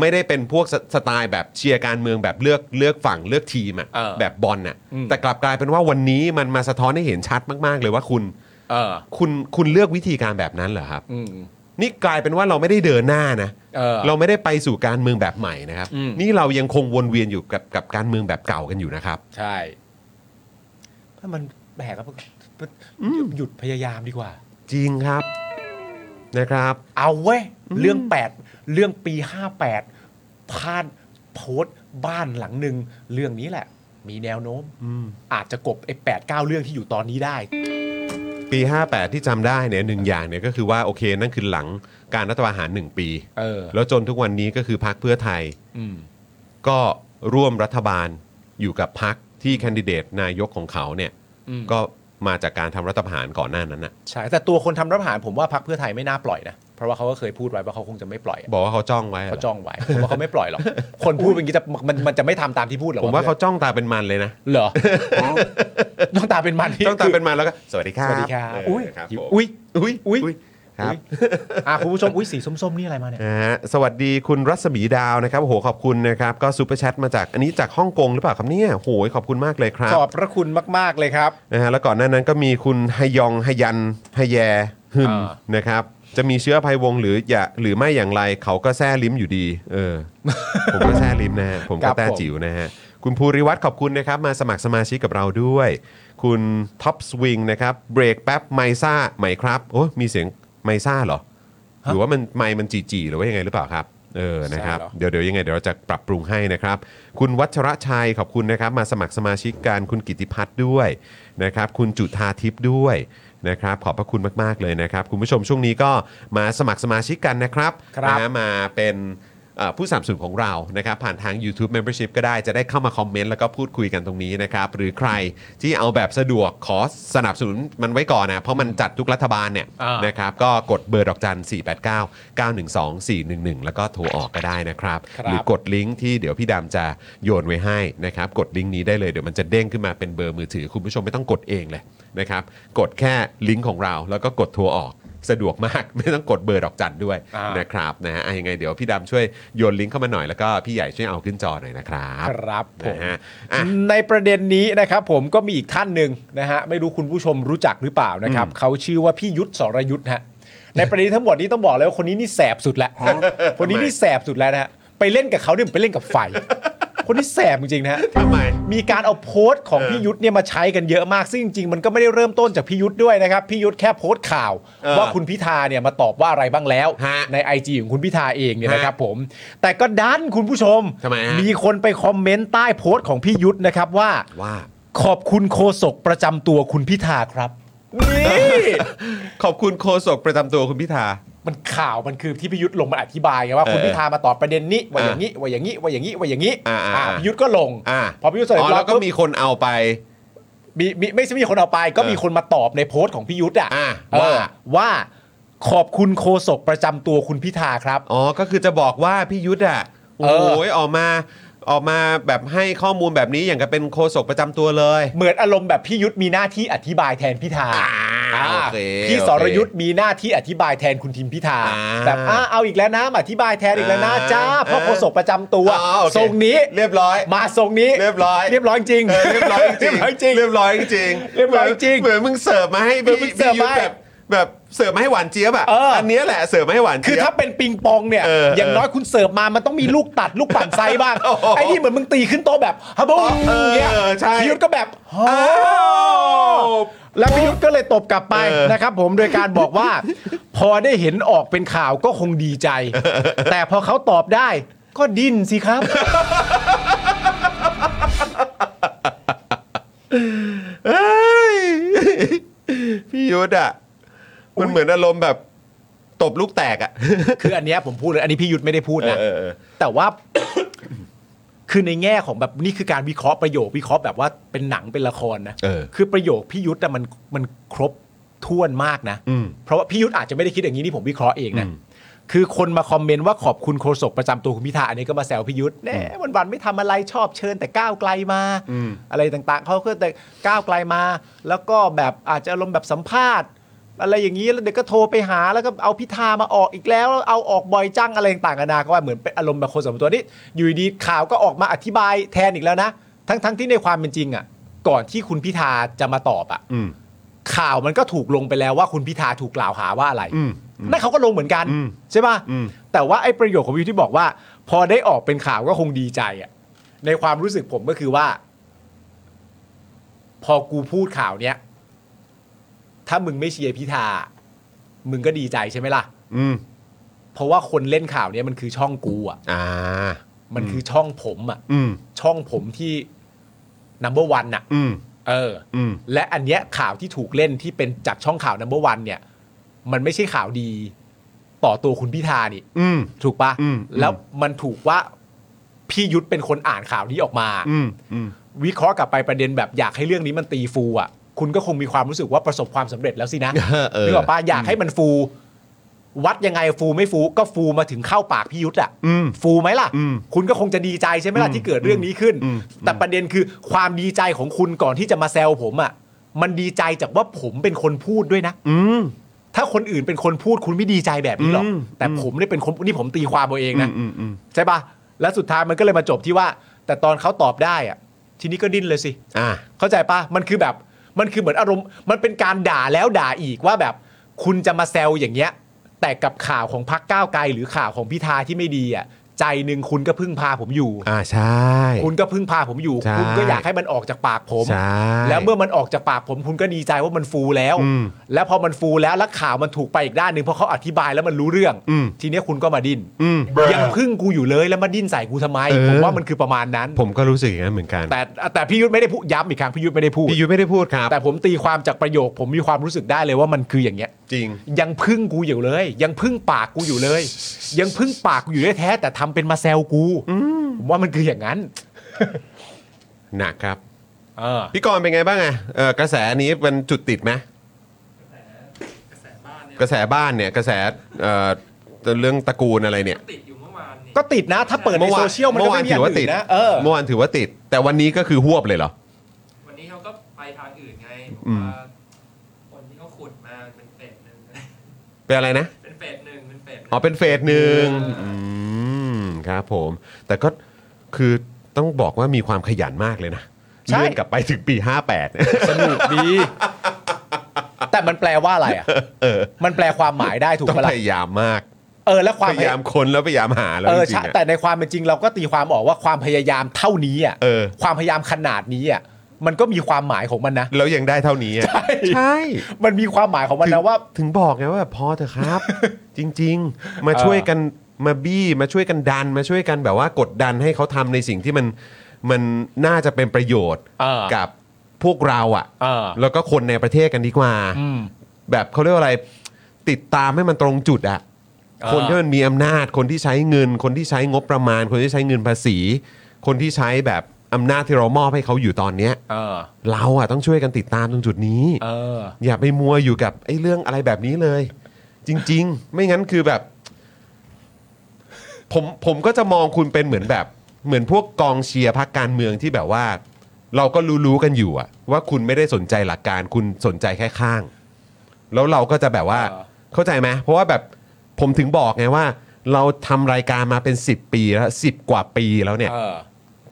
Speaker 1: ไม่ได้เป็นพวกสสไตล์แบบเชียร์การเมืองแบบเลือกเลือกฝั่งเลือกทีมอะ
Speaker 2: เออ
Speaker 1: แบบบอลน่ะ
Speaker 2: อืม
Speaker 1: แต่กลับกลายเป็นว่าวันนี้มันมาสะท้อนให้เห็นชัดมากๆ เลยว่าคุณ
Speaker 2: เออ
Speaker 1: คุณคุณเลือกวิธีการแบบนั้นเหรอครับ
Speaker 2: อืม
Speaker 1: นี่กลายเป็นว่าเราไม่ได้เดินหน้านะ
Speaker 2: เออ
Speaker 1: ไม่ได้ไปสู่การเมืองแบบใหม่นะครับ
Speaker 2: อืม
Speaker 1: นี่เรายังคงวนเวียนอยู่กับกับการเมืองแบบเก่ากันอยู่นะครับ
Speaker 2: ใช่ถ้ามันแปลกก็หยุดพยายามดีกว่า
Speaker 1: จริงครับนะครับ
Speaker 2: เอาเว้ย เรื่อง 8 เรื่องปี 58พาดโพสต์บ้านหลังหนึ่งเรื่องนี้แหละ มีแนวโน้ม อาจจะกบไอ้แปดเก้าเรื่องที่อยู่ตอนนี้ได้
Speaker 1: ปี 58 ที่จำได้เนี่ยหนึ่งอย่างเนี่ยก็คือว่าโอเคนั่นคือหลังการรัฐประหาร 1 ปี
Speaker 2: เออ
Speaker 1: แล้วจนทุกวันนี้ก็คือพักเพื่อไทย
Speaker 2: อืม
Speaker 1: ก็ร่วมรัฐบาลอยู่กับพักที่แคนดิเดตนายกของเขาเนี่ย
Speaker 2: อืม
Speaker 1: ก็มาจากการทำรัฐประหารก่อนหน้านั้นนะ
Speaker 2: ใช่ แต่ตัวคนทำรัฐประหารผมว่าพักเพื่อไทยไม่น่าปล่อยนะ เพราะว่าเขาก็เคยพูดไว้ว่าเขาคงจะไม่ปล่อยอะ
Speaker 1: บอกว่าเขาจ้องไว้เหรอ
Speaker 2: เขาจ้องไว้ผมว่าเขาไม่ปล่อยหรอก คนพูดเป็นอย่างนี้จะมันมันจะไม่ทำตามที่พูดหรอก
Speaker 1: ผมว่าเขาจ้องตาเป็นมันเลยนะ
Speaker 2: เหร อ ต้องตามเป็นมันนี่
Speaker 1: ต้องตามเป็นมาแล้วก็สวัสดีครับ
Speaker 2: สวัสดีครับ
Speaker 1: เ
Speaker 2: อุ้ย
Speaker 1: ครับผม
Speaker 2: อุ้ย
Speaker 1: อุ้ย
Speaker 2: อุ๊ย
Speaker 1: ครับ
Speaker 2: อุ๊ยอ่ะคุณผู้ชมอุ้ยสีส้มๆนี่อะไรมาเนี่ย
Speaker 1: นะฮะสวัสดีคุณรัศมีดาวนะครับโอ้โหขอบคุณนะครับ ก็ซูเปอร์แชทมาจากอันนี้จากฮ่องกงหรือเปล่าครับเนี่ยโอ้โหขอบคุณมากเลยครับ
Speaker 2: ขอบพระคุณมากๆเลยครับ
Speaker 1: นะฮะแล้วก่อนหน้านั้นก็มีคุณฮยองฮยันฮแยฮึน
Speaker 2: อ่า
Speaker 1: นะครับ จะมีเชื้อภัยวงศ์หรืออย่าหรือไม่อย่างไรเขาก็แซ่ลิ้มอยู่ดี เออ ผมก็แซ่ลิ้มนะฮะผมก็แต้จิ๋วนะฮะคุณภูริวัตรขอบคุณนะครับมาสมัครสมาชิกกับเราด้วย คุณท็อปสวิงนะครับเบรกแป๊บไมซ่าไหมครับโอ้มีเสียงไมซ่าเหรอ หรือว่ามันไมค์มันจีจีหรือว่ายังไงหรือเปล่าครับ เออ นะครับ
Speaker 2: ใช่เหรอ
Speaker 1: เดี๋ยวเดี๋ยวยังไงเดี๋ยวเราจะปรับปรุงให้นะครับ คุณวัชระชัยขอบคุณนะครับ มาสมัครสมาชิกการคุณกิติพัฒน์ด้วยนะครับ คุณจุธาทิพย์ด้วยนะครับ ขอบพระคุณมาก ๆ เลยนะครับ คุณผู้ชมช่วงนี้ก็มาสมัครสมาชิกกันนะครับ
Speaker 2: ครับ
Speaker 1: นะฮะมาเป็นเอ่อผู้สนับสนุนของเรานะครับ ผ่านทาง YouTube Membership ก็ได้จะได้เข้ามาคอมเมนต์แล้วก็พูดคุยกันตรงนี้นะครับ หรือใครที่เอาแบบสะดวกขอสนับสนุนมันไว้ก่อนนะเพราะมันจัดทุกรัฐบาลเนี่ย
Speaker 2: อ่าน
Speaker 1: นะครับก็กดเบอร์ดอกจัน 4 8 9 9 1 2 4 1 1 แล้วก็โทรออกก็ได้นะครับ
Speaker 2: ครับ
Speaker 1: หรือกดลิงก์ที่เดี๋ยวพี่ดำจะโยนไว้ให้นะครับ กดลิงก์นี้ได้เลยเดี๋ยวมันจะเด้งขึ้นมาเป็นเบอร์มือถือ คุณผู้ชมไม่ต้องกดเองเลยนะครับ กดแค่ลิงก์ของเราแล้วก็กดโทรออกสะดวกมาก ไม่ต้องกดเบอร์ดอกจันด้วย
Speaker 2: อ่าน
Speaker 1: นะครับนะฮะอ่ะยังไงเดี๋ยวพี่ดำช่วยโยนลิงก์เข้ามาหน่อยแล้วก็พี่ใหญ่ช่วยเอาขึ้นจอหน่อยนะครับ
Speaker 2: ครับผม
Speaker 1: นะฮะอ่ะ
Speaker 2: ในประเด็นนี้นะครับผมก็มีอีกท่านหนึ่งนะฮะไม่รู้คุณผู้ชมรู้จักหรือเปล่านะครับเขาชื่อว่าพี่ยุทธสรยุทธฮะในประเด็นทั้งหมดนี้ต้องบอ กเลยว่าคนนี้นี่แสบสุดแล้วคนนี้นี่แสบสุดแล้วนะฮะไปเล่นกับเขาเนี่ยเหมือนไปเล่นกับไฟ คนที่แสบจริงๆนะฮะ
Speaker 1: ทำไม
Speaker 2: มีการเอาโพสต์ของ
Speaker 1: เออ
Speaker 2: พี่ยุทธเนี่ยมาใช้กันเยอะมาก ซึ่งจริงๆมันก็ไม่ได้เริ่มต้นจากพี่ยุทธด้วยนะครับพี่ยุทธแค่โพสต์ข่าว
Speaker 1: เออ
Speaker 2: ว่าคุณพิธาเนี่ยมาตอบว่าอะไรบ้างแล้ว
Speaker 1: ฮะ
Speaker 2: ใน IG ของคุณพิธาเองเนี่ย
Speaker 1: ฮะ
Speaker 2: นะครับผม แต่ก็ดันคุณผู้ชม
Speaker 1: ทำไมฮะ
Speaker 2: มีคนไปคอมเมนต์ใต้โพสต์ของพี่ยุทธนะครับว่า
Speaker 1: ว่า
Speaker 2: ขอบคุณโคศกประจำตัวคุณพิธาครับนี่
Speaker 1: ขอบคุณโคศกประจำตัวคุณพิธา
Speaker 2: มันข่าวมันคือที่พิยุทธ์ลงมาอธิบายไงว่า
Speaker 1: เออ
Speaker 2: คุณพิธามาตอบประเด็นนี้ว่า
Speaker 1: อ่า
Speaker 2: อย่างนี้ว่าอย่างนี้ว่าอย่างนี้ว่าอย่างนี้
Speaker 1: อ่าอ่า
Speaker 2: อ่าพิยุทธ์ก็ลง
Speaker 1: อ่า
Speaker 2: พอพิยุทธ์เสร็จ
Speaker 1: อ๋อแล้วก็
Speaker 2: ปุ๊บ
Speaker 1: มีคนเอาไป
Speaker 2: มีมีไม่ใช่มีคนเอาไป ก็
Speaker 1: เออ
Speaker 2: มีคนมาตอบในโพสต์ของพิยุทธ์อ่ะ
Speaker 1: อ่า
Speaker 2: เออ
Speaker 1: ว่า
Speaker 2: ว่าขอบคุณโคศกประจำตัวคุณพิธาครับ
Speaker 1: อ๋อ ก็คือจะบอกว่าพี่ยุทธอ่ะ
Speaker 2: เอ
Speaker 1: โอ้
Speaker 2: อ
Speaker 1: ยออกมา ออกมาแบบให้ข้อมูลแบบนี้อย่างกับเป็นโคศกประจำตัวเลย
Speaker 2: เหมือนอารมณ์แบบพี่ยุทธมีหน้าที่อธิบายแทนพิธา
Speaker 1: อ่า
Speaker 2: อ่า
Speaker 1: โอเค
Speaker 2: พี่
Speaker 1: โอเค
Speaker 2: สรยุทธ์มีหน้าที่อธิบายแทนคุณทิมพิธา
Speaker 1: อ่า
Speaker 2: แบบอ่าเอาอีกแล้วนะมาอธิบายแทนอีกแล้วนะ
Speaker 1: อ่า
Speaker 2: จ้าเพราะ
Speaker 1: อ่า
Speaker 2: โฆษกประจำตัว
Speaker 1: อ๋อโอเค
Speaker 2: ทรงนี้
Speaker 1: เรียบร้อย
Speaker 2: มาทรงนี้
Speaker 1: เรียบร้อย
Speaker 2: เรียบร้อยจริง
Speaker 1: เออเรียบร้อยจริง
Speaker 2: เรียบร้อยจริง
Speaker 1: เรียบร้อยจริง
Speaker 2: เรียบร้อยจริง
Speaker 1: เหมือนเหมือนมึงเสิร์ฟมาให้
Speaker 2: เหมื
Speaker 1: พี่
Speaker 2: อนมึงเสิร์ฟ
Speaker 1: พี่ยุทธ
Speaker 2: มา
Speaker 1: แบบแบบเสิร์ฟมาให้หวานเจี๊ยบอ่ะ
Speaker 2: เอออั
Speaker 1: อันเนี้ยแหละเสิร์ฟมาให้หวาน
Speaker 2: คือ
Speaker 1: เจี๊ย
Speaker 2: ถ้า
Speaker 1: บ
Speaker 2: เป็นปิงปองเนี่ย
Speaker 1: เออ
Speaker 2: อ
Speaker 1: อย่าง
Speaker 2: น้อยคุณเสิร์ฟมา มันต้องมีลูกตัดลูกปั่นไซส์บ้าง
Speaker 1: โอ้โห
Speaker 2: ไอ้นี่เหมือนมึงตีขึ้นโต๊ะแบบฮับบุ้ง
Speaker 1: เออ
Speaker 2: เนี่ย
Speaker 1: ใช่
Speaker 2: พิยุทธก็แบบโอ้
Speaker 1: อ้าว
Speaker 2: แล้วพิยุทธก็เลยตบกลับไป
Speaker 1: เออ
Speaker 2: นะครับผมโดยการบอกว่า พอได้เห็นออกเป็นข่าวก็คงดีใจ แต่พอเขาตอบได้ก็ดิ้นสิครับ
Speaker 1: เอ้ย พี่ยุทธอ่ะ มันเหมือนอารมณ์แบบตบลูกแตกอ่ะ
Speaker 2: คืออันเนี้ยผมพูดเลยอันนี้พี่ยุทธไม่ได้พูดนะ
Speaker 1: เออเออเออ
Speaker 2: แต่ว่า คือในแง่ของแบบนี่คือการวิเคราะห์ประโยควิเคราะห์แบบว่าเป็นหนังเป็นละครนะ
Speaker 1: เออ
Speaker 2: คือประโยคพี่ยุทธ์อะมันมันครบถ้วนมากนะ
Speaker 1: อืม
Speaker 2: เพราะว่าพี่ยุทธ์อาจจะไม่ได้คิดอย่างนี้นี่ผมวิเคราะห์เองนะคือคนมาคอมเมนต์ว่าขอบคุณโฆษกประจำตัวคุณพิธาอันนี้ก็มาแซวพี่ยุทธ์แหมวันวันๆไม่ทำอะไรชอบเชิญแต่ก้าวไกลมา
Speaker 1: อืม
Speaker 2: อะไรต่างๆเขาก็แต่ก้าวไกลมา แล้วก็แบบอาจจะอารมณ์แบบสัมภาษณ์ อะไรอย่างนี้แล้วเด็กก็โทรไปหาแล้วก็เอาพิธามาออกอีกแล้วแล้วเอาออกบ่อยจังอะไรต่างๆนานาก็ว่าเหมือนเป็นอารมณ์แบบคนสมตัวนี่อยู่ดีๆข่าวก็ออกมาอธิบายแทนอีกแล้วนะ ทั้งๆที่ในความเป็นจริงอ่ะ ก่อนที่คุณพิธาจะมาตอบอ่ะ
Speaker 1: อืม
Speaker 2: ข่าวมันก็ถูกลงไปแล้วว่าคุณพิธาถูกกล่าวหาว่าอะไร
Speaker 1: อืม
Speaker 2: นั่นเขาก็ลงเหมือนกัน
Speaker 1: อืม
Speaker 2: ใช่ป่ะ
Speaker 1: อืม
Speaker 2: แต่ว่าไอ้ประโยคของวิวที่บอกว่า พอได้ออกเป็นข่าวก็คงดีใจอ่ะ ในความรู้สึกผมก็คือว่า พอกูพูดข่าวเนี้ย ถ้ามึงไม่เชียร์พิธา มึงก็ดีใจใช่ไหมล่ะ
Speaker 1: อืม
Speaker 2: เพราะว่าคนเล่นข่าวเนี้ยมันคือช่องกูอ่ะ
Speaker 1: อ่า
Speaker 2: มันคือช่องผมอ่ะ
Speaker 1: อืม
Speaker 2: ช่องผมที่ number one อ่ะ
Speaker 1: อืม
Speaker 2: เออ
Speaker 1: อืม
Speaker 2: และอันเนี้ยข่าวที่ถูกเล่นที่เป็นจากช่องข่าว number one เนี่ย มันไม่ใช่ข่าวดีต่อตัวคุณพิธานี่
Speaker 1: อืม
Speaker 2: ถูกปะ
Speaker 1: อืม
Speaker 2: แล้วมันถูกว่าพี่ยุทธเป็นคนอ่านข่าวนี้ออกมา
Speaker 1: อืมอืม
Speaker 2: วิเคราะห์กลับไปประเด็นแบบอยากให้เรื่องนี้มันตีฟูอ่ะ คุณก็คงมีความรู้สึกว่าประสบความสำเร็จแล้วสินะ
Speaker 1: เออเออ
Speaker 2: นึกออกปะอยากให้มันฟู วัดยังไงฟูไม่ฟูก็ฟูมาถึงเข้าปากพี่ยุทธอ่ะ
Speaker 1: อืม
Speaker 2: ฟูไหมล่ะ
Speaker 1: อืม
Speaker 2: คุณก็คงจะดีใจใช่ไหมล่ะที่เกิดเรื่องนี้ขึ้น
Speaker 1: อืม
Speaker 2: แต่ประเด็นคือความดีใจของคุณก่อนที่จะมาแซวผมอ่ะ มันดีใจจากว่าผมเป็นคนพูดด้วยนะ
Speaker 1: อืม
Speaker 2: ถ้าคนอื่นเป็นคนพูดคุณไม่ดีใจแบบนี้หรอก
Speaker 1: อืม
Speaker 2: แต่ผมเนี่ยเป็นคนนี่ผมตีความเอาเองนะ
Speaker 1: อืมอืม
Speaker 2: ใช่ปะแล้วสุดท้ายมันก็เลยมาจบที่ว่า แต่ตอนเขาตอบได้อะทีนี้ก็ดิ้นเลยสิ
Speaker 1: อ่า
Speaker 2: เข้าใจปะมันคือแบบ มันคือเหมือนอารมณ์ มันเป็นการด่าแล้วด่าอีกว่าแบบ คุณจะมาแซวอย่างเงี้ย แต่กับข่าวของพักก้าวไกลหรือข่าวของพิธาที่ไม่ดีอ่ะ ใจหนึ่งคุณก็พึ่งพาผมอยู่
Speaker 1: อ่า ใช่
Speaker 2: คุณก็พึ่งพาผมอยู่
Speaker 1: ใช่
Speaker 2: คุณก็อยากให้มันออกจากปากผม
Speaker 1: ใช่
Speaker 2: แล้วเมื่อมันออกจากปากผมคุณก็ดีใจว่ามันฟูแล้ว
Speaker 1: อืม
Speaker 2: แล้วพอมันฟูแล้วแล้วข่าวมันถูกไปอีกด้านหนึ่งเพราะเขาอธิบายแล้วมันรู้เรื่อง
Speaker 1: อืม
Speaker 2: ทีเนี้ยคุณก็มาดิ้น
Speaker 1: อืม
Speaker 2: ยังพึ่งกูอยู่เลยแล้วมาดิ้นใส่กูทำไม
Speaker 1: เออ
Speaker 2: ผมว่ามันคือประมาณนั้น
Speaker 1: ผมก็รู้สึกอย่างนั้นเหมือนกัน
Speaker 2: แต่แต่พี่ยุทธไม่ได้พูดย้ำอีกครั้งพี่ยุทธไม่ได้พูด
Speaker 1: พี่ยุ้ยไม่ได้พูดครับ
Speaker 2: แต่ผมตีความจากประโยค ผมมีความรู้สึกได้เลยว่ามันคืออย่างเงี้ย
Speaker 1: จริง
Speaker 2: ยังพึ่งกูอยู่เลย ยังพึ่งปากกูอยู่เลย ยังพึ่งปากกูอยู่ได้แท้แต่ทำเป็นมาแซวกูผมว่ามันคืออย่างนั้น
Speaker 1: หนักครับ
Speaker 2: เออ
Speaker 1: พี่กรณ์เป็นไงบ้างอะเออกระแสนี้มันจุดติดไหม
Speaker 3: กระแสบ้านเนี่ย
Speaker 1: กระแสบ้านเนี่ย กระแสเอ่อเรื่องตระกูลอะไรเนี่ย
Speaker 3: ติดอยู่เมื่อวานนี่
Speaker 2: ก็ติดนะ ถ้าเปิดในโซเชียลมันก็ไม่มี
Speaker 1: ถื
Speaker 2: อัน
Speaker 1: ว่าติ
Speaker 2: อื่
Speaker 1: ด
Speaker 2: นนะเออ
Speaker 1: เมื่อวานถือว่าติด แต่วันนี้ก็คือหวบเลยเหรอ
Speaker 3: วันนี้เขาก็ไปทางอื่นไงบอก
Speaker 1: อืม
Speaker 3: ว่าคนที่เขาขุดมาเป็นเฟสหนึ่ง
Speaker 1: เป็นอะไรนะ
Speaker 3: เป็นเฟสหนึ่งเป็นเฟสหนึ่ง
Speaker 1: อ๋อเป็นเฟสหนึ่งอืมครับผม แต่ก็คือต้องบอกว่ามีความขยันมากเลยนะ
Speaker 2: ใช่
Speaker 1: เลื่อนกลับไปถึงปี 58เนี่ย
Speaker 2: สนุก ดี แต่มันแปลว่าอะไรอ่ะ มันแปลความหมายได้ถูก
Speaker 1: ต้อง
Speaker 2: ปะ
Speaker 1: พ
Speaker 2: ล่ะ
Speaker 1: ยายามมาก
Speaker 2: เออและความ
Speaker 1: พยายามค้นแล้วพยายามหาแล้ว
Speaker 2: เออ
Speaker 1: จริ
Speaker 2: ใช่
Speaker 1: งๆอะ
Speaker 2: แต่ในความเป็นจริงเราก็ตีความออกว่าความพยายามเท่านี้อ่ะ
Speaker 1: เออ
Speaker 2: ความพยายามขนาดนี้อ่ะมันก็มีความหมายของมันนะ
Speaker 1: แล้วยังได้เท่านี้อะ
Speaker 2: ใช่
Speaker 1: ใช่
Speaker 2: มันมีความหมายของมันนะว่า
Speaker 1: ถึงบอกไงว่าแบบพอเถอะ ครับ จริง ๆ มาช่วยกันมาบี้มาช่วยกันดัน มาช่วยกันแบบว่ากดดันให้เขาทำในสิ่งที่มันมันน่าจะเป็นประโยชน์
Speaker 2: เออ
Speaker 1: กับพวกเราอะ
Speaker 2: เออ
Speaker 1: แล้วก็คนในประเทศกันดีกว่า
Speaker 2: อืม
Speaker 1: แบบเขาเรียกว่าอะไรติดตามให้มันตรงจุดอะ
Speaker 2: อ่า
Speaker 1: คนที่มันมีอำนาจ คนที่ใช้เงิน คนที่ใช้งบประมาณ คนที่ใช้เงินภาษี คนที่ใช้แบบอำนาจที่เรามอบให้เขาอยู่ตอนเนี้ย
Speaker 2: เออ
Speaker 1: เราอะต้องช่วยกันติดตามตรงจุดนี้
Speaker 2: เออ
Speaker 1: อย่าไปมัวอยู่กับไอ้เรื่องอะไรแบบนี้เลย จริง ๆ ไม่งั้นคือแบบ ผมผมก็จะมองคุณเป็นเหมือนแบบ เหมือนพวกกองเชียร์พรรคการเมืองที่แบบว่า เราก็รู้ๆกันอยู่อะว่าคุณไม่ได้สนใจหลักการคุณสนใจแค่ข้าง แล้วเราก็จะแบบว่า
Speaker 2: เออ
Speaker 1: เข้าใจไหมเพราะว่าแบบผมถึงบอกไงว่า เราทำรายการมาเป็น 10 ปีแล้วสิกว่าปีแล้วเนี่ย
Speaker 2: เออ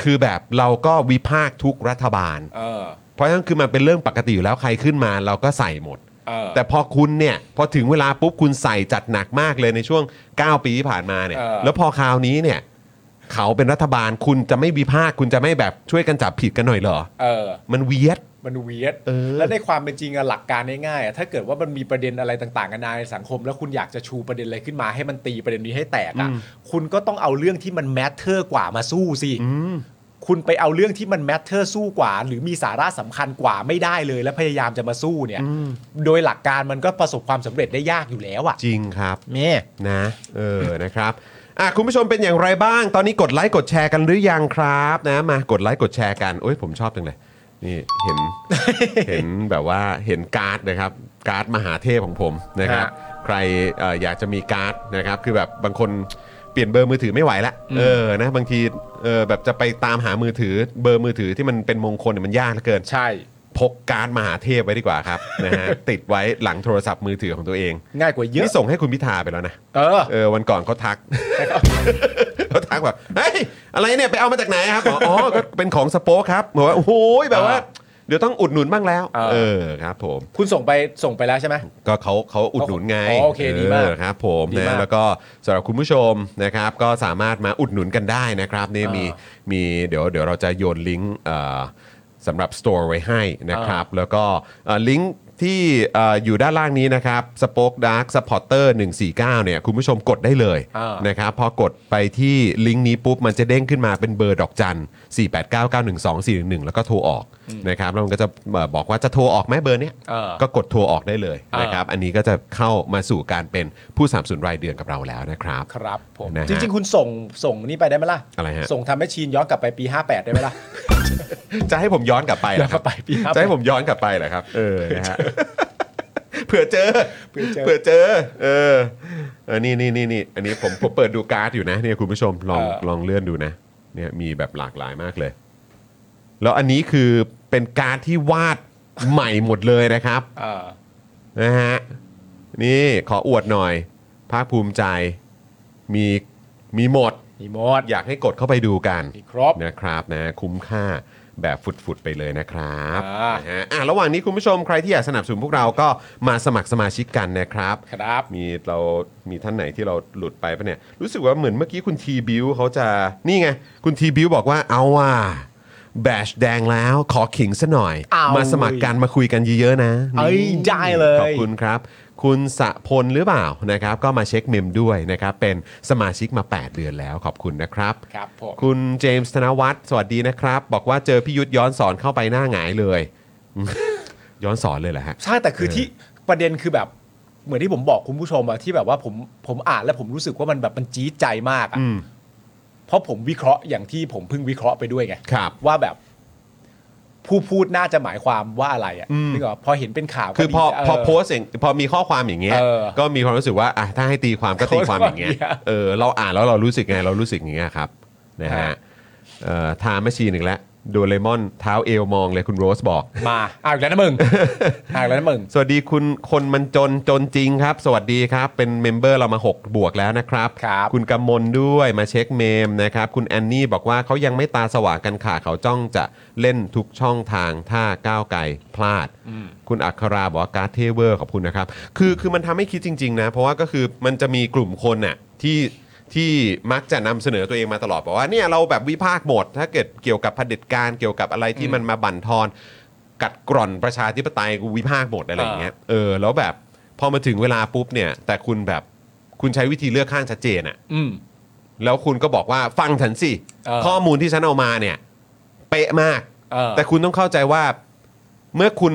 Speaker 1: คือแบบเราก็วิพากษ์ทุกรัฐบาล
Speaker 2: เออ
Speaker 1: เพราะฉะนั้นคือมันเป็นเรื่องปกติอยู่แล้วใครขึ้นมาเราก็ใส่หมด
Speaker 2: เออ
Speaker 1: แต่พอคุณเนี่ยพอถึงเวลาปุ๊บคุณใส่จัดหนักมากเลยในช่วง 9 ปีที่ผ่านมาเนี่ย
Speaker 2: เออ
Speaker 1: แล้วพอคราวนี้เนี่ยเขาเป็นรัฐบาลคุณจะไม่วิพากษ์คุณจะไม่แบบช่วยกันจับผิดกันหน่อยเหรอ
Speaker 2: เออ
Speaker 1: มันเวียด
Speaker 2: มันเวียด
Speaker 1: เออ
Speaker 2: และในความเป็นจริงอะหลักการง่ายๆอะถ้าเกิดว่ามันมีประเด็นอะไรต่างๆกันาในสังคม แล้วคุณอยากจะชูประเด็นอะไรขึ้นมาให้มันตีประเด็นนี้ให้แตกอะคุณก็ต้องเอาเรื่องที่มันแมทเทอร์กว่ามาสู้สิคุณไปเอาเรื่องที่มันแมทเทอร์สู้กว่า หรือมีสาระสำคัญกว่าไม่ได้เลย และพยายามจะมาสู้เนี่ย โดยหลักการมันก็ประสบความสำเร็จได้ยากอยู่แล้วอะ
Speaker 1: จริงครับ
Speaker 2: แม่
Speaker 1: นะเออนะครับอ่ะคุณผู้ชมเป็นอย่างไรบ้าง ตอนนี้กดไลค์กดแชร์กันหรือยังครับนะมากดไลค์กดแชร์กันโอ้ยผมชอบจังเลยนี่เห็ น เห็นแบบว่าเห็นการ์ดนะครับการ์ดมหาเทพของผมนะครับ ใครเอ่ออยากจะมีการ์ดนะครับ คือแบบบางคนเปลี่ยนเบอร์มือถือไม่ไหวละเออนะบางทีเออแบบจะไปตามหามือถือเบอร์มือถือที่มันเป็นมงคลเนี่ยมันยากเหลือเกิน
Speaker 2: ใช่
Speaker 1: พกการ์ดมหาเทพไว้ดีกว่าครับ นะ ฮะติดไว้หลังโทรศัพท์มือถือของตัวเอง
Speaker 2: ง่ายกว่าเยอะ
Speaker 1: นี่ส่งให้คุณพิธาไปแล้วนะ
Speaker 2: เออ
Speaker 1: เออวันก่อนเขาทัก เขาทักแบบเฮ้ยอะไรเนี่ยไปเอามาจากไหนครับบอกอ๋อก็เป็นของสโป๊กครับบอกว่าโอ้โหแบบว่า เดี๋ยวต้องอุดหนุนบ้างแล้ว
Speaker 2: เออ
Speaker 1: เออครับผม
Speaker 2: คุณส่งไปส่งไปแล้วใช่ไหม
Speaker 1: ก็เขาเขาอุดหนุนไง
Speaker 2: อ๋อโอเคดีมาก
Speaker 1: ออครับผม
Speaker 2: ดีมาก
Speaker 1: นะแล้วก็สำหรับคุณผู้ชมนะครับ ก็สามารถมาอุดหนุนกันได้นะครับนี่
Speaker 2: อ่ามี
Speaker 1: มีมีเดี๋ยวเดี๋ยวเราจะโยนลิงก์เอ่อสำหรับสโตร์ไว้ให้นะครับ แล้วก็เอ่อลิงก์ที่เอ่ออยู่ด้านล่างนี้นะครับ Spoke Dark Supporter 149 เนี่ยคุณผู้ชมกดได้เลย
Speaker 2: อ่าน
Speaker 1: นะครับพอกดไปที่ลิงก์นี้ปุ๊บ มันจะเด้งขึ้นมาเป็นเบอร์ดอกจัน 489912411 แล้วก็โทรออกนะครับแล้วมันก็จะเอ่อบอกว่าจะโทรออกไหมเบอร์เนี้ย
Speaker 2: เออ
Speaker 1: ก็กดโทรออกได้เลย
Speaker 2: อ่าน
Speaker 1: นะครับ อันนี้ก็จะเข้ามาสู่การเป็นผู้สามสูนรายเดือนกับเราแล้วนะครับ
Speaker 2: ครับผม
Speaker 1: นะฮะ
Speaker 2: จริงๆ คุณส่งส่งนี่ไปได้ไหมล่ะ
Speaker 1: อะไรฮะ
Speaker 2: ส่งทำให้ชีนย้อนกลับไปปี 58 ได้ไหมล่ะ
Speaker 1: จะให้ผมย้อนกลับไปเหรอครับ
Speaker 2: ย้อนกลับไปพี่ครับ
Speaker 1: จะให้ผมย้อนกลับไปเหรอครับ เออนะฮะเผื่อเจอ
Speaker 2: เผื่อเจอ
Speaker 1: เผื่อเจอ เออเออนี่นี่นี่นี่อันนี้ผมผมเปิดดูการ์ดอยู่นะเนี่ยคุณผู้ชมลอง
Speaker 2: เออ
Speaker 1: ลองเลื่อนดูนะ เนี่ยมีแบบหลากหลายมากเลย แล้วอันนี้คือเป็นการ์ดที่วาดใหม่หมดเลยนะครับ
Speaker 2: เออ
Speaker 1: นะฮะนี่ขออวดหน่อย ภาคภูมิใจมีมีหมด
Speaker 2: มีหมด
Speaker 1: อยากให้กดเข้าไปดูกัน
Speaker 2: มีครอบ
Speaker 1: นะครับนะคุ้มค่าแบบฝุดๆไปเลยนะครับ
Speaker 2: อ่าน
Speaker 1: ะฮะอ่ะระหว่างนี้คุณผู้ชมใครที่อยากสนับสนุนพวกเราก็มาสมัครสมาชิกกันนะครับ
Speaker 2: ครับ
Speaker 1: มีเรามีท่านไหนที่เราหลุดไปปะเนี่ย รู้สึกว่าเหมือนเมื่อกี้คุณทีบิวเขาจะนี่ไง คุณทีบิวบอกว่าเอาว่าแบชแดงแล้วขอขิงซะหน่อย
Speaker 2: เอา
Speaker 1: มาสมัครกันมาคุยกันเยอะๆนะ
Speaker 2: เอ้ย
Speaker 1: นี่
Speaker 2: ได้เลย
Speaker 1: ขอบคุณครับ คุณสะพลหรือเปล่านะครับ ก็มาเช็คเมมด้วยนะครับ เป็นสมาชิกมา 8 เดือนแล้วขอบคุณนะครับ
Speaker 2: ครับผม
Speaker 1: คุณเจมส์ธนวัฒน์สวัสดีนะครับ บอกว่าเจอพี่ยุทธย้อนสอนเข้าไปหน้าหงายเลย ย้อนสอนเลยเหรอฮะ
Speaker 2: ใช่แต่คือ
Speaker 1: เออ
Speaker 2: ที่ประเด็นคือแบบเหมือนที่ผมบอกคุณผู้ชมอะที่แบบว่าผมผมอ่านแล้วผมรู้สึกว่ามันแบบมันจี๊ดใจมากอะ
Speaker 1: อืม
Speaker 2: เพราะผมวิเคราะห์อย่างที่ผมเพิ่งวิเคราะห์ไปด้วยไง
Speaker 1: ครับ
Speaker 2: ว่าแบบผู้พูดน่าจะหมายความว่าอะไรอะ
Speaker 1: อืม
Speaker 2: นึกออกปะพอเห็นเป็นข่าวก็
Speaker 1: คือพอ
Speaker 2: ดีเ
Speaker 1: พอโพสต์อย่างพอมีข้อความอย่างเงี้ย
Speaker 2: เออ
Speaker 1: ก็มีความรู้สึกว่าอ่ะถ้าให้ตีความก็ตีความอย่างเงี้ย
Speaker 2: โพสต์ว่าอย่างเงี้ย
Speaker 1: เออเราอ่านแล้วเรารู้สึกไงเรารู้สึกอย่างเงี้ยครับนะฮะ
Speaker 2: ฮะ
Speaker 1: เอ่อทาแมชชีนอีกแล้วโดเรมอนเท้าเอวมองเลยคุณโรสบอก
Speaker 2: มาอ้าวอีกแล้วนะมึง อ้าวอีกแล้วนะมึง
Speaker 1: สวัสดีคุณคนมันจนจนจริงครับ สวัสดีครับ เป็นเมมเบอร์เรามา 6 บวกแล้วนะครับ
Speaker 2: ครับ
Speaker 1: คุณกำมลด้วยมาเช็คเมมนะครับ คุณแอนนี่บอกว่าเขายังไม่ตาสว่างกันค่ะเขาจ้องจะเล่นทุกช่องทางถ้าก้าวไกลพลาด คุณอัคราบอกว่าการ์ดเทเวอร์ขอบคุณนะครับ คือคือมันทำให้คิดจริง ๆ นะ เพราะว่าก็คือมันจะมีกลุ่มคนน่ะ ที่ที่มักจะนำเสนอตัวเองมาตลอดบอกว่าเนี่ยเราแบบวิพากษ์หมด ถ้าเกิดเกี่ยวกับเผด็จการเกี่ยวกับอะไรที่มันมาบั่นทอน กัดกร่อนประชาธิปไตยกูวิพากษ์หมดอะไรอย่างเงี้ยเออแล้วแบบพอมาถึงเวลาปุ๊บเนี่ย แต่คุณแบบคุณใช้วิธีเลือกข้างชัดเจนอะ
Speaker 2: อืม
Speaker 1: แล้วคุณก็บอกว่าฟังฉันสิ
Speaker 2: เออ
Speaker 1: ข้อมูลที่ฉันเอามาเนี่ยเป๊ะมาก
Speaker 2: เออ
Speaker 1: แต่คุณต้องเข้าใจว่าเมื่อคุณ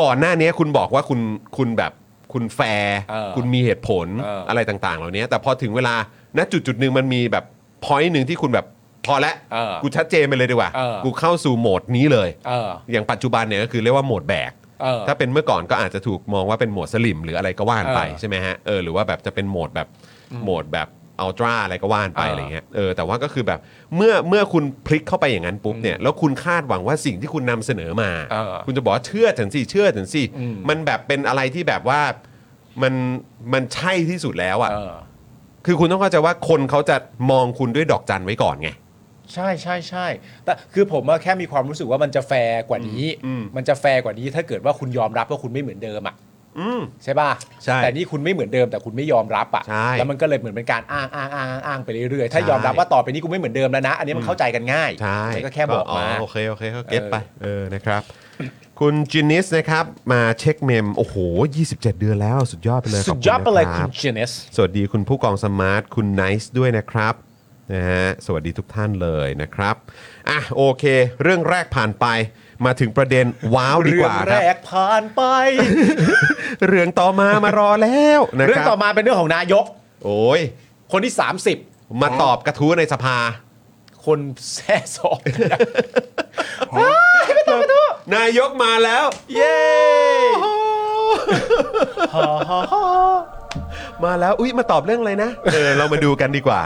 Speaker 1: ก่อนหน้านี้คุณบอกว่าคุณคุณแบบคุณแฟร์
Speaker 2: เออ
Speaker 1: คุณมีเหตุผล
Speaker 2: เอออ
Speaker 1: อะไรต่าง ๆ เหล่านี้แต่พอถึงเวลาณจุดจุดๆหนึ่งมันมีแบบพอยต์หนึ่งที่คุณแบบพอแล้ว
Speaker 2: เออ
Speaker 1: กูชัดเจนไปเลยดีกว่า
Speaker 2: เออ
Speaker 1: กูเข้าสู่โหมดนี้เลย
Speaker 2: เออ
Speaker 1: อย่างปัจจุบันเนี่ยก็คือเรียกว่าโหมดแบก
Speaker 2: เออ
Speaker 1: ถ้าเป็นเมื่อก่อนก็อาจจะถูกมองว่าเป็นโหมดสลิมหรืออะไรก็ว่านไป
Speaker 2: เออ
Speaker 1: ใช่ไหมฮะเออหรือว่าแบบจะเป็นโหมดแบบโหมดแบบอัลตร้าอะไรก็ว่านไป
Speaker 2: เอออ
Speaker 1: อะไรเงี้ยเออแต่ว่าก็คือแบบเมื่อเมื่อคุณพลิกเข้าไปอย่างนั้นปุ๊บเนี่ยแล้วคุณคาดหวังว่าสิ่งที่คุณนำเสนอมา
Speaker 2: เออ
Speaker 1: คุณจะบอกว่าเชื่อฉันสิเชื่อฉันสิ
Speaker 2: อืม
Speaker 1: มันแบบเป็นอะไรที่แบบว่ามันมันใช่ที่สุดแล้วอ่ะ
Speaker 2: เออ
Speaker 1: คือคุณต้องเข้าใจว่าคนเขาจะมองคุณด้วยดอกจันไว้ก่อนไง
Speaker 2: ใช่ใช่ใช่แต่คือผมอะแค่มีความรู้สึกว่ามันจะแฟร์กว่านี้
Speaker 1: อืม
Speaker 2: มันจะแฟร์กว่านี้ถ้าเกิดว่าคุณยอมรับว่าคุณไม่เหมือนเดิมอ่ะ
Speaker 1: อืม
Speaker 2: ใช่ป่ะ
Speaker 1: ใช่
Speaker 2: แต่นี่คุณไม่เหมือนเดิมแต่คุณไม่ยอมรับอ่ะ
Speaker 1: ใช่
Speaker 2: แล้วมันก็เลยเหมือนเป็นการอ้างอ้างอ้างอ้างอ้างไปเรื่อยๆถ้า
Speaker 1: ใช่
Speaker 2: ยอมรับว่าต่อไปนี้กูไม่เหมือนเดิมแล้วนะ อันนี้มันเข้าใจกันง่าย
Speaker 1: ใช่
Speaker 2: มันก็แค่บอกมา
Speaker 1: โอเค โอเคเขาเก็ตไป เออ นะครับ คุณจินิสนะครับ มาเช็คเมม โอ้โห 27 เดือนแล้ว สุดยอดไปเลย
Speaker 2: สุดยอดไปเลย
Speaker 1: ขบ
Speaker 2: คุ
Speaker 1: คุณ ณ
Speaker 2: เจ
Speaker 1: นะ
Speaker 2: เนส
Speaker 1: รับสวัสดีคุณผู้กองสมาร์ท คุณไนซ์ด้วยนะครับ นะฮะ สวัสดีทุกท่านเลยนะครับ อ่ะ โอเค เรื่องแรกผ่านไป มาถึงประเด็นว้าวดีก
Speaker 2: เรื่อง
Speaker 1: ว่าค
Speaker 2: แร
Speaker 1: รับ
Speaker 2: กผ่านไป
Speaker 1: เรื่องต่อมามารอแล้วนะ
Speaker 2: เรื่อ
Speaker 1: ค
Speaker 2: ง
Speaker 1: รับ
Speaker 2: ต่อมาเป็นเรื่องของนายก
Speaker 1: โอ้ย
Speaker 2: คนที่ 30
Speaker 1: มาตอบกระทู้ในสภา
Speaker 2: คนแซ่ส อง
Speaker 1: นายกมาแล้ว เย้ มาแล้ว อุ้ยมาตอบเรื่องอะไรนะ เออ เรามาดูกันดีกว่า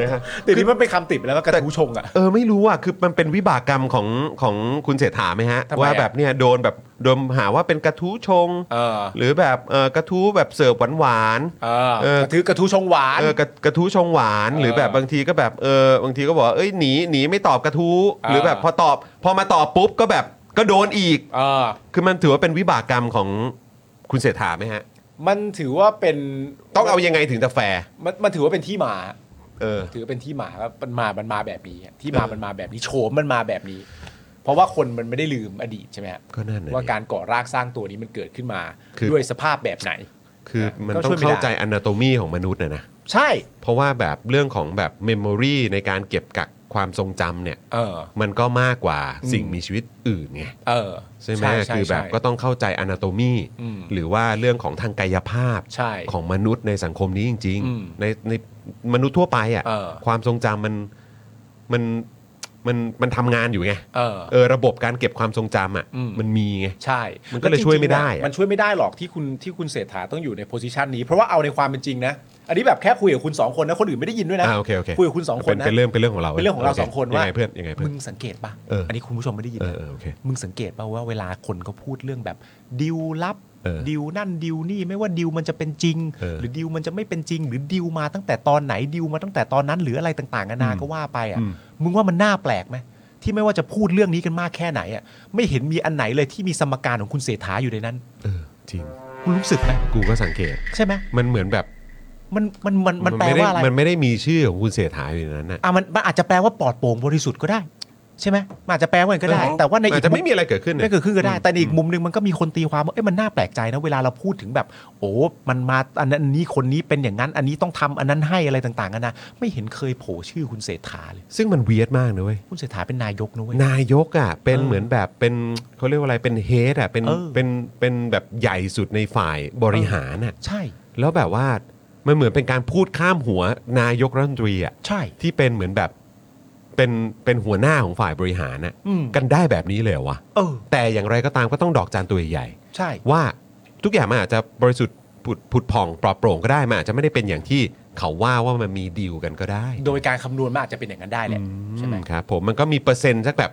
Speaker 1: นะฮะ
Speaker 2: เดี๋ยวนี้มันเป็นคำติดไปแล้วว่ากระทู้ชงอ่ะ
Speaker 1: เออ ไม่รู้อ่ะ คือมันเป็นวิบากกรรมของของคุณเศรษฐาไหมฮะ
Speaker 2: ทำไมอะ
Speaker 1: ว่าแบบเนี่ยโดนแบบโดนหาว่าเป็นกระทู้ชง
Speaker 2: เออ
Speaker 1: หรือแบบเออกระทู้แบบเสิร์ฟหวานๆ
Speaker 2: เออกระทือกระทู้ชงหวาน
Speaker 1: เออกระกระทู้ชงหวาน
Speaker 2: เออ
Speaker 1: หรือแบบบางทีก็แบบเออบางทีก็บอกว่าเอ้ยหนีหนีไม่ตอบกระทู้
Speaker 2: อ่า
Speaker 1: หรือแบบพอตอบ พอมาตอบปุ๊บก็แบบก็โดนอีก
Speaker 2: เออ
Speaker 1: คือมันถือว่าเป็นวิบากกรรมของคุณเศรษฐาไหมฮะ
Speaker 2: มันถือว่าเป็น
Speaker 1: ต้องเอายังไงถึงจะแฟร์
Speaker 2: มันมันถือว่าเป็นที่มา
Speaker 1: เออ
Speaker 2: ถือว่าเป็นที่มาว่ามันมามันมาแบบนี้อะที่มา
Speaker 1: เออ
Speaker 2: มันมาแบบนี้โฉมมันมาแบบนี้ เพราะว่าคนมันไม่ได้ลืมอดีตใช่ไหมฮะ
Speaker 1: ก็นั่นน่ะ
Speaker 2: ว่า
Speaker 1: ดิ
Speaker 2: การก่อร่างสร้างตัวนี้มันเกิดขึ้นมา
Speaker 1: คือ
Speaker 2: ด้วยสภาพแบบไหน
Speaker 1: คือมัน
Speaker 2: ก็
Speaker 1: ต้อ
Speaker 2: ช่
Speaker 1: ง
Speaker 2: วยไม่ได้
Speaker 1: เข้าใจอนาโตมีของมนุษย์นะนะ
Speaker 2: ใช่
Speaker 1: เพราะว่าแบบเรื่องของแบบเมมโมรีในการเก็บกักความทรงจำเนี่ย
Speaker 2: เออ
Speaker 1: มันก็มากกว่า
Speaker 2: อืม
Speaker 1: สิ่งมีชีวิตอื่นไง
Speaker 2: เออ
Speaker 1: ใช่ไหม
Speaker 2: ใช่
Speaker 1: คือแบบ
Speaker 2: ใช่
Speaker 1: ก็ต้องเข้าใจอนาโตมี
Speaker 2: อืม
Speaker 1: หรือว่าเรื่องของทางกายภาพ
Speaker 2: ใช่
Speaker 1: ของมนุษย์ในสังคมนี้จริง
Speaker 2: อืม
Speaker 1: ๆ ในในมนุษย์ทั่วไป
Speaker 2: เอ
Speaker 1: อะ่ะ
Speaker 2: อ
Speaker 1: ความทรงจำมันมันมันมันทำงานอยู่ไง
Speaker 2: เออ
Speaker 1: เออระบบการเก็บความทรงจำอะ่ะ
Speaker 2: อืม
Speaker 1: มันมีไง
Speaker 2: ใช่
Speaker 1: มันก็เลยช่วยไม่ได้อะ
Speaker 2: แล้จริงๆอะมันช่วยไม่ได้หรอกที่คุณที่คุณเศรษฐาต้องอยู่ในโพสิชันนี้ เพราะว่าเอาในความเป็นจริงนะ อันนี้แบบแค่คุยกับคุณสองคนนะคนอื่นไม่ได้ยินด้วยนะ
Speaker 1: อ่าโอเคโอเค
Speaker 2: คุยกับคุณสองคนนะ
Speaker 1: เป็นเรื่องเป็นเรื่องของเรา
Speaker 2: เป็นเรื่องของเรา
Speaker 1: โค
Speaker 2: สองคน
Speaker 1: ยัง
Speaker 2: ว่า
Speaker 1: ไงเพื่อนยังไงเพื่อ
Speaker 2: มึ
Speaker 1: น
Speaker 2: งสังเกตป่ะ
Speaker 1: เอออั
Speaker 2: อันนี้คุณผู้ชมไม่ได้ยิน
Speaker 1: เออ
Speaker 2: นะ
Speaker 1: เออโอเค
Speaker 2: มึงสังเกตป่ะว่าเวลาคนเขาพูดเรื่องแบบดิวลับ
Speaker 1: เออ
Speaker 2: ดิวนั่นดิวนี่ไม่ว่าดิวมันจะเป็นจริง
Speaker 1: เออ
Speaker 2: หรือดิวมันจะไม่เป็นจริง หรือดิวมาตั้งแต่ตอนไหนดิวมาตั้งแต่ตอนนั้น หรืออะไรต่างๆนานาก็ว่าไปอ่ะ
Speaker 1: อืม
Speaker 2: มึงว่ามันน่าแปลกไหมที่ไม่ว่าจะพูดเรื่องนี้กันมากแค่ไหนอ่ะไม่เห็นมีอันไหนเลยที่มีสมการของคุณเศรษฐาอยู่ในนั้น
Speaker 1: เออจริง
Speaker 2: คุณรู้สึกไหม
Speaker 1: กูก็สังเกต
Speaker 2: ใช่ไหม
Speaker 1: มันเหมือนแบบ
Speaker 2: มันมันมันมันแปล
Speaker 1: ไม่ได้
Speaker 2: ว่าอะไร
Speaker 1: มันไม่ได้มีชื่อของคุณเสถาอยู่ในนั้นน่ะ
Speaker 2: อ่ะมันมันอาจจะแปลว่าปลอดโปร่งบริสุทธิ์ก็ได้ ใช่ไหมมันอาจจะแปลว่าอย่างนั้นก็ได้ แต่ว่าใน
Speaker 1: อา
Speaker 2: อี
Speaker 1: จ
Speaker 2: ก
Speaker 1: จะไม่
Speaker 2: มุม
Speaker 1: มีอะไรเกิดขึ้น
Speaker 2: ไม่
Speaker 1: เนี่ย
Speaker 2: เกิดขึ้นก็ได้ แต่ในอีกมุมหนึ่งมันก็มีคนตีความว่าเอ้ยมันน่าแปลกใจนะเวลาเราพูดถึงแบบ โอ้มันมาอันนั้นอันนี้คนนี้เป็นอย่างนั้น อันนี้ต้องทำอันนั้นให้อะไรต่างๆกันานะไม่เห็นเคยโผล่ชื่อคุณเศรษฐาเลย
Speaker 1: ซึ่งมันเวียดมากนะเว้ย
Speaker 2: คุณเศรษฐาเป็นนายกนะเว้ย
Speaker 1: นายกอ่ะเป็น
Speaker 2: เออ
Speaker 1: เหมือนแบบเป็นเขาเรียกว่าอะไรเป็นเฮดอ่ะเป็น
Speaker 2: เออ
Speaker 1: เป็นเป็นแบบใหญ่สุดในฝ่ายบริหารอ่ะ
Speaker 2: ใช่
Speaker 1: แล้วแบบว่ามันเหมือนเป็นการพูดข้ามหัวนายกรัฐมนตรีอ่ะ
Speaker 2: ใช่
Speaker 1: ที่เป็นเหมือนแบบเป็นเป็นหัวหน้าของฝ่ายบริหารอ่ะ
Speaker 2: อืม
Speaker 1: กันได้แบบนี้เลยเหรอวะ
Speaker 2: เออ
Speaker 1: แต่อย่างไรก็ตามก็ต้องดอกจานตัวใหญ่
Speaker 2: ใช่
Speaker 1: ๆว่าทุกอย่างมันอาจจะบริสุทธิ์ผุดผุดผ่องปลอดโปร่งก็ได้มันอาจจะไม่ได้เป็นอย่างที่เขาว่าว่ามันมีดีลกันก็ได้
Speaker 2: โดยการคำนวณมันอาจจะเป็นอย่างนั้นได้แหละใช่ไหม
Speaker 1: อืมครับผมมันก็มีเปอร์เซ็นต์สักแบบ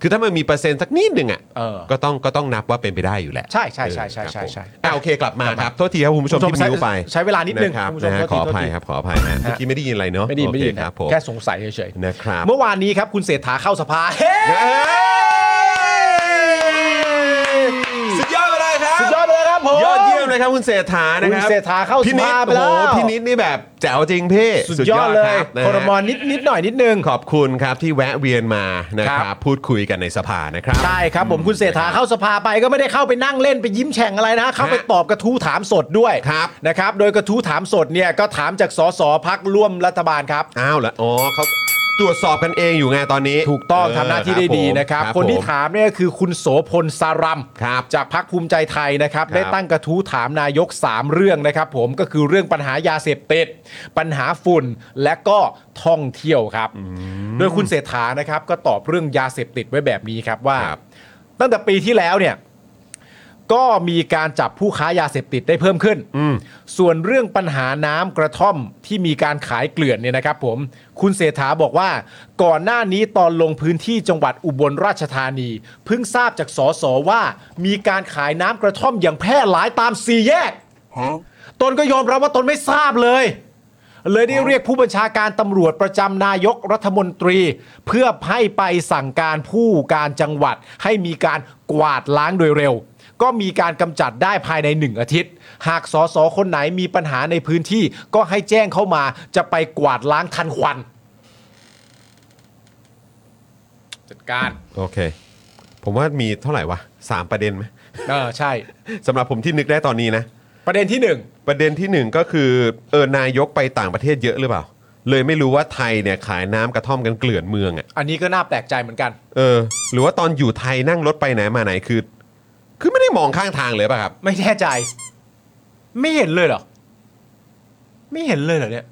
Speaker 1: คือถ้ามันมีเปอร์เซ็นต์สักนิดหนึ่งอ่ะ
Speaker 2: เออ
Speaker 1: ก็ต้องก็ต้องนับว่าเป็นไปได้อยู่แหละ
Speaker 2: ใช่ใช่ใช่ใช่ใช่ใช่
Speaker 1: อ่ะโอเคกลับมาครับ โทษทีครับคุณผู้ชมที่
Speaker 2: คุณผู้ชม
Speaker 1: มิวไป
Speaker 2: ใช้เวลานิดนึง
Speaker 1: ครับ
Speaker 2: คุณผู้ชม
Speaker 1: นะฮะ
Speaker 2: โทษ
Speaker 1: ขออ
Speaker 2: ทีโทษที
Speaker 1: ภัยครับขออภัยนะเมื่อกี้ไม่ได้ยินอะไรเนอะ
Speaker 2: ไม่ได้ยินไม่ได้ยิน
Speaker 1: โอเคครับผม
Speaker 2: แค่สงสัยเฉย
Speaker 1: นะครับ
Speaker 2: ๆเมื่อวานนี้ครับคุณเศรษฐาเข้าสภาเฮ้
Speaker 1: เฮ้ยสุดยอดไปเลยครับ
Speaker 2: สุดยอดเลยครับผม
Speaker 1: ยอดเยี่ยม นะครับคุณเศรษฐานะครับ
Speaker 2: คุณเศรษฐาเข้าสภา
Speaker 1: พี่นิด
Speaker 2: ไปแล้ว
Speaker 1: โอ้โหพี่นิดนี่แบบแจ๋วจริงพี่
Speaker 2: สุดยอดเลย
Speaker 1: รับนะ
Speaker 2: คอร
Speaker 1: ฮะ
Speaker 2: มอนิดนิดหน่อยนิดนึง
Speaker 1: ขอบคุณครับที่แวะเวียนมานะค
Speaker 2: ครั
Speaker 1: รับ
Speaker 2: บ
Speaker 1: พูดคุยกันในสภานะครับ
Speaker 2: ใช่ครับผมคุณเศรษฐาเข้าสภาไปก็ไม่ได้เข้าไปนั่งเล่นไปยิ้มแฉ่งอะไรนะ เข้าไป
Speaker 1: ฮะ
Speaker 2: ตอบกระทู้ถามสดด้วย
Speaker 1: ครับ
Speaker 2: นะครับ โดยกระทู้ถามสดเนี่ยก็ถามจากสสพักร่วมรัฐบาลครับ
Speaker 1: อ้าวละอ๋อเขาตรวจสอบกันเองอยู่ไงตอนนี้
Speaker 2: ถูกต้อง
Speaker 1: เ
Speaker 2: ทำหน้าที่ได้ดีนะครับ
Speaker 1: ผม
Speaker 2: คนที่
Speaker 1: ผม
Speaker 2: ถามเนี่ยคือคุณโสพลสารัม
Speaker 1: ครับ
Speaker 2: จากพักภูมิใจไทยนะครับ
Speaker 1: ครับ
Speaker 2: ได้ตั้งกระทู้ถามนายก 3 เรื่องนะครับ ผมก็คือเรื่องปัญหายาเสพติดปัญหาฝุ่นและก็ท่องเที่ยวครับ โดยคุณเศรษฐานะครับ ก็ตอบเรื่องยาเสพติดไว้แบบนี้ครับว่า
Speaker 1: ครับ
Speaker 2: ตั้งแต่ปีที่แล้วเนี่ยก็มีการจับผู้ค้ายาเสพติดได้เพิ่มขึ้น
Speaker 1: อืม
Speaker 2: ส่วนเรื่องปัญหาน้ำกระท่อมที่มีการขายเกลื่อนเนี่ยนะครับผม คุณเศรษฐาบอกว่า ก่อนหน้านี้ตอนลงพื้นที่จังหวัดอุบลราชธานี เพิ่งทราบจากสสว่า มีการขายน้ำกระท่อมอย่างแพร่หลายตามสี่แยก ตนก็ยอมรับว่าตนไม่ทราบเลย เลยได้เรียกผู้บัญชาการตำรวจประจำนายกรัฐมนตรี เพื่อให้ไปสั่งการผู้การจังหวัด ให้มีการกวาดล้างโดยเร็ว ก็มีการกำจัดได้ภายในหนึ่งอาทิตย์ หากสสคนไหนมีปัญหาในพื้นที่ก็ให้แจ้งเข้ามาจะไปกวาดล้างทันควัน จัดการ
Speaker 1: โอเค ผมว่ามีเท่าไหร่วะสามประเด็นไหม
Speaker 2: เออใช่
Speaker 1: สำหรับผมที่นึกได้ตอนนี้นะ
Speaker 2: ประเด็นที่หนึ่ง
Speaker 1: ประเด็นที่หนึ่งก็คือเออนายกไปต่างประเทศเยอะหรือเปล่า เลยไม่รู้ว่าไทยเนี่ยขายน้ำกระท่อมกันเกลื่อนเมืองอะ่ะ
Speaker 2: อันนี้ก็น่าแปลกใจเหมือนกัน
Speaker 1: เออ หรือว่าตอนอยู่ไทยนั่งรถไปไหนมาไหนคือ คือไม่ได้มองข้างทางเลยป่ะครับ
Speaker 2: ไม่แน่ใจ ไม่เห็นเลยเหรอ ไม่เห็นเลยเหรอเนี่ย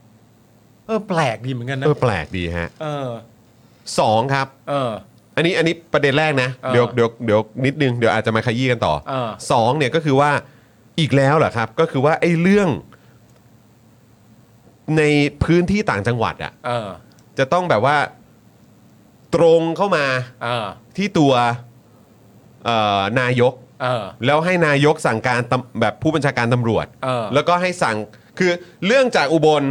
Speaker 2: เออ แปลกดีเหมือนกันนะ
Speaker 1: เออแปลกดีฮะ
Speaker 2: เออ
Speaker 1: สองครับ
Speaker 2: เออ
Speaker 1: อันนี้อันนี้ประเด็นแรกนะ
Speaker 2: เออ
Speaker 1: เดี๋ยวเดี๋ยวเดี๋ยวนิดนึงเดี๋ยวอาจจะมาขยี้กันต่อ
Speaker 2: เออ
Speaker 1: สองเนี่ยก็คือว่าอีกแล้วเหรอครับ ก็คือว่าไอ้เรื่อง ในพื้นที่ต่างจังหวัดอะ่ะ
Speaker 2: เออ
Speaker 1: จะต้องแบบว่าตรงเข้ามา
Speaker 2: เออ
Speaker 1: ที่ตัวเอ่อนายก
Speaker 2: เออ
Speaker 1: แล้วให้นายกสั่งการตำแบบผู้บัญชาการตำรวจ
Speaker 2: เออ
Speaker 1: แล้วก็ให้สั่งคือเรื่องจากอุบล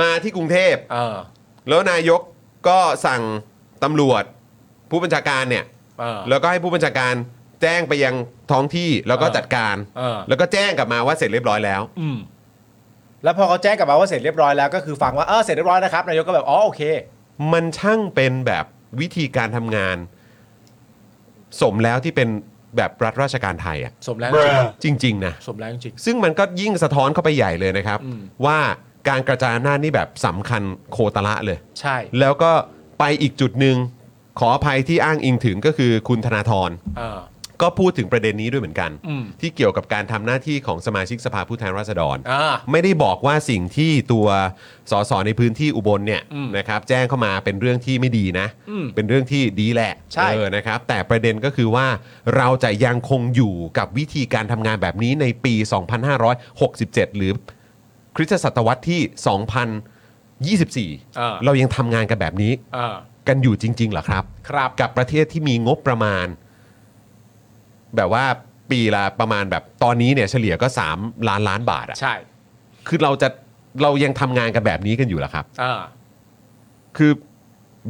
Speaker 1: มาที่กรุงเทพ
Speaker 2: เออ
Speaker 1: แล้วนายกก็สั่งตำรวจ ผู้บัญชาการเนี่ย
Speaker 2: เออ
Speaker 1: แล้วก็ให้ผู้บัญชาการแจ้งไปยังท้องที่แล้วก็
Speaker 2: เออ
Speaker 1: จัดการ
Speaker 2: เออ
Speaker 1: แล้วก็แจ้งกลับมาว่าเสร็จเรียบร้อยแล้ว
Speaker 2: อืม แล้วพอเขาแจ้งกลับมาว่าเสร็จเรียบร้อยแล้วก็คือฟังว่า เออ เสร็จเรียบร้อยนะครับ นายกก็แบบ อ๋อ โอเค
Speaker 1: มันช่างเป็นแบบวิธีการทำงาน สมแล้วที่เป็นแบบรัฐราชการไทยอ่ะ
Speaker 2: สมแล้วจริง
Speaker 1: จริง ๆ นะ
Speaker 2: สมแล้วจริง
Speaker 1: ซึ่งมันก็ยิ่งสะท้อนเข้าไปใหญ่เลยนะครับ
Speaker 2: อืม
Speaker 1: ว่าการกระจายอำนาจนี่แบบสำคัญโคตรละเลย
Speaker 2: ใช่
Speaker 1: แล้วก็ไปอีกจุดหนึ่งขออภัยที่อ้างอิงถึงก็คือคุณธนาธร
Speaker 2: เออ
Speaker 1: ก็พูดถึงประเด็นนี้ด้วยเหมือนกัน
Speaker 2: อืม
Speaker 1: ที่เกี่ยวกับการทำหน้าที่ของสมาชิกสภาผู้แทนราษฎร
Speaker 2: อ่า
Speaker 1: ไม่ได้บอกว่าสิ่งที่ตัวสสในพื้นที่อุบลเนี่ย
Speaker 2: อืม
Speaker 1: นะครับ แจ้งเข้ามาเป็นเรื่องที่ไม่ดีนะ
Speaker 2: อืม
Speaker 1: เป็นเรื่องที่ดีแหละ
Speaker 2: ใช่
Speaker 1: เออนะครับ แต่ประเด็นก็คือว่าเราจะยังคงอยู่กับวิธีการทำงานแบบนี้ในปี 2567 หรือคริสตศตวรรษที่ 2024
Speaker 2: เออ
Speaker 1: เรายังทำงานกันแบบนี้
Speaker 2: เออ
Speaker 1: กันอยู่จริง ๆ เหรอครับ
Speaker 2: ครับ
Speaker 1: กับประเทศที่มีงบประมาณ แบบว่าปีละประมาณแบบตอนนี้เนี่ยเฉลี่ยก็ 3 ล้านล้านบาทอะ
Speaker 2: ใช่
Speaker 1: คือเราจะเรายังทำงานกันแบบนี้กันอยู่เหรอครับ
Speaker 2: อ่า
Speaker 1: คือ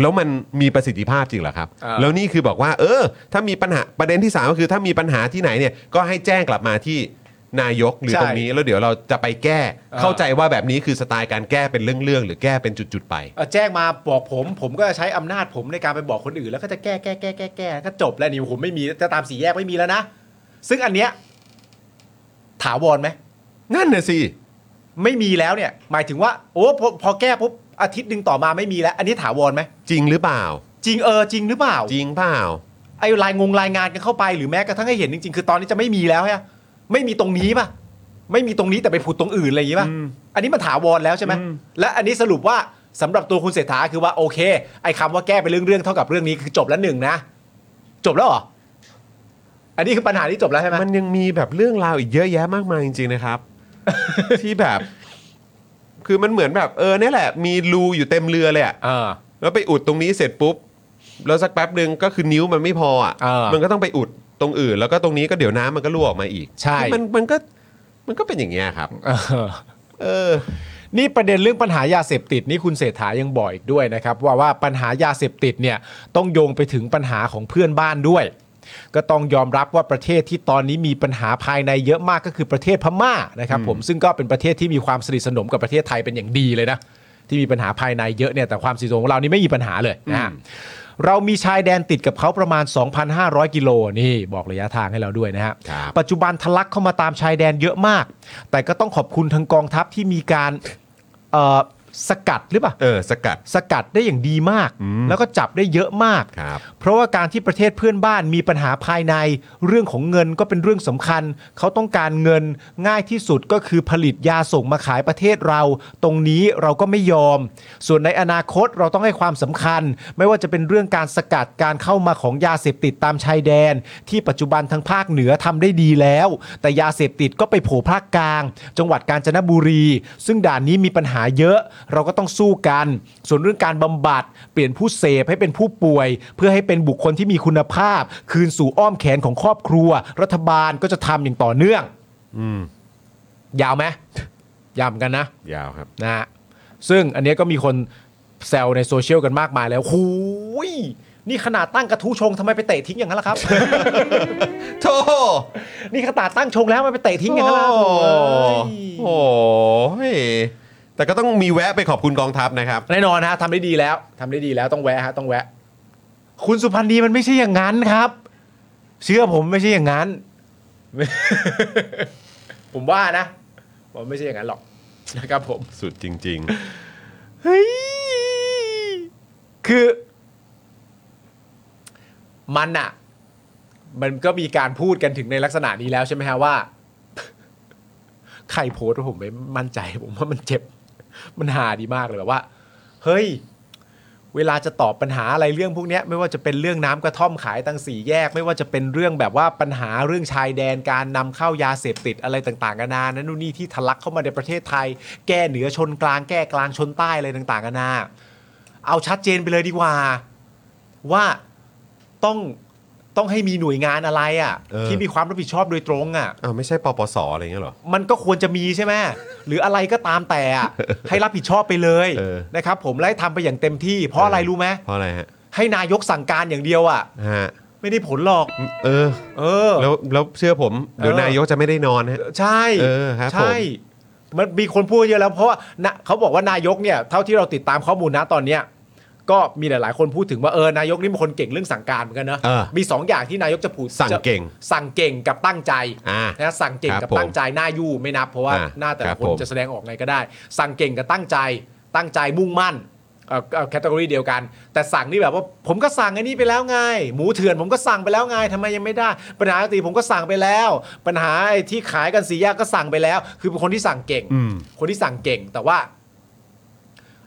Speaker 1: แล้วมันมีประสิทธิภาพจริงเหรอครับ
Speaker 2: อ่า
Speaker 1: แล้วนี่คือบอกว่า เออ ถ้ามีปัญหาประเด็นที่สามก็คือ ถ้ามีปัญหาที่ไหนเนี่ยก็ให้แจ้งกลับมาที่นายกหรือตรงนี้แล้วเดี๋ยวเราจะไปแก้ เข้าใจว่าแบบนี้คือสไตล์การแก้เป็นเรื่องๆหรือแก้เป็นจุดๆไป
Speaker 2: เอ่อแจ้งมาบอกผม ผมก็จะใช้อำนาจผมในการไปบอกคนอื่น แล้วก็จะแก้แก้แก้แก้แก้ก็จบแล้วนี่ผมไม่มีจะตามสีแยกไม่มีแล้วนะ ซึ่งอันเนี้ยถาวรไหม
Speaker 1: นั่นน่ะสิ
Speaker 2: ไม่มีแล้วเนี่ย หมายถึงว่า โอ้พอพอแก้ปุ๊บอาทิตย์หนึ่งต่อมาไม่มีแล้ว อันนี้ถาวรไหม
Speaker 1: จริงหรือเปล่า
Speaker 2: จริงเออจริงหรือเปล่า
Speaker 1: จริงเปล่า
Speaker 2: ไอ้รายงงรายงานกันเข้าไปหรือแม้กระทั่งให้เห็นจริงๆ คือตอนนี้จะไม่มีแล้วฮะไม่มีตรงนี้ป่ะไม่มีตรงนี้แต่ไปผุดตรงอื่นอะไรอย่างงี้ป่ะอันนี้มันถาวรแล้วใช่ไหมและอันนี้สรุปว่าสำหรับตัวคุณเศรษฐาคือว่าโอเค ไอ้คำว่าแก้ไปเรื่องๆเท่ากับเรื่องนี้คือจบแล้วหนึ่งนะจบแล้วเหรออันนี้คือปัญหาที่จบแล้วใช่ไหม
Speaker 1: มันยังมีแบบเรื่องราวอีกเยอะแยะมากมายจริงๆนะครับ ที่แบบ คือมันเหมือนแบบเออเนี่ยแหละ มีรูอยู่เต็มเรือเลยอะ
Speaker 2: เออ
Speaker 1: แล้วไปอุดตรงนี้เสร็จปุ๊บ แล้วสักแป๊บหนึ่งก็คือนิ้วมันไม่พออ่ะ
Speaker 2: เออ
Speaker 1: มันก็ต้องไปอุดตรงอื่น แล้วก็ตรงนี้ก็เดี๋ยวน้ำมันก็รั่วออกมาอีก
Speaker 2: ใช่
Speaker 1: มันมันก็มันก็เป็นอย่างเงี้ยครับ
Speaker 2: เออ
Speaker 1: เออ
Speaker 2: นี่ประเด็นเรื่องปัญหายาเสพติดนี่คุณเศรษฐายังบอกอีกด้วยนะครับว่าว่าปัญหายาเสพติดเนี่ยต้องโยงไปถึงปัญหาของเพื่อนบ้านด้วย ก็ต้องยอมรับว่าประเทศที่ตอนนี้มีปัญหาภายในเยอะมากก็คือประเทศพม่านะครับผมซึ่งก็เป็นประเทศที่มีความสนิทสนมกับประเทศไทยเป็นอย่างดีเลยนะ ที่มีปัญหาภายในเยอะเนี่ยแต่ความสนิทสนมของเรานี่ไม่มีปัญหาเลยนะฮะเรามีชายแดนติดกับเขาประมาณ 2,500 กิโลนี่บอกระยะทางให้เราด้วยนะฮะ
Speaker 1: ครับ
Speaker 2: ปัจจุบันทะลักเข้ามาตามชายแดนเยอะมาก แต่ก็ต้องขอบคุณทางกองทัพที่มีการเอ่อสกัดหรือเปล่า
Speaker 1: เออสกัด
Speaker 2: สกัดได้อย่างดีมาก แล้วก็จับได้เยอะมาก
Speaker 1: ครับ
Speaker 2: เพราะว่าการที่ประเทศเพื่อนบ้านมีปัญหาภายใน เรื่องของเงินก็เป็นเรื่องสำคัญ เขาต้องการเงินง่ายที่สุดก็คือผลิตยาส่งมาขายประเทศเรา ตรงนี้เราก็ไม่ยอม ส่วนในอนาคตเราต้องให้ความสำคัญ ไม่ว่าจะเป็นเรื่องการสกัดการเข้ามาของยาเสพติดตามชายแดน ที่ปัจจุบันทางภาคเหนือทำได้ดีแล้ว แต่ยาเสพติดก็ไปโผล่ภาคกลาง จังหวัดกาญจนบุรี ซึ่งด่านนี้มีปัญหาเยอะ เราก็ต้องสู้กัน ส่วนเรื่องการบำบัด เปลี่ยนผู้เสพให้เป็นผู้ป่วย เพื่อให้เป็นบุคคลที่มีคุณภาพ คืนสู่อ้อมแขนของครอบครัว รัฐบาลก็จะทำอย่างต่อเนื่อง
Speaker 1: อืม
Speaker 2: ยาวไหมยาวเหมือนกันนะ
Speaker 1: ยาวครับ
Speaker 2: นะฮะซึ่งอันเนี้ยก็มีคนแซวในโซเชียลกันมากมายแล้วหูยนี่ขนาดตั้งกระทู้ชงทำไมไปเตะทิ้งอย่างนั้นล่ะครับ
Speaker 1: โท
Speaker 2: นี่ขนาดตั้งชงแล้วทำไมไปเตะทิ้งอย่างนั้นล่ะ
Speaker 1: โอ้โห
Speaker 2: โอ้ย
Speaker 1: โอ้โหแต่ก็ต้องมีแวะไปขอบคุณกองทัพนะครับ
Speaker 2: แน่นอนฮะทำได้ดีแล้วทำได้ดีแล้วต้องแวะฮะต้องแวะ คุณสุพันธ์ดีมันไม่ใช่อย่างนั้นครับ เชื่อผมไม่ใช่อย่างนั้น ผมว่านะผมไม่ใช่อย่างนั้นหรอกนะครับผม
Speaker 1: สุดจริง
Speaker 2: เฮ้ย คือ มันอะมันก็มีการพูดกันถึงในลักษณะนี้แล้วใช่ไหมฮะว่า ใครโพสต์ว่าผมไม่มั่นใจ ผมว่ามันเจ็บ มันหาดีมากเลยแบบว่า เฮ้ย เวลาจะตอบปัญหาอะไรเรื่องพวกเนี้ยไม่ว่าจะเป็นเรื่องน้ำกระท่อมขายตังสี่แยก ไม่ว่าจะเป็นเรื่องแบบว่าปัญหาเรื่องชายแดนการนำเข้ายาเสพติดอะไรต่างๆกันานานั้นนู่นนี่ที่ทะลักเข้ามาในประเทศไทย แก้เหนือชนกลางแก้กลางชนใต้อะไรต่างๆกันานาเอาชัดเจนไปเลยดีกว่า ว่าต้องต้องให้มีหน่วยงานอะไรอะ่ะ
Speaker 1: เออ
Speaker 2: ที่มีความรับผิดชอบโดยตรงอ่ะ
Speaker 1: ๆอ้าวไม่ใช่ปปสอะไรเงี้ยเหรอ
Speaker 2: มันก็ควรจะมีใช่ไหมหรืออะไรก็ตามแต่ อะ ให้รับผิดชอบไปเลย
Speaker 1: เออ
Speaker 2: นะครับ ผมและให้ทำไปอย่างเต็มที่ เพราะอะไรรู้ไหม
Speaker 1: เพราะอะไรฮะ
Speaker 2: ให้นายกสั่งการอย่างเดียวอ่ะ
Speaker 1: ฮะ
Speaker 2: ไม่ได้ผลหรอก
Speaker 1: เออ
Speaker 2: เออ
Speaker 1: แล้วแล้วเชื่อผมเดี๋ยว
Speaker 2: เออ
Speaker 1: นายกจะไม่ได้นอนฮะ
Speaker 2: ใช่
Speaker 1: เออครับผม
Speaker 2: ใช่ มันมีคนพูดเยอะแล้วเพราะว่านะเขาบอกว่านายกเนี่ย เท่าที่เราติดตามข้อมูลนะตอนเนี้ยก็มีหลายๆคนพูดถึงว่าเออนายกนี่เป็นคนเก่งเรื่องสั่งการเหมือนกันนะ
Speaker 1: เออ
Speaker 2: มีสองอย่างที่นายกจะพูด
Speaker 1: สั่งเก่ง
Speaker 2: จะสั่งเก่งกับตั้งใจ
Speaker 1: อ่า
Speaker 2: นะสั่งเก่ง
Speaker 1: ครับ
Speaker 2: กับ
Speaker 1: ผม
Speaker 2: ตั้งใจหน้ายู่ไม่นับ เพราะว่า
Speaker 1: อ่า
Speaker 2: หน้าแต่
Speaker 1: ครั
Speaker 2: ละ
Speaker 1: บ
Speaker 2: ค
Speaker 1: ผ
Speaker 2: น
Speaker 1: ม
Speaker 2: จะแสดงออกไงก็ได้ สั่งเก่งกับตั้งใจ ตั้งใจมุ่งมั่นเอ่อเอ่อแคตตาล็อเดียวกัน แต่สั่งนี่แบบว่าผมก็สั่งไอ้นี่ไปแล้วไง หมูเถื่อนผมก็สั่งไปแล้วไงทำไมยังไม่ได้ ปัญหาตีผมก็สั่งไปแล้ว ปัญหาไอ้ที่ขายกันสีแยกก็สั่งไปแล้ว คือเป็นคนที่สั่งเก่ง
Speaker 1: อืม
Speaker 2: คนที่สั่งเก่งแต่ว่า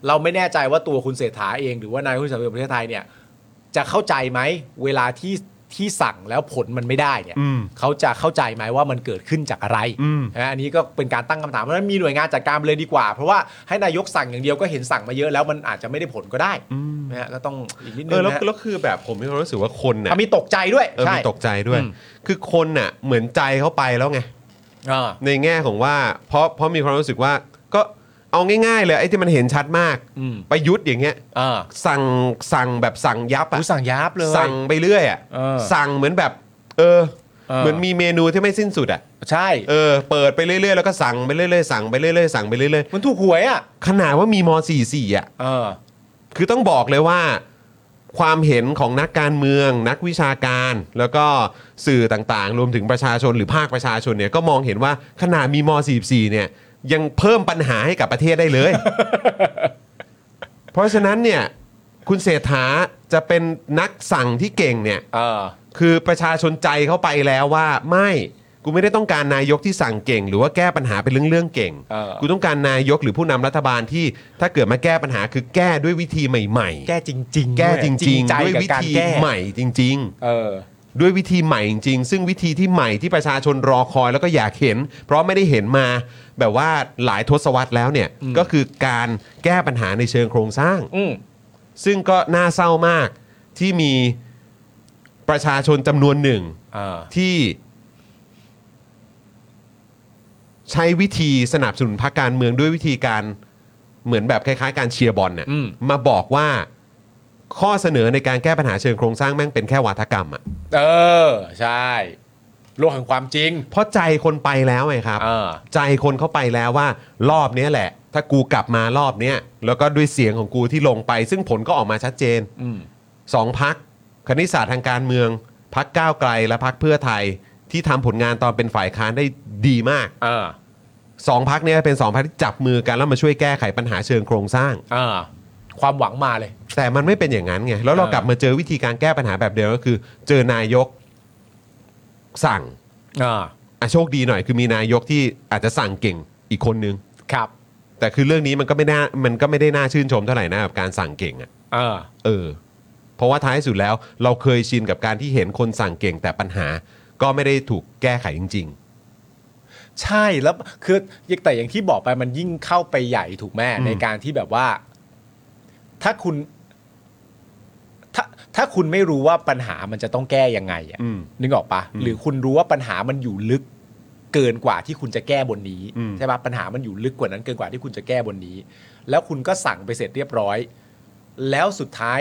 Speaker 2: เราไม่แน่ใจว่าตัวคุณเศรษฐาเอง หรือว่านายกคุณสามีประเทศไทยเนี่ย จะเข้าใจไหมเวลาที่ที่สั่งแล้วผลมันไม่ได้เนี่ย
Speaker 1: อืม
Speaker 2: เขาจะเข้าใจไหมว่ามันเกิดขึ้นจากอะไร
Speaker 1: อืม
Speaker 2: นะอันนี้ก็เป็นการตั้งคำถามเพราะฉะนั้นมีหน่วยงานจัดการไปเลยดีกว่า เพราะว่าให้นายกสั่งอย่างเดียวก็เห็นสั่งมาเยอะแล้วมันอาจจะไม่ได้ผลก็ได้นะฮะก็ต้องอีกนิดนึ
Speaker 1: เอง อแล้ว
Speaker 2: นะฮะ
Speaker 1: แล้วคือแบบผมมีความรู้สึกว่าคนน่ะ
Speaker 2: อ่ะมีตกใจด้วย
Speaker 1: เออ
Speaker 2: ใช่
Speaker 1: มีตกใจด้วย
Speaker 2: อืม
Speaker 1: คือคนน่ะเหมือนใจเขาไปแล้วไง
Speaker 2: อ่า
Speaker 1: ในแง่ของว่าเพราะเพราะมีความรู้สึกว่าก็เอาง่ายๆเลยไอ้ที่มันเห็นชัดมาก
Speaker 2: อืม
Speaker 1: ประยุทธ์อย่างเงี้ย
Speaker 2: อ่า
Speaker 1: สั่งสั่งแบบสั่งยับอะ
Speaker 2: หูสั่งยับเลย
Speaker 1: สั่งไปเรื่อยอะ
Speaker 2: เออ
Speaker 1: สั่งเหมือนแบบ เออ
Speaker 2: เออ
Speaker 1: เหมือนมีเมนูที่ไม่สิ้นสุดอะ
Speaker 2: ใช่
Speaker 1: เออเปิดไปเรื่อยๆแล้วก็สั่งไปเรื่อยๆสั่งไปเรื่อยๆสั่งไปเรื่อย
Speaker 2: มันถูกหวยอ่ะ
Speaker 1: ๆขนาดว่ามีม .44 อ่ะ
Speaker 2: เออ
Speaker 1: คือต้องบอกเลยว่า ความเห็นของนักการเมือง นักวิชาการ แล้วก็สื่อต่างๆ รวมถึงประชาชนหรือภาคประชาชนเนี่ยก็มองเห็นว่าขนาดมีม .44 เนี่ย ยังเพิ่มปัญหาให้กับประเทศได้เลย เพราะฉะนั้นเนี่ย คุณเศรษฐาจะเป็นนักสั่งที่เก่งเนี่ย
Speaker 2: เออ
Speaker 1: คือประชาชนใจเข้าไปแล้วว่าไม่กูไม่ได้ต้องการนายกที่สั่งเก่ง หรือว่าแก้ปัญหาเป็นเรื่องๆเก่ง
Speaker 2: เออ
Speaker 1: กูต้องการนายกหรือผู้นำรัฐบาลที่ถ้าเกิดมาแก้ปัญหาคือแก้ด้วยวิธีใหม่ๆ
Speaker 2: แก้จริงๆ
Speaker 1: แก้จ
Speaker 2: จ
Speaker 1: ริ
Speaker 2: ริ
Speaker 1: ง
Speaker 2: งใจ
Speaker 1: ๆ ด้วย
Speaker 2: กับ
Speaker 1: วิ
Speaker 2: การ
Speaker 1: ธี
Speaker 2: แก้
Speaker 1: ใหม่จริง
Speaker 2: เออ
Speaker 1: ๆ ด้วยวิธีใหม่จริงๆซึ่งวิธีที่ใหม่ที่ประชาชนรอคอยแล้วก็อยากเห็น เพราะไม่ได้เห็นมาแบบว่าหลายทศวรรษแล้วเนี่ย
Speaker 2: อืม
Speaker 1: ก็คือการแก้ปัญหาในเชิงโครงสร้าง
Speaker 2: อืม
Speaker 1: ซึ่งก็น่าเศร้ามากที่มีประชาชนจำนวนหนึ่ง
Speaker 2: เออ
Speaker 1: ที่ใช้วิธีสนับสนุนพรรคการเมืองด้วยวิธีการเหมือนแบบคล้ายๆ การเชียร์บอลเนี่ย
Speaker 2: อืม
Speaker 1: มาบอกว่า ข้อเสนอในการแก้ปัญหาเชิงโครงสร้างแม่งเป็นแค่วาทกรรมอะ
Speaker 2: เออ ใช่ โลกแห่งความจริง
Speaker 1: เพราะใจคนไปแล้วไงครับ
Speaker 2: เออ
Speaker 1: ใจคนเข้าไปแล้วว่ารอบเนี้ยแหละ ถ้ากูกลับมารอบเนี้ยแล้วก็ด้วยเสียงของกูที่ลงไป ซึ่งผลก็ออกมาชัดเจน
Speaker 2: อืม
Speaker 1: สองพักคณิตศาสตร์ทางการเมือง พักก้าวไกลและพักเพื่อไทยที่ทำผลงานตอนเป็นฝ่ายค้านได้ดีมาก
Speaker 2: เออ
Speaker 1: สองพักเนี้ยเป็นสองพักที่จับมือกันแล้วมาช่วยแก้ไขปัญหาเชิงโครงสร้าง
Speaker 2: เออความหวังมาเลย
Speaker 1: แต่มันไม่เป็นอย่างนั้นไง แล้วเรา
Speaker 2: เออ
Speaker 1: กลับมาเจอวิธีการแก้ปัญหาแบบเดิมก็คือ เจอนายกสั่ง
Speaker 2: เออ
Speaker 1: อ่ะโชคดีหน่อย คือมีนายกที่อาจจะสั่งเก่งอีกคนนึง
Speaker 2: ครับ
Speaker 1: แต่คือเรื่องนี้มันก็ไม่น่ามันก็ไม่ได้น่าชื่นชมเท่าไหร่นะกับการสั่งเก่งอะ
Speaker 2: เออ
Speaker 1: เออ เพราะว่าท้ายสุดแล้วเราเคยชินกับการที่เห็นคนสั่งเก่งแต่ปัญหา ก็ไม่ได้ถูกแก้ไขจริง
Speaker 2: ใช่แล้วคือแต่อย่างที่บอกไปมันยิ่งเข้าไปใหญ่ถูกแม่
Speaker 1: อืม
Speaker 2: ในการที่แบบว่า ถ้าคุณ ถ้าถ้าคุณไม่รู้ว่าปัญหามันจะต้องแก้ยังไงอะ
Speaker 1: ๆ อืม
Speaker 2: นึกออกปะ
Speaker 1: อืม
Speaker 2: หรือคุณรู้ว่าปัญหามันอยู่ลึกเกินกว่าที่คุณจะแก้บนนี้
Speaker 1: อืม
Speaker 2: ใช่ปะปัญหามันอยู่ลึกกว่านั้นเกินกว่าที่คุณจะแก้บนนี้ แล้วคุณก็สั่งไปเสร็จเรียบร้อย แล้วสุดท้าย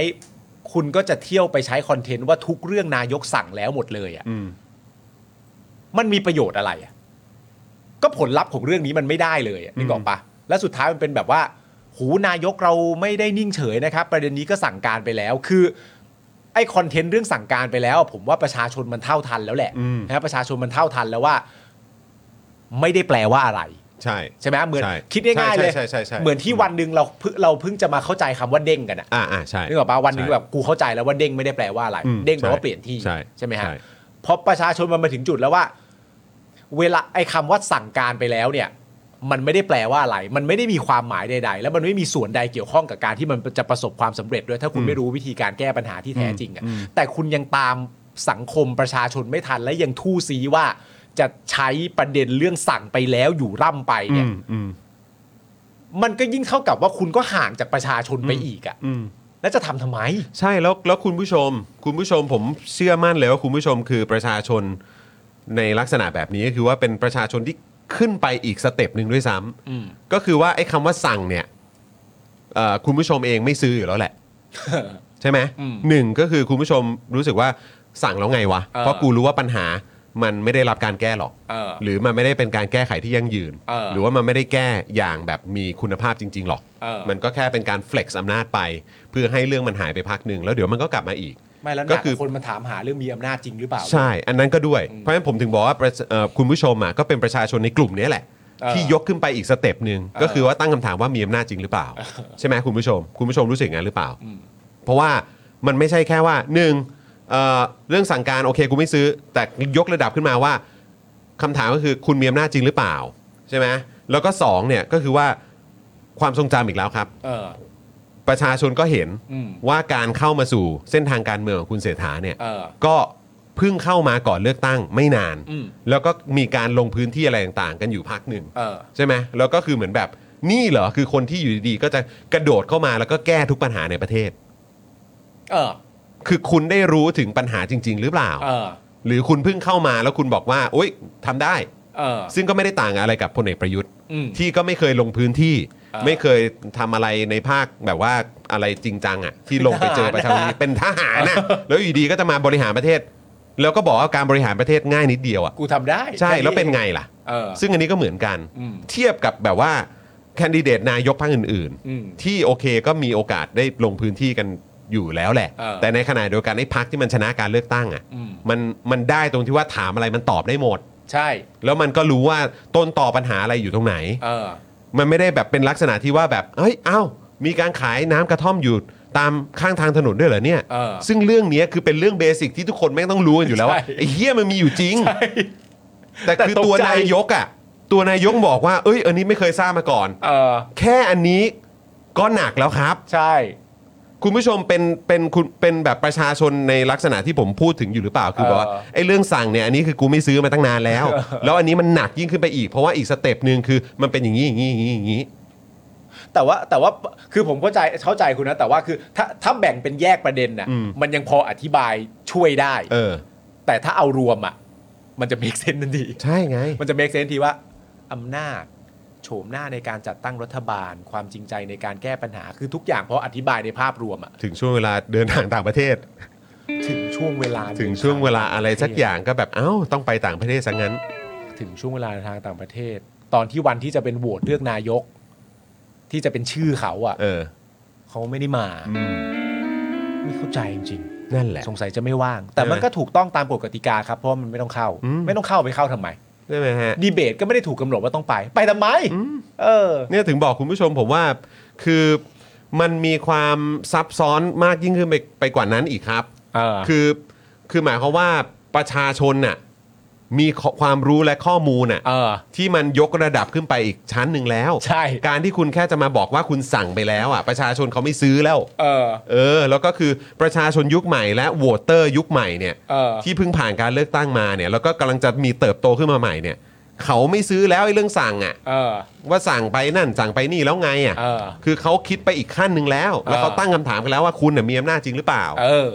Speaker 2: คุณก็จะเที่ยวไปใช้คอนเทนต์ว่าทุกเรื่องนายกสั่งแล้วหมดเลยอะ
Speaker 1: อืม
Speaker 2: มันมีประโยชน์อะไรอะก็ผลลัพธ์ของเรื่องนี้มันไม่ได้เลยอะนึกออกปะและสุดท้ายมันเป็นแบบว่า หูนายกเราไม่ได้นิ่งเฉยนะครับ ประเด็นนี้ก็สั่งการไปแล้ว คือ ไอคอนเทนต์เรื่องสั่งการไปแล้วอะผมว่าประชาชนมันเท่าทันแล้วแหละ
Speaker 1: อืม
Speaker 2: นะประชาชนมันเท่าทันแล้วว่า ไม่ได้แปลว่าอะไร
Speaker 1: ใช่
Speaker 2: ใช่ไหมเหมือน
Speaker 1: ใช่
Speaker 2: คิดง่ายๆเลย
Speaker 1: ใช่ใช่ใช่ใช่
Speaker 2: เหมือนที่วันหนึ่งเราเพิ่งเราเพิ่งจะมาเข้าใจคำว่าเด้งกันอะ
Speaker 1: อ่าอ่าใช่
Speaker 2: นึกออกปะวันหนึ่ง
Speaker 1: ใช่
Speaker 2: แบบกูเข้าใจแล้วว่าเด้งไม่ได้แปลว่าอะไร
Speaker 1: อืม
Speaker 2: เด้งแปลว่า
Speaker 1: ใช่
Speaker 2: เปลี่ยนที่
Speaker 1: ใช่
Speaker 2: ไหมฮะ
Speaker 1: ใช่
Speaker 2: พอประชาชนมันมาถึงจุดแล้วว่า เวลาไอ้คำว่าสั่งการไปแล้วเนี่ย มันไม่ได้แปลว่าอะไร มันไม่ได้มีความหมายใด ๆ แล้วมันไม่มีส่วนใดเกี่ยวข้องกับการที่มันจะประสบความสำเร็จด้วยถ้าคุณไม่รู้วิธีการแก้ปัญหาที่แท้จริงอะแต่คุณยังตามสังคมประชาชนไม่ทันและยังทู่ซีว่า จะใช้ประเด็นเรื่องสั่งไปแล้วอยู่ร่ำไป
Speaker 1: อื
Speaker 2: เนี่ย
Speaker 1: มอืม
Speaker 2: มันก็ยิ่งเท่ากับว่าคุณก็ห่างจากประชาชนไปอีกอะ
Speaker 1: อืม
Speaker 2: แล้วจะทำทำไม
Speaker 1: ใช่แล้วแล้วคุณผู้ชม คุณผู้ชมผมเชื่อมั่นเลยว่าคุณผู้ชมคือประชาชนในลักษณะแบบนี้ก็คือว่าเป็นประชาชนที่ขึ้นไปอีกสเต็ปหนึ่งด้วยซ้
Speaker 2: อืม
Speaker 1: ำก็คือว่าไอ้คำว่าสั่งเนี่ยเอ่อคุณผู้ชมเองไม่ซื้ออยู่แล้วแหละ ใช่ไหมหนึ่งก็คือคุณผู้ชมรู้สึกว่าสั่งแล้วไงวะ เพราะกูรู้ว่าปัญหามันไม่ได้รับการแก้หรอก
Speaker 2: เออ
Speaker 1: หรือมันไม่ได้เป็นการแก้ไขที่ยั่งยืน
Speaker 2: เออ
Speaker 1: หรือว่ามันไม่ได้แก้อย่างแบบมีคุณภาพจริง ๆ หรอก
Speaker 2: เออ
Speaker 1: มันก็แค่เป็นการ flex อำนาจไป เพื่อให้เรื่องมันหายไปพักหนึ่งแล้วเดี๋ยวมันก็กลับมาอีก
Speaker 2: ไม่แล้ว
Speaker 1: ก็
Speaker 2: ก็
Speaker 1: คื
Speaker 2: คือ อคนมาถามหาเรื่องมีอำนาจจริงหรือเปล่า
Speaker 1: ใช่ อันนั้นก็ด้วย เพราะฉะนั้นผมถึงบอกว่าประชเอ่อคุณผู้ชมอ่ะก็เป็นประชาชนในกลุ่มเนี้ยแหละ
Speaker 2: เออ
Speaker 1: ที่ยกขึ้นไปอีกสเต็ปหนึ่ง
Speaker 2: เออ
Speaker 1: ก็คือว่าตั้งคำถามว่ามีอำนาจจริงหรือเป ล่า ใช่ไหมคุณผู้ชม คุณผู้ชมรู้สึกอย่างนั้นหรือเปล่า
Speaker 2: อืม
Speaker 1: เพราะว่ามันไม่ใช่แค่ว่าหนึ่งเอ่อเรื่องสั่งการโอเคกูไม่ซื้อ แต่ยกระดับขึ้นมาว่าคำถามก็คือคุณมีอำนาจจริงหรือเปล่าใช่ไหมแล้วก็สองเนี่ยก็คือว่าความทรงจำอีกแล้วครับ
Speaker 2: เออ
Speaker 1: ประชาชนก็เห็น
Speaker 2: อืม
Speaker 1: ว่าการเข้ามาสู่เส้นทางการเมืองของคุณเศรษฐาเนี่ย
Speaker 2: เออ
Speaker 1: ก็เพิ่งเข้ามาก่อนเลือกตั้งไม่นาน
Speaker 2: อืม
Speaker 1: แล้วก็มีการลงพื้นที่อะไรต่างๆ กันอยู่พักหนึ่ง
Speaker 2: เออ
Speaker 1: ใช่ไหมแล้วก็คือเหมือนแบบนี่เหรอคือคนที่อยู่ดีๆ ก็จะกระโดดเข้ามาแล้วก็แก้ทุกปัญหาในประเทศ
Speaker 2: เออ
Speaker 1: คือคุณได้รู้ถึงปัญหาจริง ๆ หรือเปล่า
Speaker 2: เออ
Speaker 1: หรือคุณเพิ่งเข้ามาแล้วคุณบอกว่าโอ๊ยทำได้
Speaker 2: เออ
Speaker 1: ซึ่งก็ไม่ได้ต่างอะไรกับพลเอกประยุทธ์
Speaker 2: อืม
Speaker 1: ที่ก็ไม่เคยลงพื้นที่
Speaker 2: อ่า
Speaker 1: ไม่เคยทำอะไรในภาคแบบว่าอะไรจริงจังอะ่ะที่ลงไปเจอประชาช นเป็นทหารนะแล้วอยู่ดีก็จะมาบริหารประเทศ แล้วก็บอกว่าการบริหารประเทศง่ายนิดเดียวอะ่ะ
Speaker 2: กูทำได้
Speaker 1: ใช่แล้วเป็นไงล่ะ
Speaker 2: เออ
Speaker 1: ซึ่งอันนี้ก็เหมือนกัน
Speaker 2: อืม
Speaker 1: เทียบกับแบบว่าแคนดิเดตนายกพรรคอื่น
Speaker 2: อืม
Speaker 1: ๆ ที่โอเคก็มีโอกาสได้ลงพื้นที่กันอยู่แล้วแหละ
Speaker 2: เออ
Speaker 1: แต่ในขณะเดียวกันไอ้พักที่มันชนะการเลือกตั้งอะ่ะ
Speaker 2: อืม
Speaker 1: มันมันได้ตรงที่ว่าถามอะไรมันตอบได้หมด
Speaker 2: ใช่
Speaker 1: แล้วมันก็รู้ว่าต้นต่อปัญหาอะไรอยู่ตรงไหน
Speaker 2: เออ
Speaker 1: มันไม่ได้แบบเป็นลักษณะที่ว่าแบบ เฮ้ย เอ้า มีการขายน้ำกระท่อมอยู่ตามข้างทางถนนด้วยเหรอเนี่ย
Speaker 2: เออ
Speaker 1: ซึ่งเรื่องเนี้ยคือเป็นเรื่องเบสิกที่ทุกคนแม่งต้องรู้กันอยู่แล้วว่า
Speaker 2: ใช่
Speaker 1: ไอ้เฮี้ยมันมีอยู่จริง
Speaker 2: ใช่
Speaker 1: แต่
Speaker 2: แต่
Speaker 1: คือ
Speaker 2: ตกใจ
Speaker 1: ตัวนายกอ่ะ ตัวนายกบอกว่า เอ้ย อันนี้ไม่เคยทราบมาก่อน
Speaker 2: เออ
Speaker 1: แค่อันนี้ก็หนักแล้วครับ
Speaker 2: ใช่
Speaker 1: คุณผู้ชมเป็นเป็นคุณเป็นแบบประชาชนในลักษณะที่ผมพูดถึงอยู่หรือเปล่าคือ
Speaker 2: เออ
Speaker 1: แบบว่าไอ้เรื่องสั่งเนี่ยอันนี้คือกูไม่ซื้อมาตั้งนานแล้ว แล้วอันนี้มันหนักยิ่งขึ้นไปอีกเพราะว่าอีกสเต็ปหนึ่งคือมันเป็นอย่างนี้อย่างนี้อย่างนี้อย่างนี้
Speaker 2: แต่ว่าแต่ว่าคือผมเข้าใจเข้าใจคุณนะ แต่ว่าคือถ้าถ้าแบ่งเป็นแยกประเด็นน่ะ
Speaker 1: อืม
Speaker 2: มันยังพออธิบายช่วยได้
Speaker 1: เออ
Speaker 2: แต่ถ้าเอารวมอ่ะ มันจะ make sense ทันที
Speaker 1: ใช่ไง
Speaker 2: มันจะ make sense ทีว่าอำนาจ โฉมหน้าในการจัดตั้งรัฐบาล ความจริงใจในการแก้ปัญหาคือทุกอย่างเพราะอธิบายในภาพรวมอะ
Speaker 1: ถึงช่วงเวลาเดินทางต่างประเท ศ
Speaker 2: ถึงช่วงเวลา
Speaker 1: ถึงช่วงเวลาอะไรสักอย่างก็แบบเอ้าต้องไปต่างประเทศซะงั้น
Speaker 2: ถึงช่วงเวลาทางต่างประเทศ ตอนที่วันที่จะเป็นโหวตเลือกนายก ที่จะเป็นชื่อเขาอะ
Speaker 1: เออ
Speaker 2: เขาไม่ได้มา
Speaker 1: อืม
Speaker 2: ไม่เข้าใจจริงๆ
Speaker 1: นั่นแหละ
Speaker 2: สงสัยจะไม่ว่าง แต่มันก็ถูกต้องตามกฎกติกาครับเพราะมันไม่ต้องเข้า
Speaker 1: อืม
Speaker 2: ไม่ต้องเข้าไปเข้าทำไม
Speaker 1: ใช่ไหมฮะ
Speaker 2: ดีเบตก็ไม่ได้ถูกกำหนดว่าต้องไป ไปทำไม เออ
Speaker 1: เนี่ยถึงบอกคุณผู้ชมผมว่าคือมันมีความซับซ้อนมากยิ่งขึ้นไปไปกว่านั้นอีกครับ
Speaker 2: เออ
Speaker 1: คือคือหมายความว่าประชาชนน่ะมีข้อความรู้และข้อมูลน่ะ
Speaker 2: เออ
Speaker 1: ที่มันยกระดับขึ้นไปอีกชั้นหนึ่งแล้ว
Speaker 2: ใช่
Speaker 1: การที่คุณแค่จะมาบอกว่าคุณสั่งไปแล้วอ่ะประชาชนเขาไม่ซื้อแล้ว
Speaker 2: เออ
Speaker 1: เออ แล้วก็คือประชาชนยุคใหม่และโหวตเตอร์ยุคใหม่เนี่ย
Speaker 2: เออ
Speaker 1: ที่เพิ่งผ่านการเลือกตั้งมาเนี่ยแล้วก็กำลังจะมีเติบโตขึ้นมาใหม่เนี่ยเขาไม่ซื้อแล้วไอ้เรื่องสั่งอ่ะ
Speaker 2: เออ
Speaker 1: ว่าสั่งไปนั่นสั่งไปนี่แล้วไงอ่ะ
Speaker 2: เออ
Speaker 1: คือเขาคิดไปอีกขั้นหนึ่งแล้ว แล้ว
Speaker 2: เออ
Speaker 1: เขาตั้งคำถามกันแล้วว่าคุณน่ะมีอำนาจจริงหรือเปล่า
Speaker 2: เออ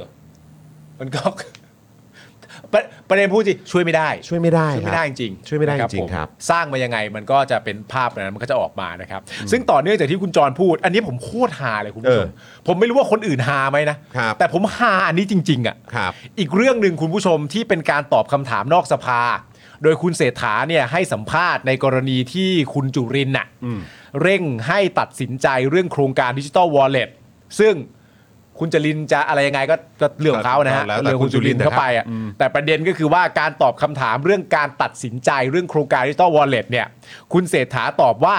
Speaker 2: มันก็ ประประเด็นพูดสิช่วยไม่ได้
Speaker 1: ช่วยไม่ได้
Speaker 2: ช่วย
Speaker 1: ค
Speaker 2: ไม่
Speaker 1: รั
Speaker 2: ได้
Speaker 1: บ
Speaker 2: จริง
Speaker 1: ช่วยไม่ได้
Speaker 2: นะ
Speaker 1: จริง
Speaker 2: ผม
Speaker 1: ครับ
Speaker 2: สร้างมายังไงมันก็จะเป็นภาพแบบนั้นมันก็จะออกมานะครับ ซึ่งต่อเนื่องจากที่คุณจรพูด อันนี้ผมโคตรฮาเลยคุณผู้ชม
Speaker 1: เอ
Speaker 2: ผมไม่รู้ว่าคนอื่นฮาไหมนะครับ แต่ผมฮาอันนี้จริง ๆ อ่ะ
Speaker 1: ครับ
Speaker 2: อีกเรื่องหนึ่งคุณผู้ชมที่เป็นการตอบคำถามนอกสภา โดยคุณเศรษฐาเนี่ยให้สัมภาษณ์ในกรณีที่คุณจุรินทร์น่ะเร่งให้ตัดสินใจเรื่องโครงการดิจิ t a ลวอลเล็ตซึ่งคุณจรินทร์จะอะไรยังไงก็ก็เรื่องของเขานะฮะ
Speaker 1: แล้วแต่
Speaker 2: เรื่องคุณจุรินทร์เข้าไปอ่ะ
Speaker 1: อืม
Speaker 2: แต่ประเด็นก็คือว่าการตอบคำถามเรื่องการตัดสินใจเรื่องโครงการดิจิ t a ลวอลเล็ตเนี่ย คุณเศรษฐาตอบว่า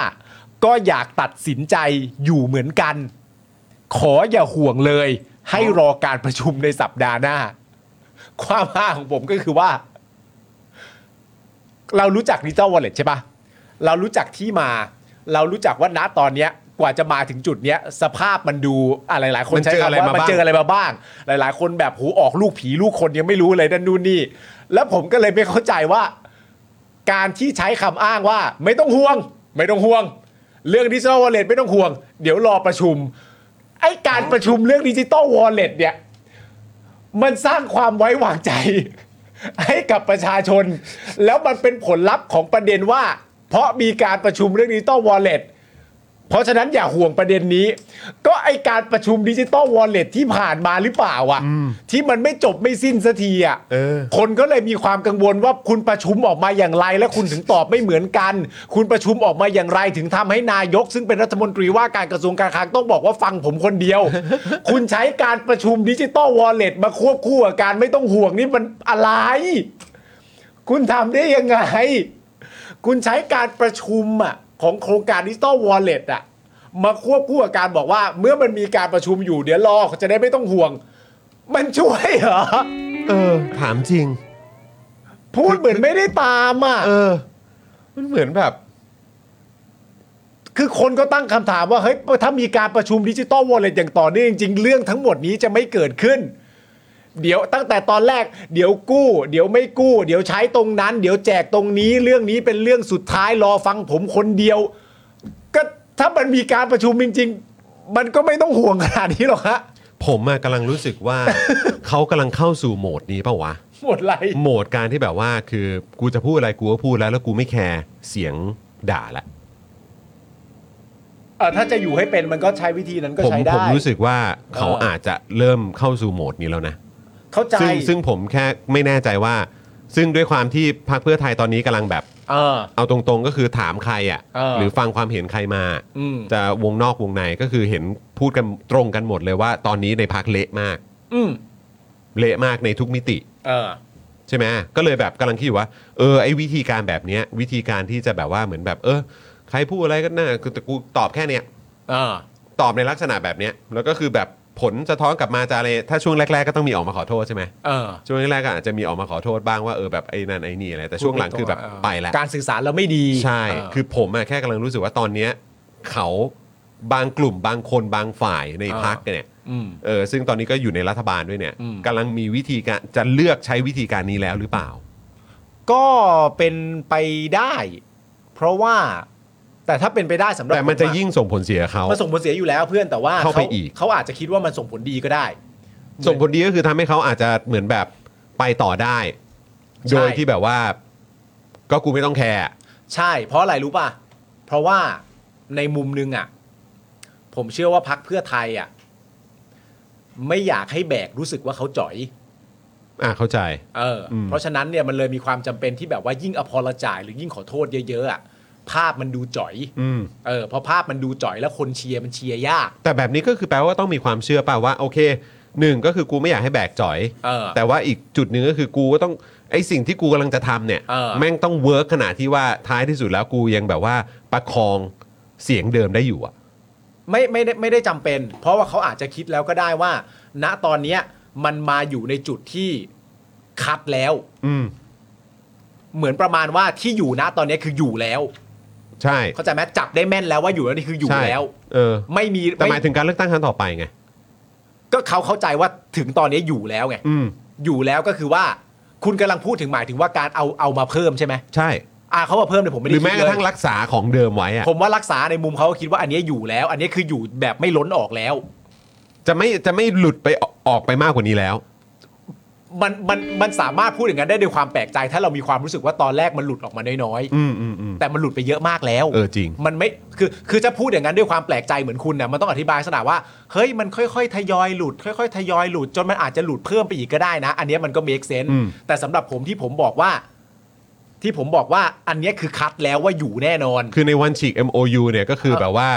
Speaker 2: ก็อยากตัดสินใจอยู่เหมือนกัน ขออย่าห่วงเลย ให้รอการประชุมในสัปดาห์หน้า ความห้าของผมก็คือว่า เรารู้จักดิจิ t a ลวอลเล็ตใช่ปะเรารู้จักที่มา เรารู้จักว่าณตอนเนี้ยกว่าจะมาถึงจุดเนี้ย สภาพมันดูอะไรหลายคน
Speaker 1: มัน
Speaker 2: ใช้
Speaker 1: เจออะไร
Speaker 2: คำว่า
Speaker 1: มา
Speaker 2: มัน
Speaker 1: บ้าง
Speaker 2: เจออะไรมาบ้าง หลาย ๆ คนแบบหูออกลูกผีลูกคนยังไม่รู้เลยนั่นนู่นนี่ แล้วผมก็เลยไม่เข้าใจว่า การที่ใช้คำอ้างว่า ไม่ต้องห่วง ไม่ต้องห่วง เรื่องดิจิ t a ลวอลเล็ตไม่ต้องห่วง เดี๋ยวรอประชุม ไอ้การประชุมเรื่องดิจิ t a ลวอลเล็ตเนี่ย มันสร้างความไว้วางใจ ให้กับประชาชน แล้วมันเป็นผลลัพธ์ของประเด็นว่า เพราะมีการประชุมเรื่องดิจิตอลวอลเล็ตเพราะฉะนั้นอย่าห่วงประเด็นนี้ ก็ไอการประชุมดิจิตอลวอลเล็ตที่ผ่านมาหรือเปล่าอะที่มันไม่จบไม่สิ้นสักทีอะ
Speaker 1: เออ
Speaker 2: คนก็เลยมีความกังวลว่าคุณประชุมออกมาอย่างไร และคุณถึงตอบไม่เหมือนกัน คุณประชุมออกมาอย่างไร ถึงทำให้นายก ซึ่งเป็นรัฐมนตรีว่าการกระทรวงการคลังต้องบอกว่าฟังผมคนเดียว คุณใช้การประชุมดิจิตอลวอลเล็ตมาควบคู่กับการไม่ต้องห่วงนี่มันอะไร คุณทำได้ยังไง คุณใช้การประชุมอะของโครงการดิจิตอลวอลเล็ตอะมาควบคู่กับการบอกว่า เมื่อมันมีการประชุมอยู่เดี๋ยวรอจะได้ไม่ต้องห่วง มันช่วยเหรอ
Speaker 1: เออ ถามจริง
Speaker 2: พูดเหมือนไม่ได้ตามอ่ะ
Speaker 1: เออ มันเหมือนแบบ
Speaker 2: คือคนก็ตั้งคำถามว่าเฮ้ยถ้ามีการประชุมดิจิตอลวอลเล็ตอย่างต่อเนื่องจริงๆเรื่องทั้งหมดนี้จะไม่เกิดขึ้น เดี๋ยวตั้งแต่ตอนแรก เดี๋ยวกู้ เดี๋ยวไม่กู้ เดี๋ยวใช้ตรงนั้น เดี๋ยวแจกตรงนี้เรื่องนี้เป็นเรื่องสุดท้ายรอฟังผมคนเดียว ก็ถ้ามันมีการประชุมจริง ๆ มันก็ไม่ต้องห่วงขนาดนี้หรอกฮะ
Speaker 1: ผมอะกำลังรู้สึกว่า เขากำลังเข้าสู่โหมดนี้เปล่าวะ
Speaker 2: หมดไร
Speaker 1: โหมดการที่แบบว่าคือกูจะพูดอะไรกูก็พูดแล้วแล้วกูไม่แคร์เสียงด่าละ
Speaker 2: เออถ้าจะอยู่ให้เป็นมันก็ใช้วิธีนั้นก็
Speaker 1: ผม
Speaker 2: ใช้ได้
Speaker 1: ผมรู้สึกว่าเขา
Speaker 2: เอออ
Speaker 1: อาจจะเริ่มเข้าสู่โหมดนี้แล้วนะ
Speaker 2: เข้าใจ
Speaker 1: ซึ่งซึ่งผมแค่ไม่แน่ใจว่า ซึ่งด้วยความที่พรรคเพื่อไทยตอนนี้กำลังแบบ
Speaker 2: เออ
Speaker 1: เอาตรงๆก็คือถามใครอ่ะ
Speaker 2: เออ
Speaker 1: หรือฟังความเห็นใครมา
Speaker 2: อืม
Speaker 1: จะวงนอกวงในก็คือเห็นพูดกันตรงกันหมดเลยว่า ตอนนี้ในพักเละมาก
Speaker 2: อืม
Speaker 1: เละมากในทุกมิติ
Speaker 2: เออ
Speaker 1: ใช่ไหมก็เลยแบบกำลังคิดอยู่ว่าเออไอ้วิธีการแบบเนี้ยวิธีการที่จะแบบว่าเหมือนแบบ เออ ใครพูดอะไรก็น่าคือแต่กูตอบแค่เนี้ย
Speaker 2: เออ
Speaker 1: ตอบในลักษณะแบบเนี้ยแล้วก็คือแบบผลสะท้อนกลับมาจะอะไรถ้าช่วงแรก ๆ ก็ต้องมีออกมาขอโทษใช่ไหม
Speaker 2: เออ
Speaker 1: ช่วงแรกๆก็อาจจะมีออกมาขอโทษบ้างว่าเออแบบไอ้นั่นไอ้นี่อะไรแต่ช่วงหลังคือแบบไปแล้ว
Speaker 2: การสื่อสารเราไม่ดี
Speaker 1: ใช่
Speaker 2: เ
Speaker 1: คือผมอะแค่กำลังรู้สึกว่าตอนเนี้ยเขาบางกลุ่มบางคนบางฝ่ายในพักเนี่ย
Speaker 2: ม
Speaker 1: เออซึ่งตอนนี้ก็อยู่ในรัฐบาลด้วยเนี่ย
Speaker 2: อืม
Speaker 1: กำลังมีวิธีการจะเลือกใช้วิธีการนี้แล้วหรือเปล่า
Speaker 2: ก็เป็นไปได้ เพราะว่าแต่ถ้าเป็นไปได้สำหรับ
Speaker 1: แต่มันจะ
Speaker 2: ผอ
Speaker 1: ยิ่งส่งผลเสียเขา
Speaker 2: มันส่งผลเสียอยู่แล้วเพื่อนแต่ว่า
Speaker 1: เข้าไปอีก
Speaker 2: เขาอาจจะคิดว่ามันส่งผลดีก็ได้
Speaker 1: ส่งผลดีก็คือทำให้เขาอาจจะเหมือนแบบไปต่อได้
Speaker 2: ใช่
Speaker 1: โดยที่แบบว่า ก็กูไม่ต้องแคร์
Speaker 2: ใช่ เพราะอะไรรู้ป่ะ เพ เพราะว่าในมุมนึงอ่ะ ผมเชื่อว่าพักเพื่อไทยอ่ะ ไม่อยากให้แบกรู้สึกว่าเขาจ่อย
Speaker 1: อ่าเข้าใจ
Speaker 2: เอออ
Speaker 1: ม
Speaker 2: เพราะฉะนั้นเนี่ยมันเลยมีความจำเป็นที่แบบว่ายิ่งอภรจ่ายหรือยิ่งขอโทษเยอะๆอ่ะภาพมันดูจ่อย
Speaker 1: อืม
Speaker 2: เออเพราะภาพมันดูจ่อยแล้วคนเชียร์มันเชียร์ยาก
Speaker 1: แต่แบบนี้ก็คือแปลว่าต้องมีความเชื่อป่ะว่าโอเคหนึ่งก็คือกูไม่อยากให้แบกจ่อย
Speaker 2: เออ
Speaker 1: แต่ว่าอีกจุดหนึ่งก็คือกูก็ต้องไอสิ่งที่กูกำลังจะทำเนี่ย
Speaker 2: เออ
Speaker 1: แม่งต้องเวิร์กขนาดที่ว่าท้ายที่สุดแล้วกูยังแบบว่าประคองเสียงเดิมได้อยู่อะ
Speaker 2: ไม่ไม่ได้ไม่ได้จำเป็น เพราะว่าเขาอาจจะคิดแล้วก็ได้ว่า ณตอนเนี้ยมันมาอยู่ในจุดที่คัดแล้ว
Speaker 1: อืม
Speaker 2: เหมือนประมาณว่าที่อยู่ณตอนเนี้ยคืออยู่แล้ว
Speaker 1: ใช่
Speaker 2: เข้าใจไหมจับได้แม่นแล้วว่าอยู่แล้วนี่คืออยู่
Speaker 1: ใช่
Speaker 2: แล้ว
Speaker 1: เออ
Speaker 2: ไม่มี
Speaker 1: แต่หมาย
Speaker 2: ไ
Speaker 1: ถึงการเลือกตั้งครั้งต่อไปไง
Speaker 2: ก็เขาเข้าใจว่าถึงตอนนี้อยู่แล้วไง
Speaker 1: อืม
Speaker 2: อยู่แล้วก็คือว่าคุณกำลังพูดถึงหมายถึงว่าการเอาเอามาเพิ่มใช่ไหม
Speaker 1: ใช่
Speaker 2: อ่าเขามาเพิ่มเนี่ยผมไม่
Speaker 1: หรือ
Speaker 2: ได้คิ
Speaker 1: แม้
Speaker 2: ด
Speaker 1: ก
Speaker 2: เล
Speaker 1: ระทั่ง
Speaker 2: ย
Speaker 1: รักษาของเดิมไว้อะ
Speaker 2: ผมว่ารักษาในมุมเขาก็คิดว่าอันเนี้ยอยู่แล้ว อันเนี้ยคืออยู่แบบไม่ล้นออกแล้ว
Speaker 1: จะไม่จะไม่หลุดไปออกออกไปมากกว่านี้แล้ว
Speaker 2: มันมันมันสามารถพูดอย่างนั้นได้ด้วยความแปลกใจ ถ้าเรามีความรู้สึกว่าตอนแรกมันหลุดออกมาน้อย
Speaker 1: อืมอืมอืม
Speaker 2: ๆแต่มันหลุดไปเยอะมากแล้ว
Speaker 1: เออจริง
Speaker 2: มันไม่คือคือจะพูดอย่างนั้นด้วยความแปลกใจเหมือนคุณนะมันต้องอธิบายสนาว่าเฮ้ยมันค่อยๆทยอยหลุด ค่อยๆทยอยหลุดจนมันอาจจะหลุดเพิ่มไปอีกก็ได้นะ อันเนี้ยมันก็ make sense
Speaker 1: อืม
Speaker 2: แต่สำหรับผมที่ผมบอกว่า ที่ผมบอกว่าอันเนี้ยคือคัดแล้วว่าอยู่แน่นอน
Speaker 1: คือในวันฉีก MOU เนี่ยก็คือ
Speaker 2: เออ
Speaker 1: แบบว่า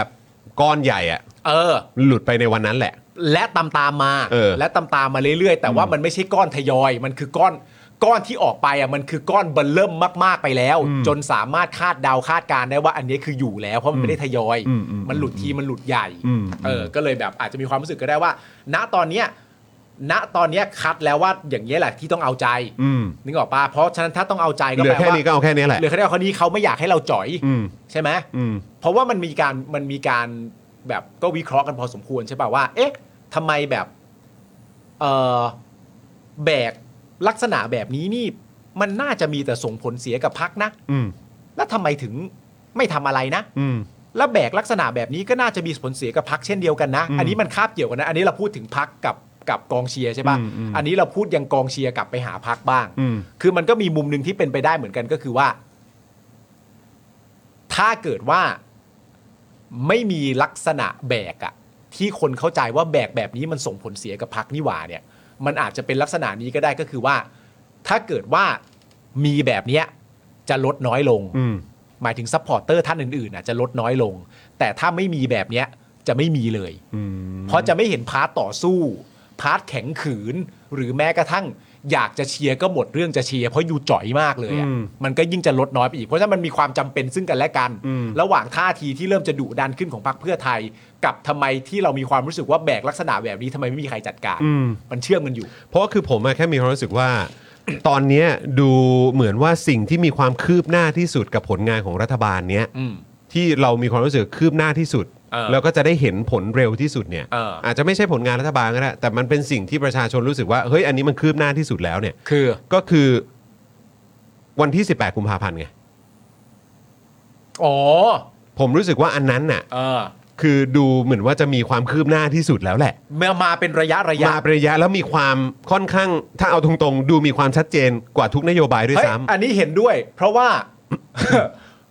Speaker 1: ก้อนใหญ่อะ
Speaker 2: เออ
Speaker 1: หลุดไปในวันนั้นแหละ
Speaker 2: และตามตามๆมา
Speaker 1: เออ
Speaker 2: และตามตามๆมาเรื่อยๆ แต่ว่ามันไม่ใช่ก้อนทยอย มันคือก้อนก้อนที่ออกไปอ่ะมันคือก้อนเบลเริ่มมากๆไปแล้ว จนสามารถคาดเดาคาดการณ์ได้ว่าอันนี้คืออยู่แล้ว เพราะมันไม่ได้ทยอย มันหลุดทีมันหลุดใหญ่เออก็เลยแบบอาจจะมีความรู้สึกก็ได้ว่า ณตอนเนี้ยณตอนเนี้ยคัดแล้วว่าอย่างนี้ยแหละที่ต้องเอาใจ
Speaker 1: อืม
Speaker 2: นึกออกปะเพราะฉะนั้นถ้าต้องเอาใจก็
Speaker 1: เหลื
Speaker 2: แป
Speaker 1: อ
Speaker 2: ล
Speaker 1: แค่
Speaker 2: ว่า
Speaker 1: นี้ก็เอาแค่นี้แหละ
Speaker 2: เหลือแค่เดียวคนนี้เขาไม่อยากให้เราจ่อย
Speaker 1: อืม
Speaker 2: ใช่ไหม
Speaker 1: อืม
Speaker 2: เพราะว่ามันมีการมันมีการแบบก็วิเคราะห์กันพอสมควรใช่ป่ะว่า เอ๊ะทำไมแบบเออแบกลักษณะแบบนี้นี่ มันน่าจะมีแต่ส่งผลเสียกับพักนะ
Speaker 1: อืม
Speaker 2: แล้วทำไมถึงไม่ทำอะไรนะ
Speaker 1: อืม
Speaker 2: แล้วแบกลักษณะแบบนี้ก็น่าจะมีผลเสียกับพักเช่นเดียวกันนะ
Speaker 1: อืม
Speaker 2: อันนี้มันคาบเกี่ยวกันนะ อันนี้เราพูดถึงพักกับกับกองเชียร์ใช่ป่ะ
Speaker 1: อืมอืม
Speaker 2: อันนี้เราพูดยังกองเชียร์กลับไปหาพักบ้าง
Speaker 1: อืม
Speaker 2: คือมันก็มีมุมหนึ่งที่เป็นไปได้เหมือนกันก็คือว่า ถ้าเกิดว่าไม่มีลักษณะแบกอะที่คนเข้าใจว่าแบกแบบนี้มันส่งผลเสียกับพักนี่หว่าเนี่ย มันอาจจะเป็นลักษณะนี้ก็ได้ก็คือว่า ถ้าเกิดว่ามีแบบเนี้ยจะลดน้อยลง
Speaker 1: อืม
Speaker 2: หมายถึงซัพพอร์เตอร์ท่านอื่นๆน่ะจะลดน้อยลง แต่ถ้าไม่มีแบบเนี้ยจะไม่มีเลย
Speaker 1: อืม
Speaker 2: เพราะจะไม่เห็นพาร์ตต่อสู้ พาร์ตแข็งขืน หรือแม้กระทั่ง อยากจะเชียร์ก็หมดเรื่องจะเชียร์เพราะอยู่จ่อยมากเลยอะ
Speaker 1: อืม
Speaker 2: มันก็ยิ่งจะลดน้อยไปอีก เพราะฉะนั้นมันมีความจำเป็นซึ่งกันและกัน
Speaker 1: อืม
Speaker 2: ระหว่างท่าทีที่เริ่มจะดุดันขึ้นของพรรคเพื่อไทย กับทำไมที่เรามีความรู้สึกว่าแบกลักษณะแบบนี้ทำไมไม่มีใครจัดการ
Speaker 1: อืม
Speaker 2: มันเชื่อมกันอยู่
Speaker 1: เพราะว่าคือผมอะแค่มีความรู้สึกว่า ตอนเนี้ยดูเหมือนว่าสิ่งที่มีความคืบหน้าที่สุดกับผลงานของรัฐบาลเนี้ย
Speaker 2: อืม
Speaker 1: ที่เรามีความรู้สึกคืบหน้าที่สุด
Speaker 2: เออ
Speaker 1: แล้วก็จะได้เห็นผลเร็วที่สุดเนี่ย
Speaker 2: เอออ
Speaker 1: จจะไม่ใช่ผลงานรัฐบาลก็ได้แต่มันเป็นสิ่งที่ประชาชนรู้สึกว่าเฮ้ยอันนี้มันคืบหน้าที่สุดแล้วเนี่ย
Speaker 2: คือ
Speaker 1: ก็คือวันที่ 18กุมภาพันธ์ไง
Speaker 2: อ๋อ
Speaker 1: ผมรู้สึกว่าอันนั้นน่ะ
Speaker 2: เออ
Speaker 1: คือดูเหมือนว่าจะมีความคืบหน้าที่สุดแล้วแหละ
Speaker 2: มามาเป็นระยะระยะ
Speaker 1: มาเป็นระยะแล้วมีความค่อนข้าง ถ้าเอาตรงๆ ดูมีความชัดเจนกว่าทุกนโยบายด้วย
Speaker 2: เฮ้ย
Speaker 1: ซ้ำ
Speaker 2: อันนี้เห็นด้วย เพราะ ว่า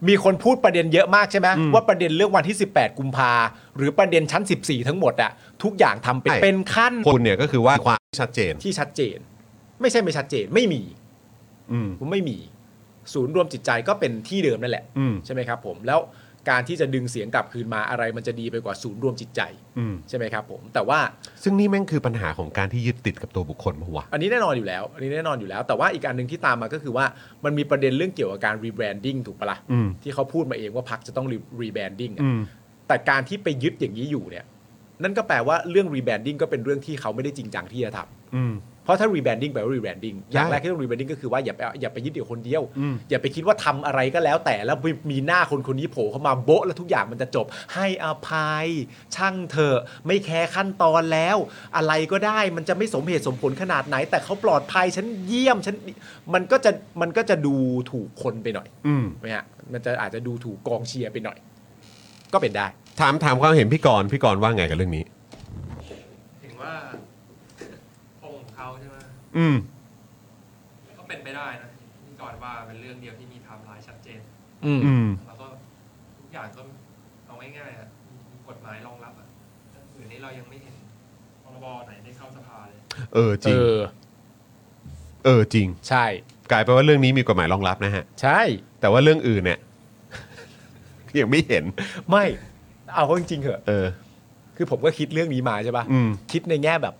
Speaker 2: มีคนพูดประเด็นเยอะมากใช่ไหมว่าประเด็นเรื่องวันที่ 18 กุมภาหรือประเด็นชั้น 14 ทั้งหมดอะทุกอย่างทำเป็น
Speaker 1: ใช่
Speaker 2: เป็นขั้น
Speaker 1: คนเนี่ยก็คือว่าความชัดเจน
Speaker 2: ที่ชัดเจน ไม่ใช่ไม่ชัดเจนไม่มี
Speaker 1: อืม
Speaker 2: ผมไม่มี ศูนย์รวมจิตใจก็เป็นที่เดิมนั่นแหละ
Speaker 1: อืม
Speaker 2: ใช่ไหมครับผมแล้วการที่จะดึงเสียงกลับคืนมาอะไร มันจะดีไปกว่าศูนย์รวมจิตใจ
Speaker 1: อืม
Speaker 2: ใช่ไหมครับผมแต่ว่า
Speaker 1: ซึ่งนี่แม่งคือปัญหาของการที่ยึดติดกับตัวบุคคลมาวะ
Speaker 2: อันนี้แน่นอนอยู่แล้ว อันนี้แน่นอนอยู่แล้ว แต่ว่าอีกอันหนึ่งที่ตามมาก็คือว่ามันมีประเด็นเรื่องเกี่ยวกับการรีแบรนดิ้งถูกปะล่ะ
Speaker 1: อืม
Speaker 2: ที่เขาพูดมาเองว่าพักจะต้องรีแบรนดิ้ง
Speaker 1: อืม
Speaker 2: แต่การที่ไปยึดอย่างนี้อยู่เนี่ย นั่นก็แปลว่าเรื่องรีแบรนดิ้งก็เป็นเรื่องที่เขาไม่ได้จริงจังที่จะทำ
Speaker 1: อืม
Speaker 2: เพราะถ้ารีแบรนดิ้งแปลว่ารีแบรนดิ้งอย่าง
Speaker 1: ใช่
Speaker 2: แรกที่ต้องรีแบรนดิ้งก็คือว่าอย่าไปอย่าไปยึดเดี่ยวคนเดียว
Speaker 1: อืม
Speaker 2: อย่าไปคิดว่าทำอะไรก็แล้วแต่แล้วมีหน้าคนคนนี้โผล่เข้ามาโบ๊ะแล้วทุกอย่างมันจะจบ ให้อภัย ช่างเถอะไม่แคร์ขั้นตอนแล้ว อะไรก็ได้มันจะไม่สมเหตุสมผลขนาดไหน แต่เขาปลอดภัยฉันเยี่ยมฉันมันก็จะมันก็จะดูถูกคนไปหน่อย
Speaker 1: อืม
Speaker 2: นะฮะมันจะอาจจะดูถูกกองเชียร์ไปหน่อย ก็เป็นได้
Speaker 1: ถามถามความเห็นพี่กรณ์พี่กรณ์ว่าไงกับเรื่องนี้
Speaker 3: ถึงว่าองค์ของเขาใช่ไหม
Speaker 1: อืม
Speaker 3: ก็เป็นไปได้นะที่ก่อนว่าเป็นเรื่องเดียวที่มีไทม์ไลน์ชัดเจน
Speaker 2: อืม
Speaker 1: อืม
Speaker 3: แล้วก็ ทุกอย่างก็เอาง่ายๆอะกฎหมายรองรับอะแต่อื่นนี้เรายังไม่เห็นพรบไหนได้เข้าสภาเลย
Speaker 1: เออจ
Speaker 2: เอ
Speaker 1: ริง
Speaker 2: อ
Speaker 1: เออจริง
Speaker 2: ใช่
Speaker 1: กลายเป็นว่าเรื่องนี้มีกฎหมายรองรับนะฮะ
Speaker 2: ใช่
Speaker 1: แต่ว่าเรื่องอื่นเนี่ย ยังไม่เห็น
Speaker 2: ไม่เอาเข้าจริงๆเหอะ
Speaker 1: เออ
Speaker 2: คือผมก็คิดเรื่องนี้มาใช่ปะ
Speaker 1: อืม
Speaker 2: คิดในแง่แบบ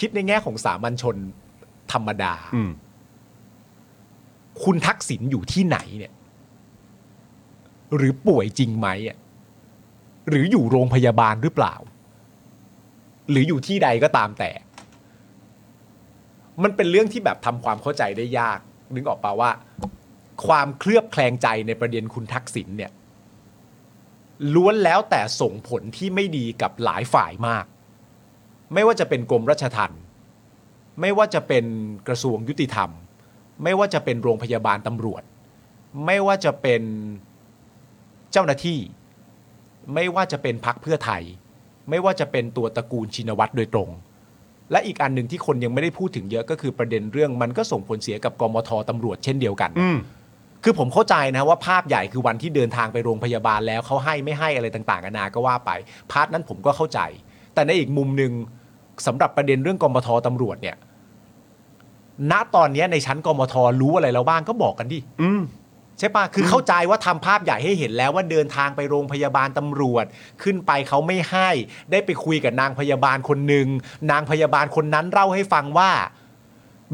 Speaker 2: คิดในแง่ของสามัญชนธรรมดา
Speaker 1: อืม
Speaker 2: คุณทักษิณอยู่ที่ไหนเนี่ย หรือป่วยจริงไหมอ่ะหรืออยู่โรงพยาบาลหรือเปล่า หรืออยู่ที่ใดก็ตามแต่ มันเป็นเรื่องที่แบบทำความเข้าใจได้ยาก นึกออกปะว่า ความเคลือบแคลงใจในประเด็นคุณทักษิณเนี่ย ล้วนแล้วแต่ส่งผลที่ไม่ดีกับหลายฝ่ายมาก ไม่ว่าจะเป็นกรมราชทัณฑ์ไม่ว่าจะเป็นกระทรวงยุติธรรม ไม่ว่าจะเป็นโรงพยาบาลตำรวจ ไม่ว่าจะเป็นเจ้าหน้าที่ ไม่ว่าจะเป็นพักเพื่อไทย ไม่ว่าจะเป็นตัวตระกูลชินวัตรโดยตรง และอีกอันหนึ่งที่คนยังไม่ได้พูดถึงเยอะก็คือประเด็นเรื่องมันก็ส่งผลเสียกับกมทตำรวจเช่นเดียวกัน
Speaker 1: อืม
Speaker 2: คือผมเข้าใจนะว่าภาพใหญ่คือวันที่เดินทางไปโรงพยาบาลแล้วเขาให้ไม่ให้อะไรต่างๆนานาก็ว่าไป พาร์ทนั้นผมก็เข้าใจ แต่ในอีกมุมหนึ่งสำหรับประเด็นเรื่องกมทตำรวจเนี่ย ณตอนเนี้ยในชั้นกมทรู้อะไรแล้วบ้างก็บอกกันดิ
Speaker 1: อืม
Speaker 2: ใช่ปะคือเข้าใจว่าทำภาพใหญ่ให้เห็นแล้วว่าเดินทางไปโรงพยาบาลตำรวจ ขึ้นไปเขาไม่ให้ ได้ไปคุยกับนางพยาบาลคนหนึ่ง นางพยาบาลคนนั้นเล่าให้ฟังว่า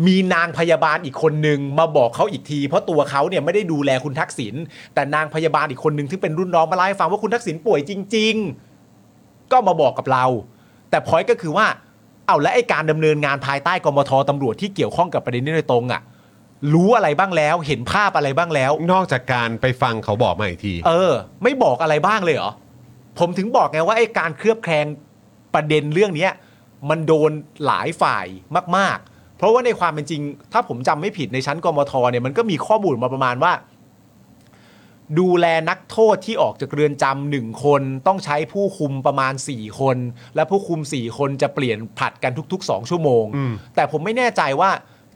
Speaker 2: มีนางพยาบาลอีกคนหนึ่งมาบอกเขาอีกที เพราะตัวเขาเนี่ยไม่ได้ดูแลคุณทักษิณแต่นางพยาบาลอีกคนหนึ่งที่เป็นรุ่นน้องมาเล่าให้ฟังว่าคุณทักษิณป่วยจริง ๆ ก็มาบอกกับเรา แต่พอยก็คือว่าเอาและไอการดำเนินงานภายใต้กมทตำรวจที่เกี่ยวข้องกับประเด็นนี้โดยตรงอะรู้อะไรบ้างแล้ว เห็นภาพอะไรบ้างแล้ว
Speaker 1: นอกจากการไปฟังเขาบอกมาอีกที
Speaker 2: เออ ไม่บอกอะไรบ้างเลยเหรอ ผมถึงบอกไงว่าไอ้การเคลือบแคลงประเด็นเรื่องเนี้ยมันโดนหลายฝ่ายมาก ๆ เพราะว่าในความเป็นจริง ถ้าผมจำไม่ผิดในชั้นกมทเนี่ยมันก็มีข้อมูลมาประมาณว่า ดูแลนักโทษที่ออกจากเรือนจำหนึ่งคน ต้องใช้ผู้คุมประมาณ 4 คน และผู้คุม 4 คนจะเปลี่ยนผลัดกันทุก ๆ 2 ชั่วโมง
Speaker 1: อืม
Speaker 2: แต่ผมไม่แน่ใจว่า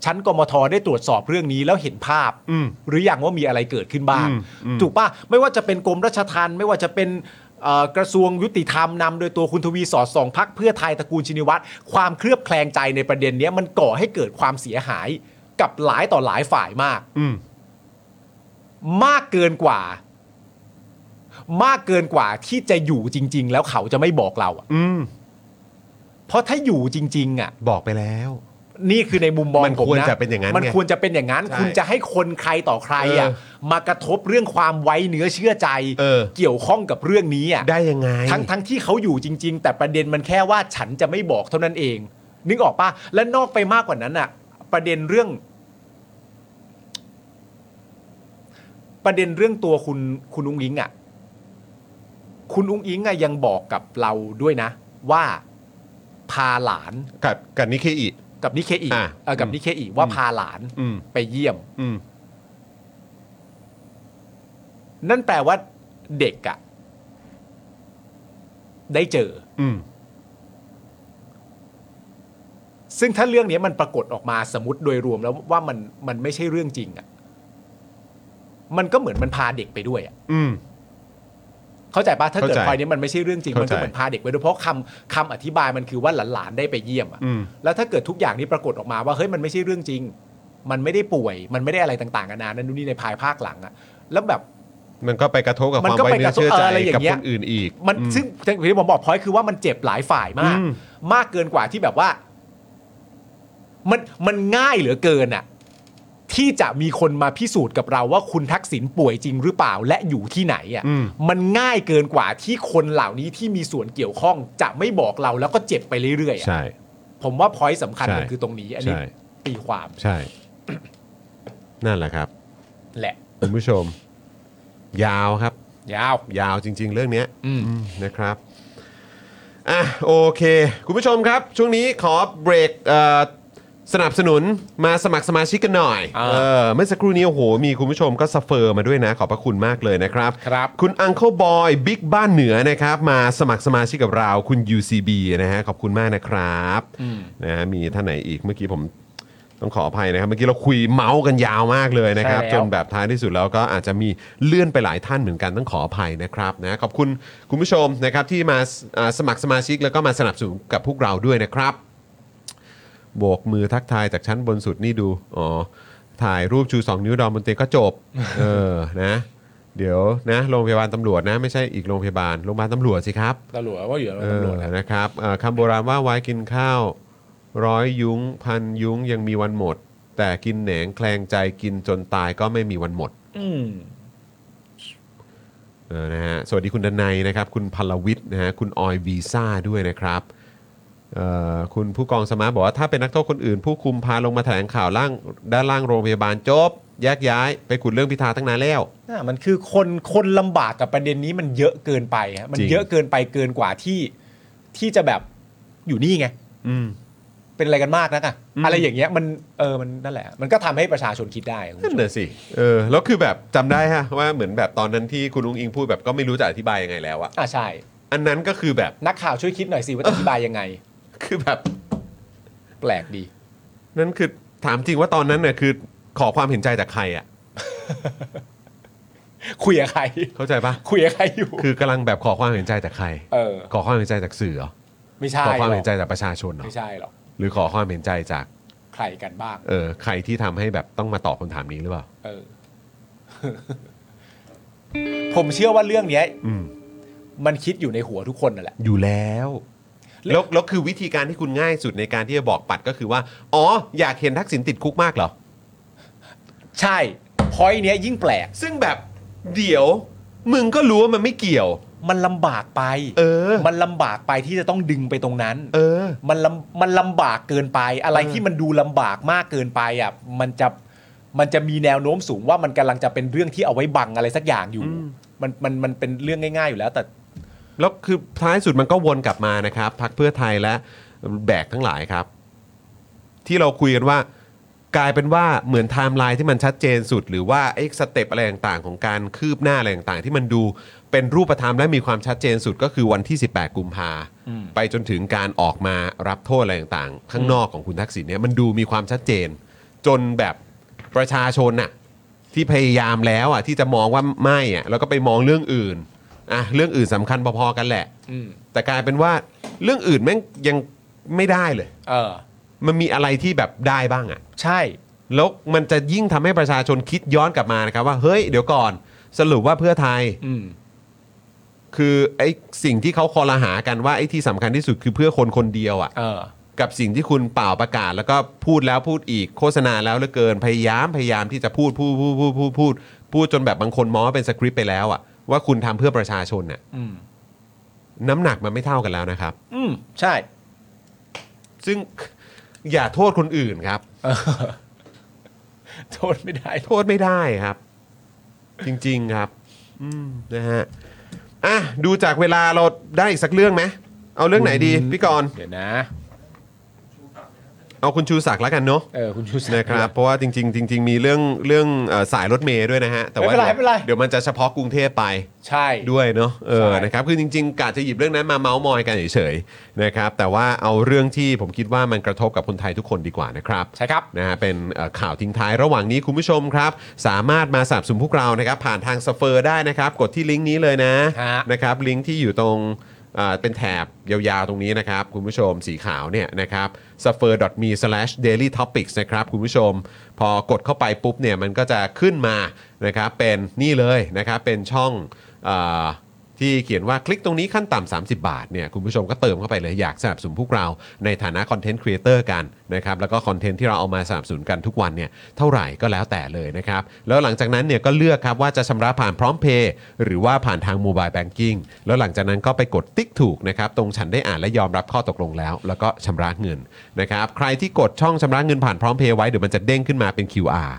Speaker 2: ชั้นกมทได้ตรวจสอบเรื่องนี้แล้วเห็นภาพ
Speaker 1: อืม
Speaker 2: หรืออยังว่ามีอะไรเกิดขึ้นบ้าง
Speaker 1: อืมอืม
Speaker 2: ถูกป่ะ ไม่ว่าจะเป็นกรมราชทัณฑ์ไม่ว่าจะเป็นเอ่อกระทรวงยุติธรรมนำโดยตัวคุณทวีสอดส่องพักเพื่อไทยตระกูลชินวัตรความเคลือบแคลงใจในประเด็นเนี้ยมันก่อให้เกิดความเสียหายกับหลายต่อหลายฝ่ายมาก
Speaker 1: อืม
Speaker 2: มากเกินกว่า มากเกินกว่าที่จะอยู่จริง ๆ แล้วเขาจะไม่บอกเราอะ
Speaker 1: อืม
Speaker 2: เพราะถ้าอยู่จริง ๆ อ่ะ
Speaker 1: บอกไปแล้ว
Speaker 2: นี่คือในมุมมอง
Speaker 1: มัน
Speaker 2: ผม
Speaker 1: ควร
Speaker 2: นะ
Speaker 1: จะเป็นอย่างนั้น
Speaker 2: มัน
Speaker 1: ไง
Speaker 2: ควรจะเป็นอย่างนั้น
Speaker 1: ใช่
Speaker 2: คุณจะให้คนใครต่อใครอ่ะ
Speaker 1: เออ
Speaker 2: มากระทบเรื่องความไว้เนื้อเชื่อใจ
Speaker 1: เออ
Speaker 2: ยวข้องกับเรื่องนี้อ่ะ
Speaker 1: ได้ยังไง
Speaker 2: ทั้งทั้งที่เขาอยู่จริง ๆ แต่ประเด็นมันแค่ว่าฉันจะไม่บอกเท่านั้นเอง นึกออกปะและนอกไปมากกว่านั้นอ่ะ ประเด็นเรื่อง ประเด็นเรื่องตัวคุณคุณอุ้งอิงอ่ะ คุณอุ้งอิงอ่ะยังบอกกับเราด้วยนะ ว่าพาหลาน
Speaker 1: กับกับนิเคอิ
Speaker 2: กับนิเคอี
Speaker 1: อ่ะ
Speaker 2: เอ่อกับ
Speaker 1: อืม
Speaker 2: นิเคอีว่า
Speaker 1: อืม
Speaker 2: พาหลาน
Speaker 1: อืม
Speaker 2: ไปเยี่ยม
Speaker 1: อืม
Speaker 2: นั่นแปลว่าเด็กอะได้เจอ
Speaker 1: อืม
Speaker 2: ซึ่งถ้าเรื่องเนี้ยมันปรากฏออกมาสมมติโดยรวมแล้วว่ามันมันไม่ใช่เรื่องจริงอะมันก็เหมือนมันพาเด็กไปด้วยอะ
Speaker 1: อืม
Speaker 2: เข้าใจปะถ้าเกิด
Speaker 1: เข้าใจ
Speaker 2: พลอยเนี้ยมันไม่ใช่เรื่องจริง
Speaker 1: เข้าใจ
Speaker 2: มันก็เหมือนพาเด็กไปด้วยเพราะคำคำอธิบายมันคือว่าหลานๆได้ไปเยี่ยมอะ
Speaker 1: อืม
Speaker 2: แล้วถ้าเกิดทุกอย่างนี้ปรากฏออกมาว่าเฮ้ยมันไม่ใช่เรื่องจริง มันไม่ได้ป่วย มันไม่ได้อะไรต่างๆนานานั่นนู่นนี่ในภายภาคหลังอะแล้วแบบ
Speaker 1: มันก็ไปกระทบกับค
Speaker 2: มัน
Speaker 1: วาม
Speaker 2: ก็
Speaker 1: ไว้
Speaker 2: ไป
Speaker 1: เนื้อ
Speaker 2: กระทบ
Speaker 1: เชื่อใจ
Speaker 2: เอออะไรอย่า
Speaker 1: กับ
Speaker 2: งเงี้
Speaker 1: ค
Speaker 2: ย
Speaker 1: นอื่นอีก
Speaker 2: มัน
Speaker 1: อื
Speaker 2: ซึ่งอย่างที่ผมบอกพอยคือว่ามันเจ็บหลายฝ่ายมาก
Speaker 1: อืม
Speaker 2: มากเกินกว่าที่แบบว่า มันมันง่ายเหลือเกินอะที่จะมีคนมาพิสูจน์กับเราว่าคุณทักษิณป่วยจริงหรือเปล่าและอยู่ที่ไหนอะ
Speaker 1: อืม
Speaker 2: มันง่ายเกินกว่าที่คนเหล่านี้ที่มีส่วนเกี่ยวข้อง จะไม่บอกเราแล้วก็เจ็บไปเรื่อยๆอะ
Speaker 1: ใช่
Speaker 2: ผมว่าพอยสำคัญมัน
Speaker 1: ใช่
Speaker 2: คือตรงนี้ อันนี้
Speaker 1: ใช่
Speaker 2: ตีความ
Speaker 1: ใช่ นั่นแหละครับ
Speaker 2: แหละ
Speaker 1: คุณผู้ชม ยาวครับ
Speaker 2: ยาว
Speaker 1: ยาวจริง ๆ เรื่องเนี้ย
Speaker 2: อืม
Speaker 1: อืมนะครับ อ่ะ โอเค คุณผู้ชมครับ ช่วงนี้ขอเบรกเอ่อสนับสนุนมาสมัครสมาชิกกันหน่อย
Speaker 2: อ่า
Speaker 1: เออเมื่อสักครู่นี้ โอ้โห มีคุณผู้ชมก็สเฟอร์มาด้วยนะ ขอบพระคุณมากเลยนะครับ
Speaker 2: ครับ
Speaker 1: คุณอัง l e b บอยบิ๊กบ้านเหนือนะครับ มาสมัครสมาชิกกับเราคุณ UCB นะฮะ ขอบคุณมากนะครับนะฮะมีท่านไหนอีกเมื่อกี้ผม ต้องขออภัยนะครับ เมื่อกี้เราคุยเมาส์กันยาวมากเลยนะครับ
Speaker 2: ใช่
Speaker 1: จ
Speaker 2: แล้ว
Speaker 1: นแบบท้ายที่สุดแล้วก็อาจจะมีเลื่อนไปหลายท่านเหมือนกันต้องขออภัยนะครับนะขอบคุณคุณผู้ชมนะครับที่มาสอ่าสมัครสมาชิกแล้วก็มาสนับสนุนกับพวกเราด้วยนะครับ โบกมือทักทายจากชั้นบนสุดนี่ดู อ๋อ ถ่ายรูปชู 2 นิ้วดอมบนเตียงก็จบ เออ นะ เดี๋ยวนะ โรงพยาบาลตำรวจนะ ไม่ใช่อีกโรงพยาบาล โรงพยาบาลตำรวจสิครับ
Speaker 2: ตำรวจว่าอยู่แล้ว
Speaker 1: เอ
Speaker 2: ตำร
Speaker 1: อ
Speaker 2: วจนะ
Speaker 1: นะครับเอ่อคำโบราณว่าไว้กินข้าว ร้อยยุ้ง พันยุ้งยังมีวันหมด แต่กินแหนงแคลงใจกินจนตายก็ไม่มีวันหมด
Speaker 2: อืม
Speaker 1: เออนะฮะสวัสดีคุณดนัยนะครับ คุณพลวิทย์นะฮะคุณออยวีซ่าด้วยนะครับเอ่อคุณผู้กองสมาร์ทบอกว่าถ้าเป็นนักโทษคนอื่น ผู้คุมพาลงมาแถลงข่าวล่างด้านล่างโรงพยาบาลจบแยกย้ายไปขุดเรื่องพิธาตั้งนานแล้ว
Speaker 2: น่ะมันคือคนคนลำบากกับประเด็นนี้มันเยอะเกินไปฮะมัน
Speaker 1: จริง
Speaker 2: เยอะเกินไปเกินกว่าที่ที่จะแบบอยู่นี่ไง
Speaker 1: อืม
Speaker 2: เป็นอะไรกันมากนักอะ
Speaker 1: อืม
Speaker 2: อะไรอย่างเงี้ยมันเออมันนั่นแหละ มันก็ทำให้ประชาชนคิดได้คุณ
Speaker 1: นั่
Speaker 2: ผู้
Speaker 1: น
Speaker 2: ชม
Speaker 1: เละสิเออแล้วคือแบบจำได้ฮะว่าเหมือนแบบตอนนั้นที่คุณอุ้งอิงพูดแบบก็ไม่รู้จะอธิบายยังไงแล้วอะ
Speaker 2: อ่ะใช่
Speaker 1: อันนั้นก็คือแบบ
Speaker 2: นักข่าวช่วยคิดหน่อยสิว่าจะอธิบายยังไง
Speaker 1: คือแบบ
Speaker 2: แปลกดี
Speaker 1: นั่นคือถามจริงว่าตอนนั้นเนี่ยคือขอความเห็นใจจากใครอะ
Speaker 2: คุยกับใคร
Speaker 1: เข้าใจปะ
Speaker 2: คุยกับใครอยู่
Speaker 1: คือกำลังแบบขอความเห็นใจจากใคร
Speaker 2: เออ
Speaker 1: ขอความเห็นใจจากสื่อเหรอ
Speaker 2: ไม่ใช่
Speaker 1: ขอ
Speaker 2: หร
Speaker 1: ความ
Speaker 2: อ
Speaker 1: เห็นใจจากประชาชนเหรอ
Speaker 2: ไม่ใช่หรอก
Speaker 1: หรือขอความเห็นใจจาก
Speaker 2: ใครกันบ้าง
Speaker 1: เออใครที่ทำให้แบบต้องมาตอบคำถามนี้หรือเปล่า
Speaker 2: เอ อ ผมเชื่อว่าเรื่องเนี้ย
Speaker 1: อืม
Speaker 2: มันคิดอยู่ในหัวทุกคนนั่นแหละ
Speaker 1: อยู่แล้ว
Speaker 2: แล้ว
Speaker 1: แล้วแล้วคือวิธีการที่คุณง่ายสุดในการที่จะบอกปัดก็คือว่า อ๋อ อยากเห็นทักษิณติดคุกมากเหรอ
Speaker 2: ใช่พอยเนี้ยยิ่งแปลก
Speaker 1: ซึ่งแบบเดี๋ยว มึงก็รู้ว่ามันไม่เกี่ยว
Speaker 2: มันลำบากไป
Speaker 1: เออ
Speaker 2: มันลำบากไปที่จะต้องดึงไปตรงนั้น
Speaker 1: เออ
Speaker 2: มันลำมันลำบากเกินไป อะไร
Speaker 1: เออ
Speaker 2: ที่มันดูลำบากมากเกินไปอ่ะมันจะมันจะมีแนวโน้มสูงว่ามันกำลังจะเป็นเรื่องที่เอาไว้บังอะไรสักอย่างอยู่ มันมันมันเป็นเรื่องง่าย ๆ อยู่แล้ว แต่
Speaker 1: แล้วคือท้ายสุดมันก็วนกลับมานะครับพักเพื่อไทยและแบกทั้งหลายครับ ที่เราคุยกันว่า กลายเป็นว่าเหมือนไทม์ไลน์ที่มันชัดเจนสุด หรือว่าไอ้สเต็ปอะไรต่างๆ ของการคืบหน้าอะไรต่างๆ ที่มันดูเป็นรูปธรรมและมีความชัดเจนสุดก็คือวันที่ 18 กุมภาไปจนถึงการออกมารับโทษอะไรต่างๆ ข้างนอกของคุณทักษิณเนี่ยมันดูมีความชัดเจน จนแบบประชาชนน่ะ ที่พยายามแล้วอ่ะที่จะมองว่าไม่อ่ะแล้วก็ไปมองเรื่องอื่นอ่ะเรื่องอื่นสำคัญพอๆกันแหละ
Speaker 2: อืม
Speaker 1: แต่กลายเป็นว่าเรื่องอื่นแม่งยังไม่ได้เลย
Speaker 2: เออ
Speaker 1: มันมีอะไรที่แบบได้บ้างอ่ะ
Speaker 2: ใช่
Speaker 1: แล้วมันจะยิ่งทำให้ประชาชนคิดย้อนกลับมานะครับ ว่าเฮ้ยเดี๋ยวก่อนสรุปว่าเพื่อไทย
Speaker 2: อืม
Speaker 1: คือไอ้สิ่งที่เขาคอลหากันว่าไอ้ที่สำคัญที่สุดคือเพื่อคนคนเดียวอ่ะ
Speaker 2: เออ
Speaker 1: กับสิ่งที่คุณเปล่าประกาศ แล้วก็พูดแล้วพูดอีกโฆษณาแล้วเหลือเกินพยายามพยายามที่จะพูดพูดพูดพูดพูดพูดพูดจนแบบบางคนมองว่าเป็นสคริปต์ไปแล้วอ่ะว่าคุณทำเพื่อประชาชนน่ะ
Speaker 2: อืม
Speaker 1: น้ำหนักมันไม่เท่ากันแล้วนะครับ
Speaker 2: อืม ใช่
Speaker 1: ซึ่งอย่าโทษคนอื่นครับ
Speaker 2: เอ อ โทษไม่ได้หร
Speaker 1: โท
Speaker 2: อก
Speaker 1: ษไม่ได้ครับ จริงๆครับ อืมนะฮะอ่ะดูจากเวลาเราได้อีกสักเรื่องไหมเอาเรื่องไหนดีพี่กรณ์
Speaker 2: เดี๋ยวนะ
Speaker 1: เอาคุณชูศักดิ์แล้วกันเนาะ
Speaker 2: เออ คุณชูศักดิ์
Speaker 1: นะครับเพราะว่าจริงๆจริงๆมีเรื่องเรื่องเอ่อสายรถเมย์ด้วยนะฮะแต่ว่า
Speaker 2: ไม่เป็นไรไม่เป็นไร
Speaker 1: เดี๋ยวมันจะเฉพาะกรุงเทพไป
Speaker 2: ใช่
Speaker 1: ด้วยเนาะเออ
Speaker 2: ใช่
Speaker 1: นะครับคือจริงๆกาจะหยิบเรื่องนั้นมาเมาส์มอยกันเฉยๆนะครับแต่ว่าเอาเรื่องที่ผมคิดว่ามันกระทบกับคนไทยทุกคนดีกว่านะครับ
Speaker 2: ใช่ครับ
Speaker 1: นะฮะเป็นเอ่อข่าวทิ้งท้ายระหว่างนี้คุณผู้ชมครับ สามารถมาสนับสนุนพวกเรานะครับ ผ่านทางสเฟอร์ได้นะครับ กดที่ลิงก์นี้เลยนะ
Speaker 2: ฮะ
Speaker 1: นะครับลิงก์ที่อยู่ตรงอ่าเป็นแถบยาวๆตรงนี้นะครับ คุณผู้ชมสีขาวเนี่ยนะครับ s u f f e r m e d a i l y t o p i c s นะครับ คุณผู้ชม พอกดเข้าไปปุ๊บเนี่ยมันก็จะขึ้นมานะครับเป็นนี่เลยนะครับ เป็นช่องอาที่เขียนว่าคลิกตรงนี้ขั้นต่ำ30 บาทเนี่ยคุณผู้ชมก็เติมเข้าไปเลยอยากสนับสนุนพวกเราในฐานะคอนเทนต์ครีเอเตอร์กันนะครับแล้วก็คอนเทนต์ที่เราเอามาสนับสนุนกันทุกวันเนี่ยเท่าไหร่ก็แล้วแต่เลยนะครับแล้วหลังจากนั้นเนี่ยก็เลือกครับว่าจะชำระผ่านพร้อมเพย์หรือว่าผ่านทางโมบายแบงกิ้งแล้วหลังจากนั้นก็ไปกดติ๊กถูกนะครับตรงฉันได้อ่านและยอมรับข้อตกลงแล้ว แล้วก็ชำระเงินนะครับใครที่กดช่องชำระเงินผ่านพร้อมเพย์ไว้เดี๋ยวมันจะเด้งขึ้นมาเป็น QR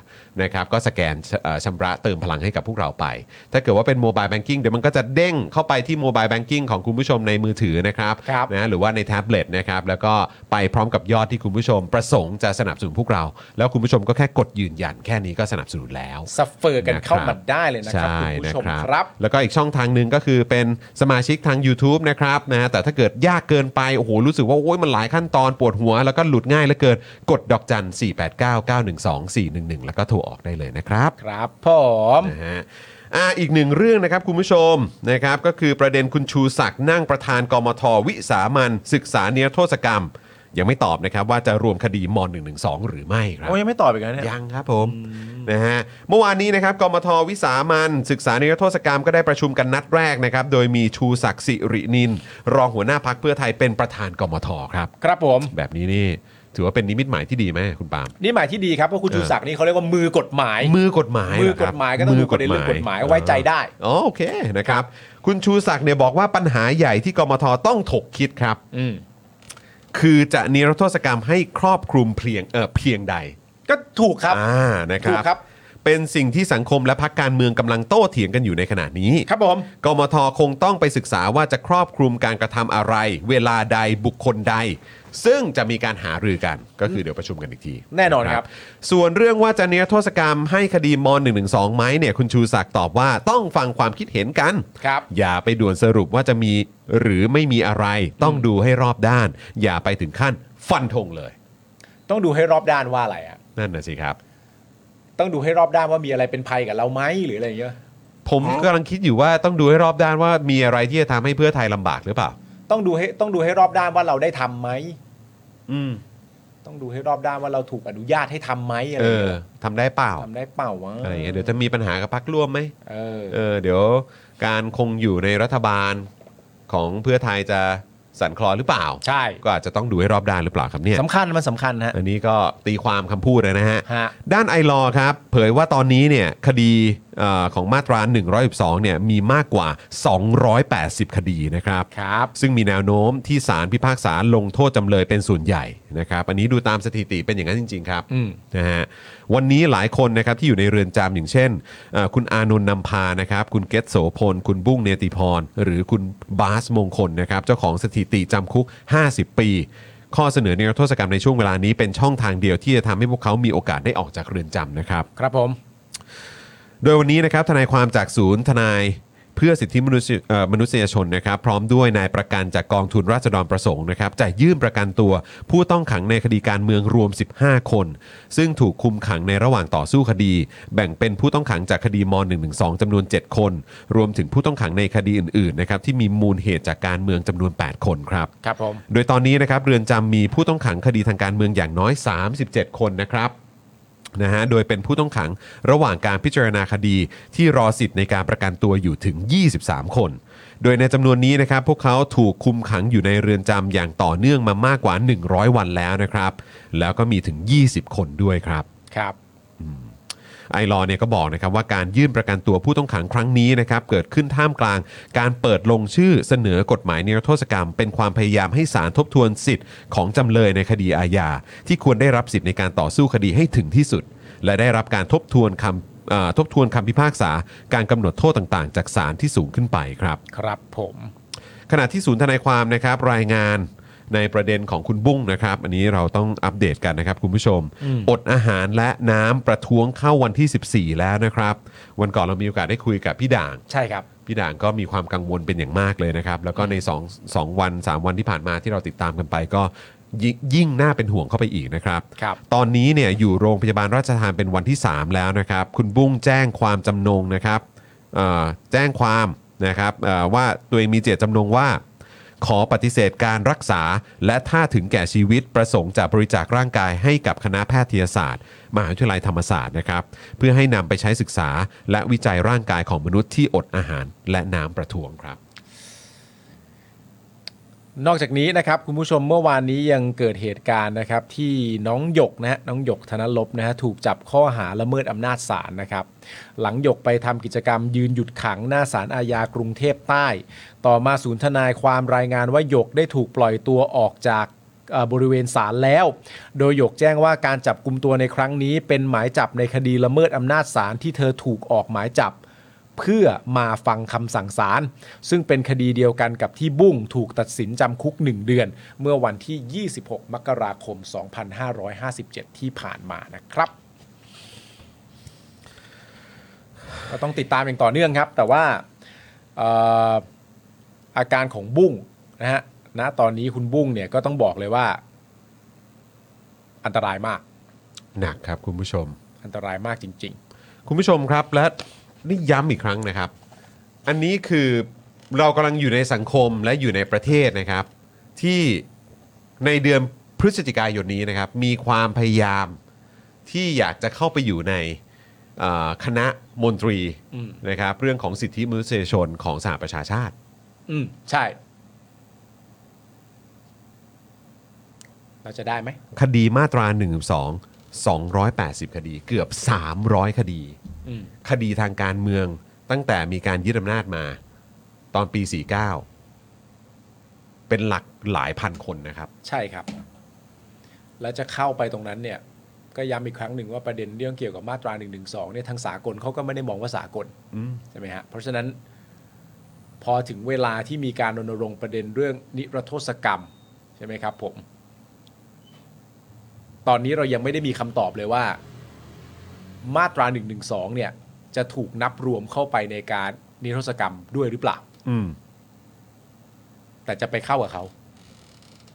Speaker 1: นะครับก็สแกนเอ่อชำระเติมพลังให้กับพวกเราไป ถ้าเกิดว่าเป็นโมบายแบงกิ้งเดี๋ยวมันก็จะเด้งเข้าไปที่โมบายแบงกิ้งของคุณผู้ชมในมือถือนะครับ
Speaker 2: ครับ
Speaker 1: นะหรือว่าในแท็บเล็ตนะครับแล้วก็ไปพร้อมกับยอดที่คุณผู้ชมประสงค์จะสนับสนุนพวกเรา แล้วคุณผู้ชมก็แค่กดยืนยันแค่นี้ก็สนับสนุนแล้ว
Speaker 2: ซัฟเฟอร์กันเข้ามาได้เลยนะครับ
Speaker 1: ใช่
Speaker 2: คุณผู้ชม
Speaker 1: นะครับ
Speaker 2: ครับ
Speaker 1: แล้วก็อีกช่องทางหนึ่งก็คือเป็นสมาชิกทาง YouTube นะครับนะแต่ถ้าเกิดยากเกินไป โอ้โห รู้สึกว่าโอ้ยมันหลายขั้นตอนปวดหัว แล้วก็หลุดง่ายเหลือเกินกดดอกจัน 489912411 แล้วก็โทรออกได้เลยนะครับ
Speaker 2: ครับผม
Speaker 1: นะฮะอ่ะอีกหนึ่งเรื่องนะครับคุณผู้ชมนะครับก็คือประเด็นคุณชูศักดิ์นั่งประธานกมทวิสามันศึกษาเนรโทษกรรม ยังไม่ตอบนะครับว่าจะรวมคดีม .112 หรือไม่ครับ
Speaker 2: โอ้ยยังไม่ตอบอีกนะเนี่ย
Speaker 1: ยังครับผมนะฮะเมื่อวานนี้นะครับกมทวิสามันศึกษานิรโทษกรรมก็ได้ประชุมกันนัดแรกนะครับ โดยมีชูศักดิ์สิรินิน รองหัวหน้าพักเพื่อไทยเป็นประธานกมทครับ
Speaker 2: ครับผม
Speaker 1: แบบนี้นี่ถือว่าเป็นนิมิตหมายที่ดีไหมคุณปาล์ม
Speaker 2: นี่หมายที่ดีครับเพราะคุณ
Speaker 1: เออ
Speaker 2: ชูศักดิ์นี่เขาเรียกว่ามือกฎหมาย
Speaker 1: มือกฎหมาย
Speaker 2: มื
Speaker 1: เห
Speaker 2: อ
Speaker 1: รค
Speaker 2: ก
Speaker 1: รั
Speaker 2: ฎ
Speaker 1: บ
Speaker 2: หมายก็ต้องดูประเด็นเรื่องกฎหมายไว้ใจได้
Speaker 1: อ๋อโอเคนะครับคุณชูศักดิ์เนี่ยบอกว่าปัญหาใหญ่ที่กมทต้องถกคิดครับ
Speaker 2: อืม
Speaker 1: คือจะนิรโทษกรรมให้ครอบคลุมเพียงเออเพียงใด
Speaker 2: ก็ถูกครับ
Speaker 1: อ่านะค
Speaker 2: ถู
Speaker 1: รั
Speaker 2: ก
Speaker 1: บ
Speaker 2: ครับ
Speaker 1: เป็นสิ่งที่สังคมและพักการเมืองกำลังโต้เถียงกันอยู่ในขณะนี้
Speaker 2: ครับผม
Speaker 1: กมทคงต้องไปศึกษาว่าจะครอบคลุมการกระทำอะไร เวลาใดบุคคลใด ซึ่งจะมีการหารือกันก็คือเดี๋ยวประชุมกันอีกที
Speaker 2: แน่นอนครับ
Speaker 1: ส่วนเรื่องว่าจะเนรโทษกรรมให้คดีม .112 ไหมเนี่ยคุณชูศักดิ์ตอบว่าต้องฟังความคิดเห็นกัน
Speaker 2: ครับ
Speaker 1: อย่าไปด่วนสรุปว่าจะมีหรือไม่มีอะไร ต้องดูให้รอบด้าน อย่าไปถึงขั้นฟันธงเลย
Speaker 2: ต้องดูให้รอบด้านว่าอะไรอ่ะ
Speaker 1: นั่นนะสิครับ
Speaker 2: ต้องดูให้รอบด้านว่ามีอะไรเป็นภัยกับเราไหมหรืออะไรอย่างเงี้ย
Speaker 1: ผมกำลังคิดอยู่ว่าต้องดูให้รอบด้านว่ามีอะไรที่จะทำให้เพื่อไทยลำบากหรือเปล่า
Speaker 2: ต้องดูให้ต้องดูให้รอบด้านว่าเราได้ทำไหม
Speaker 1: อืม
Speaker 2: ต้องดูให้รอบด้านว่าเราถูกอนุญาตให้ทำไหมอะไร
Speaker 1: เอ
Speaker 2: อย่าง
Speaker 1: อ
Speaker 2: เงี้ย
Speaker 1: ทำได้เปล่า
Speaker 2: ทำได้เปล่าวะ
Speaker 1: อะไรอย่างเงี้ยเดี๋ยวจะมีปัญหากับพักร่วมไหม
Speaker 2: เออ
Speaker 1: เออ เดี๋ยวการคงอยู่ในรัฐบาลของเพื่อไทยจะสั่นคลอนหรือเปล่า
Speaker 2: ใช่
Speaker 1: ก็อาจจะต้องดูให้รอบด้านหรือเปล่าครับเนี่ย
Speaker 2: สำคัญมันสำคัญฮะ
Speaker 1: อันนี้ก็ตีความคำพูดนะฮะ
Speaker 2: ฮะ
Speaker 1: ด้านไอรอว์ครับ เผยว่าตอนนี้เนี่ยคดีเออของมาตรา 112เนี่ยมีมากกว่า 280 คดีนะครับ
Speaker 2: ครับ
Speaker 1: ซึ่งมีแนวโน้มที่ศาลพิพากษาลงโทษจำเลยเป็นส่วนใหญ่นะครับอันนี้ดูตามสถิติเป็นอย่างนั้นจริง ๆ ครับ
Speaker 2: อืม
Speaker 1: นะฮะวันนี้หลายคนนะครับที่อยู่ในเรือนจำอย่างเช่นเอ่อคุณอานนท์นำพานะครับคุณเกตโสพล คุณบุ้งเนติพร หรือคุณบาสมงคลนะครับเจ้าของสถิติจำคุก 50 ปี ข้อเสนอในรัโทษกรรมในช่วงเวลานี้เป็นช่องทางเดียวที่จะทำให้พวกเขามีโอกาสได้ออกจากเรือนจำนะครับ
Speaker 2: ครับผม
Speaker 1: โดยวันนี้นะครับทนายความจากศูนย์ทนายเพื่อสิทธิมนุษยเอ่อมนุษยชนนะครับ พร้อมด้วยนายประกันจากกองทุนราษฎรประสงค์นะครับจะยื่นประกันตัวผู้ต้องขังในคดีการเมืองรวม 15 คน ซึ่งถูกคุมขังในระหว่างต่อสู้คดี แบ่งเป็นผู้ต้องขังจากคดีม .112 จำนวน 7 คน รวมถึงผู้ต้องขังในคดีอื่นๆนะครับที่มีมูลเหตุจากการเมืองจำนวน 8 คนครับ
Speaker 2: ครับผม
Speaker 1: โดยตอนนี้นะครับเรือนจำมีผู้ต้องขังคดีทางการเมืองอย่างน้อย 37 คนนะครับนะฮะโดยเป็นผู้ต้องขังระหว่างการพิจารณาคดีที่รอสิทธิ์ในการประกันตัวอยู่ถึง 23 คน โดยในจำนวนนี้นะครับพวกเขาถูกคุมขังอยู่ในเรือนจำอย่างต่อเนื่องมามากกว่า 100 วันแล้วนะครับ แล้วก็มีถึง 20 คนด้วยครับ
Speaker 2: ครับ
Speaker 1: ไอรอว์เนี่ยก็บอกนะครับว่าการยื่นประกันตัวผู้ต้องขังครั้งนี้นะครับเกิดขึ้นท่ามกลาง การเปิดลงชื่อเสนอกฎหมายนิรโทษกรรม เป็นความพยายามให้ศาลทบทวนสิทธิ์ของจำเลยในคดีอาญาที่ควรได้รับสิทธิ์ในการต่อสู้คดีให้ถึงที่สุด และได้รับการทบทวนคำเอ่อทบทวนคำพิพากษา การกำหนดโทษต่างๆ จากศาลที่สูงขึ้นไปครับ
Speaker 2: ครับผม
Speaker 1: ขณะที่ศูนย์ทนายความนะครับรายงานในประเด็นของคุณบุ้งนะครับ อันนี้เราต้องอัปเดตกันนะครับคุณผู้ชม อดอาหารและน้ำประท้วงเข้าวันที่ 14 แล้วนะครับ วันก่อนเรามีโอกาสได้คุยกับพี่ด่าง
Speaker 2: ใช่ครับ
Speaker 1: พี่ด่างก็มีความกังวลเป็นอย่างมากเลยนะครับ แล้วก็ใน2 2วัน 3 วันที่ผ่านมาที่เราติดตามกันไปก็ยงยิ่งน่าเป็นห่วงเข้าไปอีกนะครับ
Speaker 2: ครับ
Speaker 1: ตอนนี้เนี่ยอยู่โรงพยาบาลราชทานเป็นวันที่ 3 แล้วนะครับ คุณบุ้งแจ้งความจำนงนะครับเอ่อแจ้งความนะครับเอ่อว่าตัวเองมีเจตจำนงว่า ขอปฏิเสธการรักษา และถ้าถึงแก่ชีวิตประสงค์จะบริจาคร่างกายให้กับคณะแพทยศาสตร์ มหาวิทยาลัยธรรมศาสตร์นะครับ เพื่อให้นำไปใช้ศึกษา และวิจัยร่างกายของมนุษย์ที่อดอาหารและน้ำประท้วงครับ
Speaker 2: นอกจากนี้นะครับคุณผู้ชมเมื่อวานนี้ยังเกิดเหตุการณ์นะครับที่น้องหยกนะฮะน้องหยกธนลบนะฮะถูกจับข้อหาละเมิดอำนาจศาลนะครับ หลังหยกไปทำกิจกรรมยืนหยุดขังหน้าศาลอาญากรุงเทพใต้ ต่อมาศูนย์ทนายความรายงานว่าหยกได้ถูกปล่อยตัวออกจาก เอ่อบริเวณศาลแล้ว โดยหยกแจ้งว่าการจับกลุ่มตัวในครั้งนี้ เป็นหมายจับในคดีละเมิดอำนาจศาลที่เธอถูกออกหมายจับ เพื่อมาฟังคำสั่งศาลซึ่งเป็นคดีเดียวกันกับที่บุ้งถูกตัดสินจำคุก 1 เดือน เมื่อวันที่ 26 มกราคม 2557 ที่ผ่านมานะครับ ก็ต้องติดตามอย่างต่อเนื่องครับ แต่ว่าเอ่ออาการของบุ้งนะฮะณตอนนี้คุณบุ้งเนี่ยก็ต้องบอกเลยว่า อันตรายมาก
Speaker 1: หนักครับคุณผู้ชม
Speaker 2: อันตรายมากจริง
Speaker 1: คุณผู้ชมครับและนี่ย้ำอีกครั้งนะครับ อันนี้คือเรากำลังอยู่ในสังคมและอยู่ในประเทศนะครับ ที่ในเดือนพฤศจิกายนนี้นะครับ มีความพยายามที่อยากจะเข้าไปอยู่ในเอ่อคณะมนตรี
Speaker 2: อืม
Speaker 1: นะครับเรื่องของสิทธิมนุษยชนของสหประชาชาติ
Speaker 2: ๆ อืมใช่ เราจะได้ไหม
Speaker 1: คดีมาตรา1นึ2 280 คดีเกือบ 300 คดี
Speaker 2: อืม
Speaker 1: คดีทางการเมืองตั้งแต่มีการยึดอำนาจมา ตอนปี 49 เป็นหลักหลายพันคนนะครับ
Speaker 2: ใช่ครับ แล้วจะเข้าไปตรงนั้นเนี่ย ก็ย้ำอีกครั้งหนึ่งว่าประเด็นเรื่องเกี่ยวกับมาตรา1นึเนี่ยทางสากลเขาก็ไม่ได้มองว่าสากล
Speaker 1: อืม
Speaker 2: ใช่ไหมฮะ เพราะฉะนั้น พอถึงเวลาที่มีการรณรงค์ประเด็นเรื่องนิรโทษกรรม ใช่ไหมครับผม ตอนนี้เรายังไม่ได้มีคำตอบเลยว่า มาตรา1นึเนี่ย จะถูกนับรวมเข้าไปในการนิรโทษกรรมด้วยหรือเปล่า
Speaker 1: อืม
Speaker 2: แต่จะไปเข้ากับเขา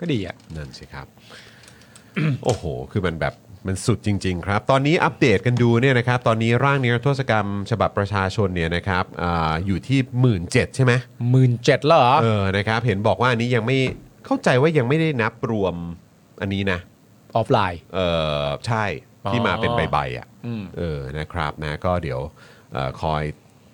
Speaker 2: ก็ดีอ่ะ
Speaker 1: นั่นสิครับ โอ้โห คือมันแบบมันสุดจริง ๆ ครับ ตอนนี้อัปเดตกันดูเนี่ยนะครับ ตอนนี้ร่างนิรโทษกรรม ฉบับประชาชนเนี่ยนะครับอาอยู่ที่ 17,000ใช่ไหม
Speaker 2: หมื่นเจ็ดแล้วเหรอ
Speaker 1: เออ นะครับ เห็นบอกว่าอันนี้ยังไม่เข้าใจว่ายังไม่ได้นับรวมอันนี้นะ
Speaker 2: ออฟไลน์
Speaker 1: เออใช่ที่มาเป็นใบๆอ่ะ
Speaker 2: อืม
Speaker 1: เออ นะครับนะก็เดี๋ยวเออคอย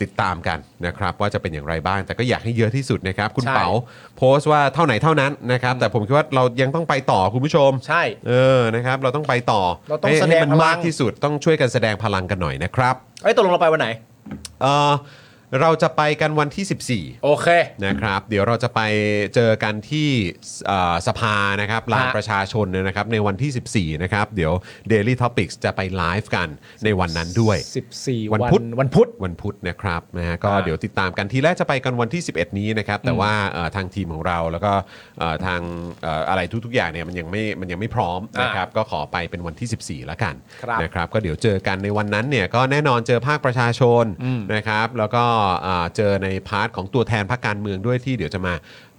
Speaker 1: ติดตามกันนะครับ ว่าจะเป็นอย่างไรบ้าง แต่ก็อยากให้เยอะที่สุดนะครับ คุณ
Speaker 2: ใช่
Speaker 1: เป๋าโพสต์ว่าเท่าไหนเท่านั้นนะครับ แต่ผมคิดว่าเรายังต้องไปต่อคุณผู้ชม
Speaker 2: ใช่
Speaker 1: เออนะครับ เราต้องไปต่อ
Speaker 2: เราต้อง
Speaker 1: ให้
Speaker 2: แสดง
Speaker 1: ให้มัน
Speaker 2: พลัง
Speaker 1: มากที่สุดต้องช่วยกันแสดงพลังกันหน่อยนะครับ
Speaker 2: เอ้ยตกลงเราไปวันไหน
Speaker 1: เออเราจะไปกันวันที่ 14
Speaker 2: โอเค
Speaker 1: นะครับเดี๋ยวเราจะไปเจอกันที่สเอ่อสภานะครับลานประชาชนเนี่ยนะครับในวันที่ 14 นะครับ เดี๋ยว Daily Topics จะไปไลฟ์กันในวันนั้นด้วย
Speaker 2: 14
Speaker 1: วั
Speaker 2: วัน น
Speaker 1: พุ
Speaker 2: พุ
Speaker 1: ธ
Speaker 2: ธวันพุธ
Speaker 1: วันพุธนะครับนะฮะก็
Speaker 2: อ่า
Speaker 1: เดี๋ยวติดตามกันทีแรกจะไปกันวันที่ 11 นี้นะครับ แต่ว่าเอ่อทางทีมของเราแล้วก็เอ่อทางเอ่ออะไรทุกๆอย่างเนี่ยมันยังไม่มันยังไม่พร้อม
Speaker 2: อ่าน
Speaker 1: นะครับก็ขอไปเป็นวันที่ 14 แล้วกัน
Speaker 2: ครับ
Speaker 1: นะครับ ก็เดี๋ยวเจอกันในวันนั้นเนี่ยก็แน่นอนเจอภาคประชาชน
Speaker 2: อืม
Speaker 1: นะครับ แล้วก็เอ่อเจอในพาร์ทของตัวแทนพรรคการเมืองด้วยที่เดี๋ยวจะมา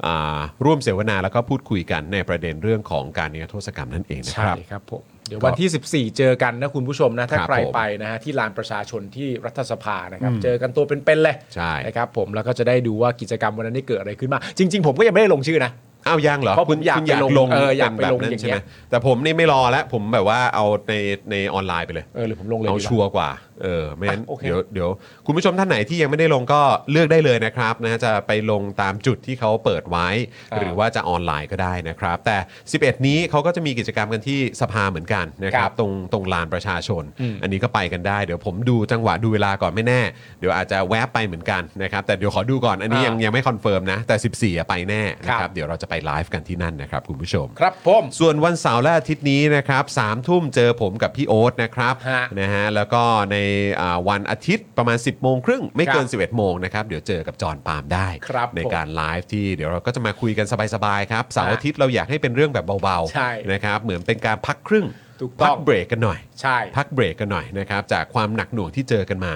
Speaker 1: อ่าร่วมเสวนาแล้วก็พูดคุยกันในประเด็นเรื่องของการนิรโทษกรรมนั่นเองนะค
Speaker 2: ใช่
Speaker 1: รับ
Speaker 2: ครับผม เดี๋ยววันที่ 14 เจอกันนะคุณผู้ชมนะ ถ้า
Speaker 1: ครับ
Speaker 2: ใคร
Speaker 1: ผม
Speaker 2: ไปนะฮะที่ลานประชาชนที่รัฐสภานะครับ เจอกันตัวเป็นๆเลย
Speaker 1: ใช่
Speaker 2: นะครับผมแล้วก็จะได้ดูว่ากิจกรรมวันนั้นได้เกิดอะไรขึ้นมา จริง ๆ ผมก็ยังไม่ได้ลงชื่อนะ
Speaker 1: อ้าวยังเหรอ
Speaker 2: เพราะผมอยาก
Speaker 1: คุณอยาก
Speaker 2: ไปลง
Speaker 1: ลง
Speaker 2: เอออยาก
Speaker 1: น
Speaker 2: ไป
Speaker 1: แบบ
Speaker 2: ลง
Speaker 1: นั้น
Speaker 2: อย่าง
Speaker 1: ใช่
Speaker 2: เงี้
Speaker 1: ไหม
Speaker 2: ย
Speaker 1: แต่ผมนี่ไม่รอแล้วผมแบบว่าเอาในในออนไลน์ไปเลย
Speaker 2: เออหรือผมลงเลย
Speaker 1: เอา
Speaker 2: ดีก
Speaker 1: ชัวร์กว่าเออไม่งั้น
Speaker 2: อ่ะโอเค
Speaker 1: เดี๋ยวเดี๋ยวคุณผู้ชมท่านไหนที่ยังไม่ได้ลงก็เลือกได้เลยนะครับนะฮะจะไปลงตามจุดที่เขาเปิดไว้
Speaker 2: ครับ
Speaker 1: หรือว่าจะออนไลน์ก็ได้นะครับ แต่ 11 นี้เขาก็จะมีกิจกรรมกันที่สภาเหมือนกันนะค
Speaker 2: ค
Speaker 1: รั
Speaker 2: รั
Speaker 1: บบ ตรงตรงลานประชาชน
Speaker 2: อืม
Speaker 1: อันนี้ก็ไปกันได้เดี๋ยวผมดูจังหวะดูเวลาก่อนไม่แน่ เดี๋ยวอาจจะแวบไปเหมือนกันนะครับแต่เดี๋ยวขอดูก่อนอันนี้ยัง
Speaker 2: อ่ายั
Speaker 1: ยังไม่คอนเฟิร์มนะแต่ 14อะไปแน่นะค
Speaker 2: ครั
Speaker 1: รับ
Speaker 2: บ
Speaker 1: เดี๋ยวเราจะไปไลฟ์กันที่นั่นนะครับคุณผู้ชม
Speaker 2: ครับผม
Speaker 1: ส่วนวันเสาร์และอาทิตย์นี้นะครับสามทุ่มเจอผมกับพี่โอ๊ตนะครับ
Speaker 2: ฮะ
Speaker 1: นะฮะแล้วก็ในอ่าวันอาทิตย์ประมาณ 10บโมงครึ่งไม่เกิน
Speaker 2: ครับ
Speaker 1: 11 โมงนะครับเดี๋ยวเจอกับจอห์นปาล์มได้
Speaker 2: ครับ
Speaker 1: ใน
Speaker 2: ผม
Speaker 1: การไลฟ์ที่เดี๋ยวเราก็จะมาคุยกันสบายๆครับเสาร์
Speaker 2: ฮะ
Speaker 1: อาทิตย์เราอยากให้เป็นเรื่องแบบเบา
Speaker 2: ใช่
Speaker 1: ๆนะครับเหมือนเป็นการพักครึ่ง
Speaker 2: ถูกต้อง
Speaker 1: พัเบรกกันหน่อย
Speaker 2: ใช่
Speaker 1: พักเบรกกันหน่อยนะครับจากความหนักหน่วงที่เจอกันมา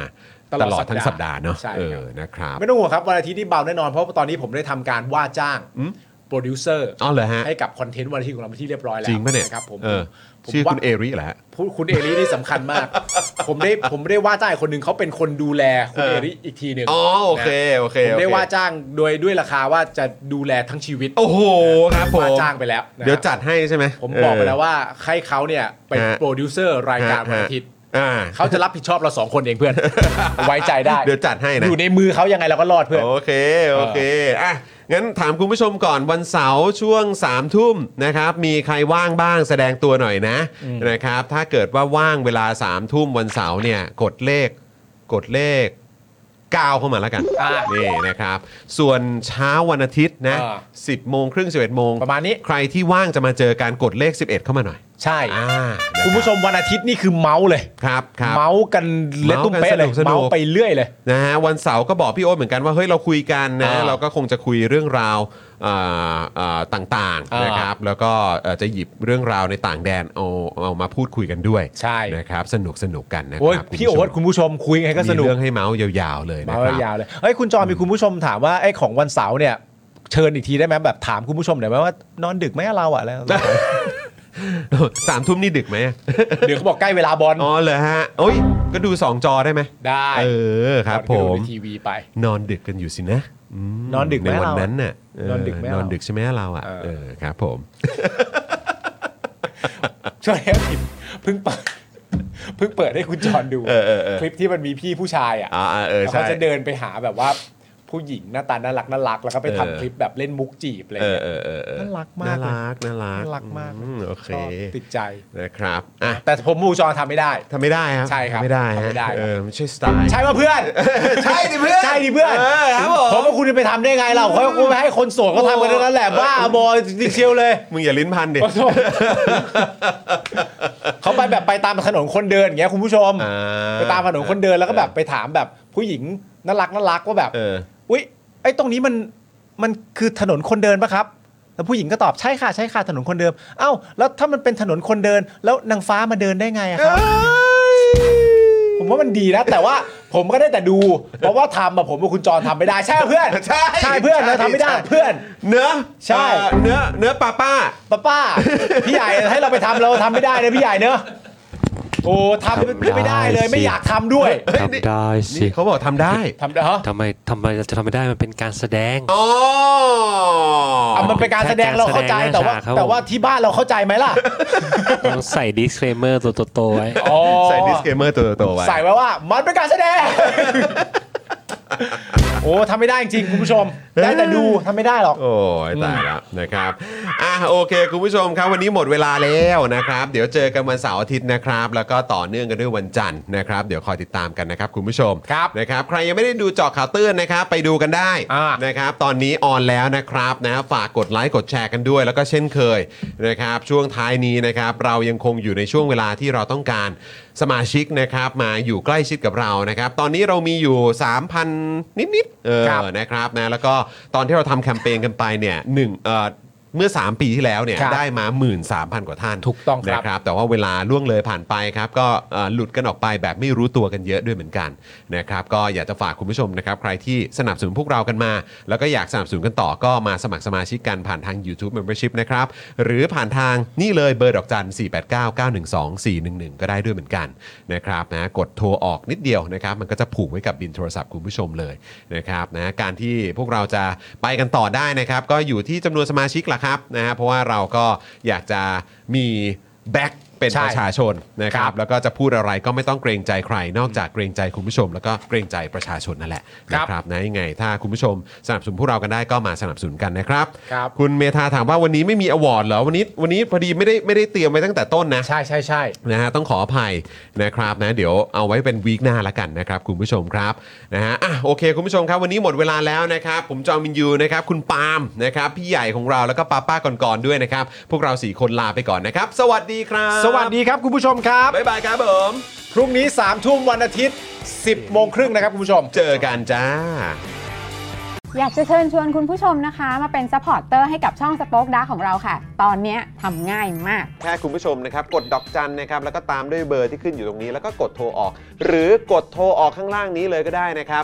Speaker 2: ตลอด
Speaker 1: ทั้ง
Speaker 2: สั
Speaker 1: สัป
Speaker 2: ป
Speaker 1: ดา
Speaker 2: ดาห์
Speaker 1: ห์เนาะ
Speaker 2: ใช่
Speaker 1: เอ
Speaker 2: ครั
Speaker 1: อบ นะครับ
Speaker 2: ไม่ต้องห่วงครับวันอาทิตย์นี่เบาแน่นอนเพราะว่าตอนนี้ผมได้ทำการว่าจ้าง
Speaker 1: อืม
Speaker 2: โปรดิวเซอร์
Speaker 1: อ๋อเหรอฮะ
Speaker 2: ให้กับคอนเทนต์วันอาทิตย์ของเราเป็นที่เรียบร้อยแล้ว
Speaker 1: จริงปะเนี่ย
Speaker 2: นะครับผม
Speaker 1: เออ
Speaker 2: ผม
Speaker 1: ชื่อ
Speaker 2: ว่า
Speaker 1: คุณเอริเหรอฮะ
Speaker 2: พูดคุณเอรินี่สำคัญมาก ผมได้ผมได้ว่าจ้างอีกคนหนึ่งเขาเป็นคนดูแลคุณ
Speaker 1: เออ
Speaker 2: เอริอีกทีหนึ่ง
Speaker 1: อ๋อโอเค
Speaker 2: นะ
Speaker 1: โอเค
Speaker 2: ผม
Speaker 1: โอเค
Speaker 2: ได้ว่าจ้างโดยด้วยราคาว่าจะดูแลทั้งชีวิต
Speaker 1: โอ้โหครับผม
Speaker 2: ว่าจ้างไปแล้วนะ
Speaker 1: เดี๋ยวจัดให้ใช่ไหม
Speaker 2: ผมบอกไปแล้ว
Speaker 1: เ
Speaker 2: ว่าให้เขาเนี่ยเป็น
Speaker 1: ฮะ
Speaker 2: โปรดิวเซอร์รายการวันอาทิตย์
Speaker 1: ออ่า
Speaker 2: เขาจะรับผิดชอบเราสองคนเองเพื่อน ไว้ใจได้
Speaker 1: เดี๋ยวจัดให้นะ
Speaker 2: อยู่ในมือเขายังไงเราก็รอดเพื่อน
Speaker 1: โอเคโอเคอ่ะงั้นถามคุณผู้ชมก่อนวันเสาร์ช่วง3ามทุ่มนะครับ มีใครว่างบ้างแสดงตัวหน่อยนะนะครับ ถ้าเกิดว่าว่างเวลา3ามทุ่มวันเสาร์เนี่ยกดเลขกดเลข 9 เข้ามาแล้วกัน
Speaker 2: อ่า
Speaker 1: นี่นะครับ ส่วนเช้าวันอาทิตย์นะ
Speaker 2: อ่า
Speaker 1: 10 โมงครึ่ง 11 โมง
Speaker 2: ประมาณนี้
Speaker 1: ใครที่ว่างจะมาเจอการกดเลข 11 เข้ามาหน่อย
Speaker 2: ใช่
Speaker 1: อ่านะรับ
Speaker 2: คุณผู้ชมวันอาทิตย์นี่คือเมาส์เลย
Speaker 1: ครับครับ
Speaker 2: เมาส์กันเละตุ้มเป๊ะเลย
Speaker 1: เมาส์กันสนุกสนุก
Speaker 2: เมาส์ไปเรื่อยเลย
Speaker 1: นะฮะวันเสาร์ก็บอกพี่โอ๊ตเหมือนกันว่าเฮ้ยเราคุยกันนะ
Speaker 2: อ่า
Speaker 1: เราก็คงจะคุยเรื่องราวอ่าอ่าต่าง
Speaker 2: อ่า
Speaker 1: ๆ
Speaker 2: น
Speaker 1: นะครับแล้วก็เอ่อจะหยิบเรื่องราวในต่างแดนเอาเอามาพูดคุยกันด้วย
Speaker 2: ใช่
Speaker 1: นะครับสนุกสนุกกันนะค
Speaker 2: โอ้ย
Speaker 1: รับ
Speaker 2: พี่โอ๊ตคุณผู้ชมคุยไง
Speaker 1: ก็
Speaker 2: ก็
Speaker 1: ส
Speaker 2: ส
Speaker 1: นุ
Speaker 2: นุ
Speaker 1: ก
Speaker 2: ก
Speaker 1: เรื่องให้เมาส์ยาวๆเลยนะ
Speaker 2: เมาส์
Speaker 1: ครับ
Speaker 2: ยาวๆเลยเอ้ยคุณจอมีคุณผู้ชมถามว่าไอ้ของวันเสาร์เนี่ย เชิญอีกทีได้ไหมแบบถามคุณผู้ชมหน่อยไหมว่านอนดึกไหมเราอะแล้ว
Speaker 1: สามทุ่มนี่ดึกไหม
Speaker 2: เดี๋ยวเขาบอกใกล้เวลาบอล
Speaker 1: อ๋อเหรอฮะโอ้ยก็ดู 2 จอได้ไหม
Speaker 2: ได้
Speaker 1: เออครับผ
Speaker 2: บอลก็ดู
Speaker 1: ม
Speaker 2: ในทีวีไป
Speaker 1: นอนดึกกันอยู่สินะม
Speaker 2: นอนดึกไหม
Speaker 1: ในวัน
Speaker 2: เรา
Speaker 1: นั้นน่ะเ
Speaker 2: นอนดึกไหม
Speaker 1: นอน
Speaker 2: เรา
Speaker 1: ดึกใช่ไหมเราอ่ะ
Speaker 2: เออ
Speaker 1: เออครับผม
Speaker 2: ช่วยแล้วผิดเพิ่งเปิด เพิ่งเปิดให้คุณจอนดู
Speaker 1: เออเออเออ
Speaker 2: คลิปที่มันมีพี่ผู้ชายอ่ะ
Speaker 1: อ่าเออ
Speaker 2: แล้ว
Speaker 1: ใช่
Speaker 2: เขาจะเดินไปหาแบบว่าผู้หญิงหน้าตาน่ารักน่ารักแล้วก็ไป
Speaker 1: เออ
Speaker 2: ทำคลิปแบบเล่นมุกจีบอะไร
Speaker 1: เออ
Speaker 2: เงี้ย
Speaker 1: เออเออเออ
Speaker 2: น่ารักมากเลย
Speaker 1: น่ารักน่ารัก
Speaker 2: น่ารักมากเลย
Speaker 1: อืโอเค
Speaker 2: ชอบติดใจ
Speaker 1: นะครับอ่ะ
Speaker 2: แต่ผมมูจอนทำไม่ได้
Speaker 1: ทำไม่ได้ครับ
Speaker 2: ใช่ครับ
Speaker 1: ทำไม่ได้ฮะ
Speaker 2: ทำไม่ได้ครับ
Speaker 1: เออไม่ใช่สไตล์
Speaker 2: ใช่ป่ะเพื่อน
Speaker 1: ใช่ดิเพื่อน
Speaker 2: ใช่ดิเพื่อน
Speaker 1: เออครับผม
Speaker 2: ผมว่าคุณจะไปทำได้ไงเราเขาคุณให้คนโสดเขาทำกันทั้งนั้นแหละบ้าบอดิเชียวเลย
Speaker 1: มึงอย่าลิ้นพันดิ
Speaker 2: ขอโทษ เขาไปแบบไปตามถนนคนเดินอย่างเงี้ยคุณผู้ชม
Speaker 1: อ่า
Speaker 2: ไปตามถนนคนเดินแล้วก็แบบไปถามแบบผู้หญิงน่ารักน่ารักว่าแบบ
Speaker 1: เออ
Speaker 2: อุ้ยไอ้ตรงนี้มันมันคือถนนคนเดินปะครับ แล้วผู้หญิงก็ตอบใช่ค่ะใช่ค่ะถนนคนเดินเอ้าแล้วถ้ามันเป็นถนนคนเดิน แล้วนางฟ้ามาเดินได้ไงอะครับ ผมว่ามันดีนะ แต่ว่าผมก็ได้แต่ดู เพราะว่าทำอะผมกับคุณจรทำไม่ได้ใช่ปะเพื่อน
Speaker 1: ใช่
Speaker 2: เพื่อนนะ
Speaker 1: ใช่
Speaker 2: ทำไม่ได้
Speaker 1: ใช่
Speaker 2: เพื่อน
Speaker 1: เนื้อ
Speaker 2: ใช่
Speaker 1: เออเนื้อเนื้อป้าป้า
Speaker 2: ป้าป้าพี่ใหญ่ให้เราไปทำเราทำไม่ได้นะพี่ใหญ่เนอะโอ้ทำไม่ได้เลยไม่อยากทำด้วย
Speaker 1: เฮ้ยนี่
Speaker 5: ทำได้สิ
Speaker 1: นี่เขาบอกทำได้
Speaker 2: ทำได้เหรอ
Speaker 5: ทำไมทำไมเราจะทำไม่ได้มันเป็นการแสดง
Speaker 1: อ๋อ
Speaker 2: อ่ะมันเป็นการแสดงเราเข้าใจแต่ว่า
Speaker 5: แสดงหน้าฉากครับ
Speaker 2: แต่ว่าที่บ้านเราเข้าใจไหมล่ะ
Speaker 5: ต้องใส่ disclaimer ตัวโตๆไว้
Speaker 1: ใส่ disclaimer ตัวโตๆไว้
Speaker 2: ใส่ไว้ว่ามันเป็นการแสดง โอ้ทำไม่ได้จริงๆคุณผู้ชมได้แต่ดูทำไม่ได้หรอก
Speaker 1: โอ้ยตายแล้วนะครับอ่ะโอเค คุณผู้ชมครับวันนี้หมดเวลาแล้วนะครับ เดี๋ยวเจอกันวันเสาร์อาทิตย์นะครับ แล้วก็ต่อเนื่องกันด้วยวันจันทร์นะครับ เดี๋ยวคอยติดตามกันนะครับ คุณผู้ชม
Speaker 2: ครับ
Speaker 1: นะครับ ใครยังไม่ได้ดูเจอข่าวตื้นนะครับ ไปดูกันได้
Speaker 2: อ่า
Speaker 1: นะครับตอนนี้ออนแล้วนะครับนะฝากกดไลค์กดแชร์กันด้วย แล้วก็เช่นเคยนะครับช่วงท้ายนี้นะครับเรายังคงอยู่ในช่วงเวลาที่เราต้องการสมาชิกนะครับมาอยู่ใกล้ชิดกับเรานะครับตอนนี้เรามีอยู่ 3,000 นิดๆเอ
Speaker 2: ครับ
Speaker 1: อนะครับนะแล้วก็ตอนที่เราทำแคมเปญกันไปเนี่ยหนึ่งเออเมื่อ 3 ปีที่แล้วเนี่ย
Speaker 2: ครับ
Speaker 1: ได้มา 13,000 กว่าท่าน
Speaker 2: ถูกต้องครับ
Speaker 1: นะ ครับแต่ว่าเวลาล่วงเลยผ่านไปครับก็เอ่อหลุดกันออกไปแบบไม่รู้ตัวกันเยอะด้วยเหมือนกันนะครับก็อยากจะฝากคุณผู้ชมนะครับใครที่สนับสนุนพวกเรากันมา แล้วก็อยากสนับสนุนกันต่อก็มาสมัครสมาชิกกันผ่านทาง YouTube Membership นะครับหรือผ่านทางนี่เลยเบอร์ดอกจัน 4 8 9 9 1 2 4 1 1 ก็ได้ด้วยเหมือนกันนะครับนะกดโทรออกนิดเดียวนะครับมันก็จะผูกไว้กับบินโทรศัพท์คุณผู้ชมเลยนะครับนะการที่พวกเราจะไปกันต่อได้นะครับก็อยู่ที่จำนวนสมาชิกละครับนะฮะเพราะว่าเราก็อยากจะมี แบ็กเป็น
Speaker 2: ใช่
Speaker 1: ประชาชนนะค
Speaker 2: ค
Speaker 1: รั
Speaker 2: รับ บ
Speaker 1: แล้วก็จะพูดอะไรก็ไม่ต้องเกรงใจใคร นอกจากเกรงใจคุณผู้ชม แล้วก็เกรงใจประชาชนนั่นแหละ
Speaker 2: ครับ
Speaker 1: นะครับนะยังไง ถ้าคุณผู้ชมสนับสนุนพวกเรากันได้ก็มาสนับสนุนกันนะครับ
Speaker 2: ครับ
Speaker 1: ณเมธาถามว่าวันนี้ไม่มีอวอร์ดเหรอวันนี้วันนี้พอดีไม่ได้ไม่ได้เตรียมไว้ตั้งแต่ต้นนะ
Speaker 2: ใช่ใช่ใช่
Speaker 1: นะฮะต้องขออภัยนะครับนะเดี๋ยวเอาไว้เป็นวีคหน้าละกันนะครับคุณผู้ชมครับนะฮะอ่ะโอเคคุณผู้ชมครับวันนี้หมดเวลาแล้วนะครับผมจอมินยูนะครับคุณปาล์มนะครับพี่ใหญ่ของเราแล้วก็ป้าป้าก่อนๆด้วยนะครับพวกเราสี่คนลาไปก่อนนะครับ สวัสดีครับ
Speaker 2: สวัสดีครับคุณผู้ชมครับ
Speaker 1: บ๊ายบายครับผม
Speaker 2: พรุ่งนี้3ามทุ่มวันอาทิตย์ 10 โมงครึ่งนะครับคุณผู้ชม
Speaker 1: เจอกันจ้า
Speaker 6: อยากจะเชิญชวนคุณผู้ชมนะคะ มาเป็นซัพพอร์ตเตอร์ให้กับช่องสป็อคดาของเราค่ะ ตอนเนี้ยทำง่ายมาก
Speaker 1: แค่คุณผู้ชมนะครับกดดอกจันนะครับแล้วก็ตามด้วยเบอร์ที่ขึ้นอยู่ตรงนี้ แล้วก็กดโทรออก หรือกดโทรออกข้างล่างนี้เลยก็ได้นะครับ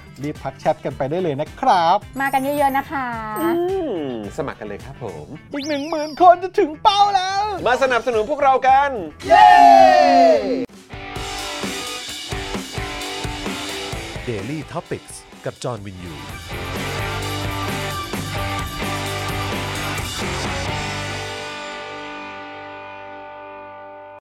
Speaker 4: รีบทักแชทกันไปได้เลยนะครับ
Speaker 6: มากันเยอะๆนะคะ
Speaker 1: สมัครกันเลยครับผม
Speaker 4: อีก 1 0,000 คนจะถึงเป้าแล้ว
Speaker 1: มาสนับสนุนพวกเรากัน
Speaker 7: Daily t o p i c กกับจอห์นวินยู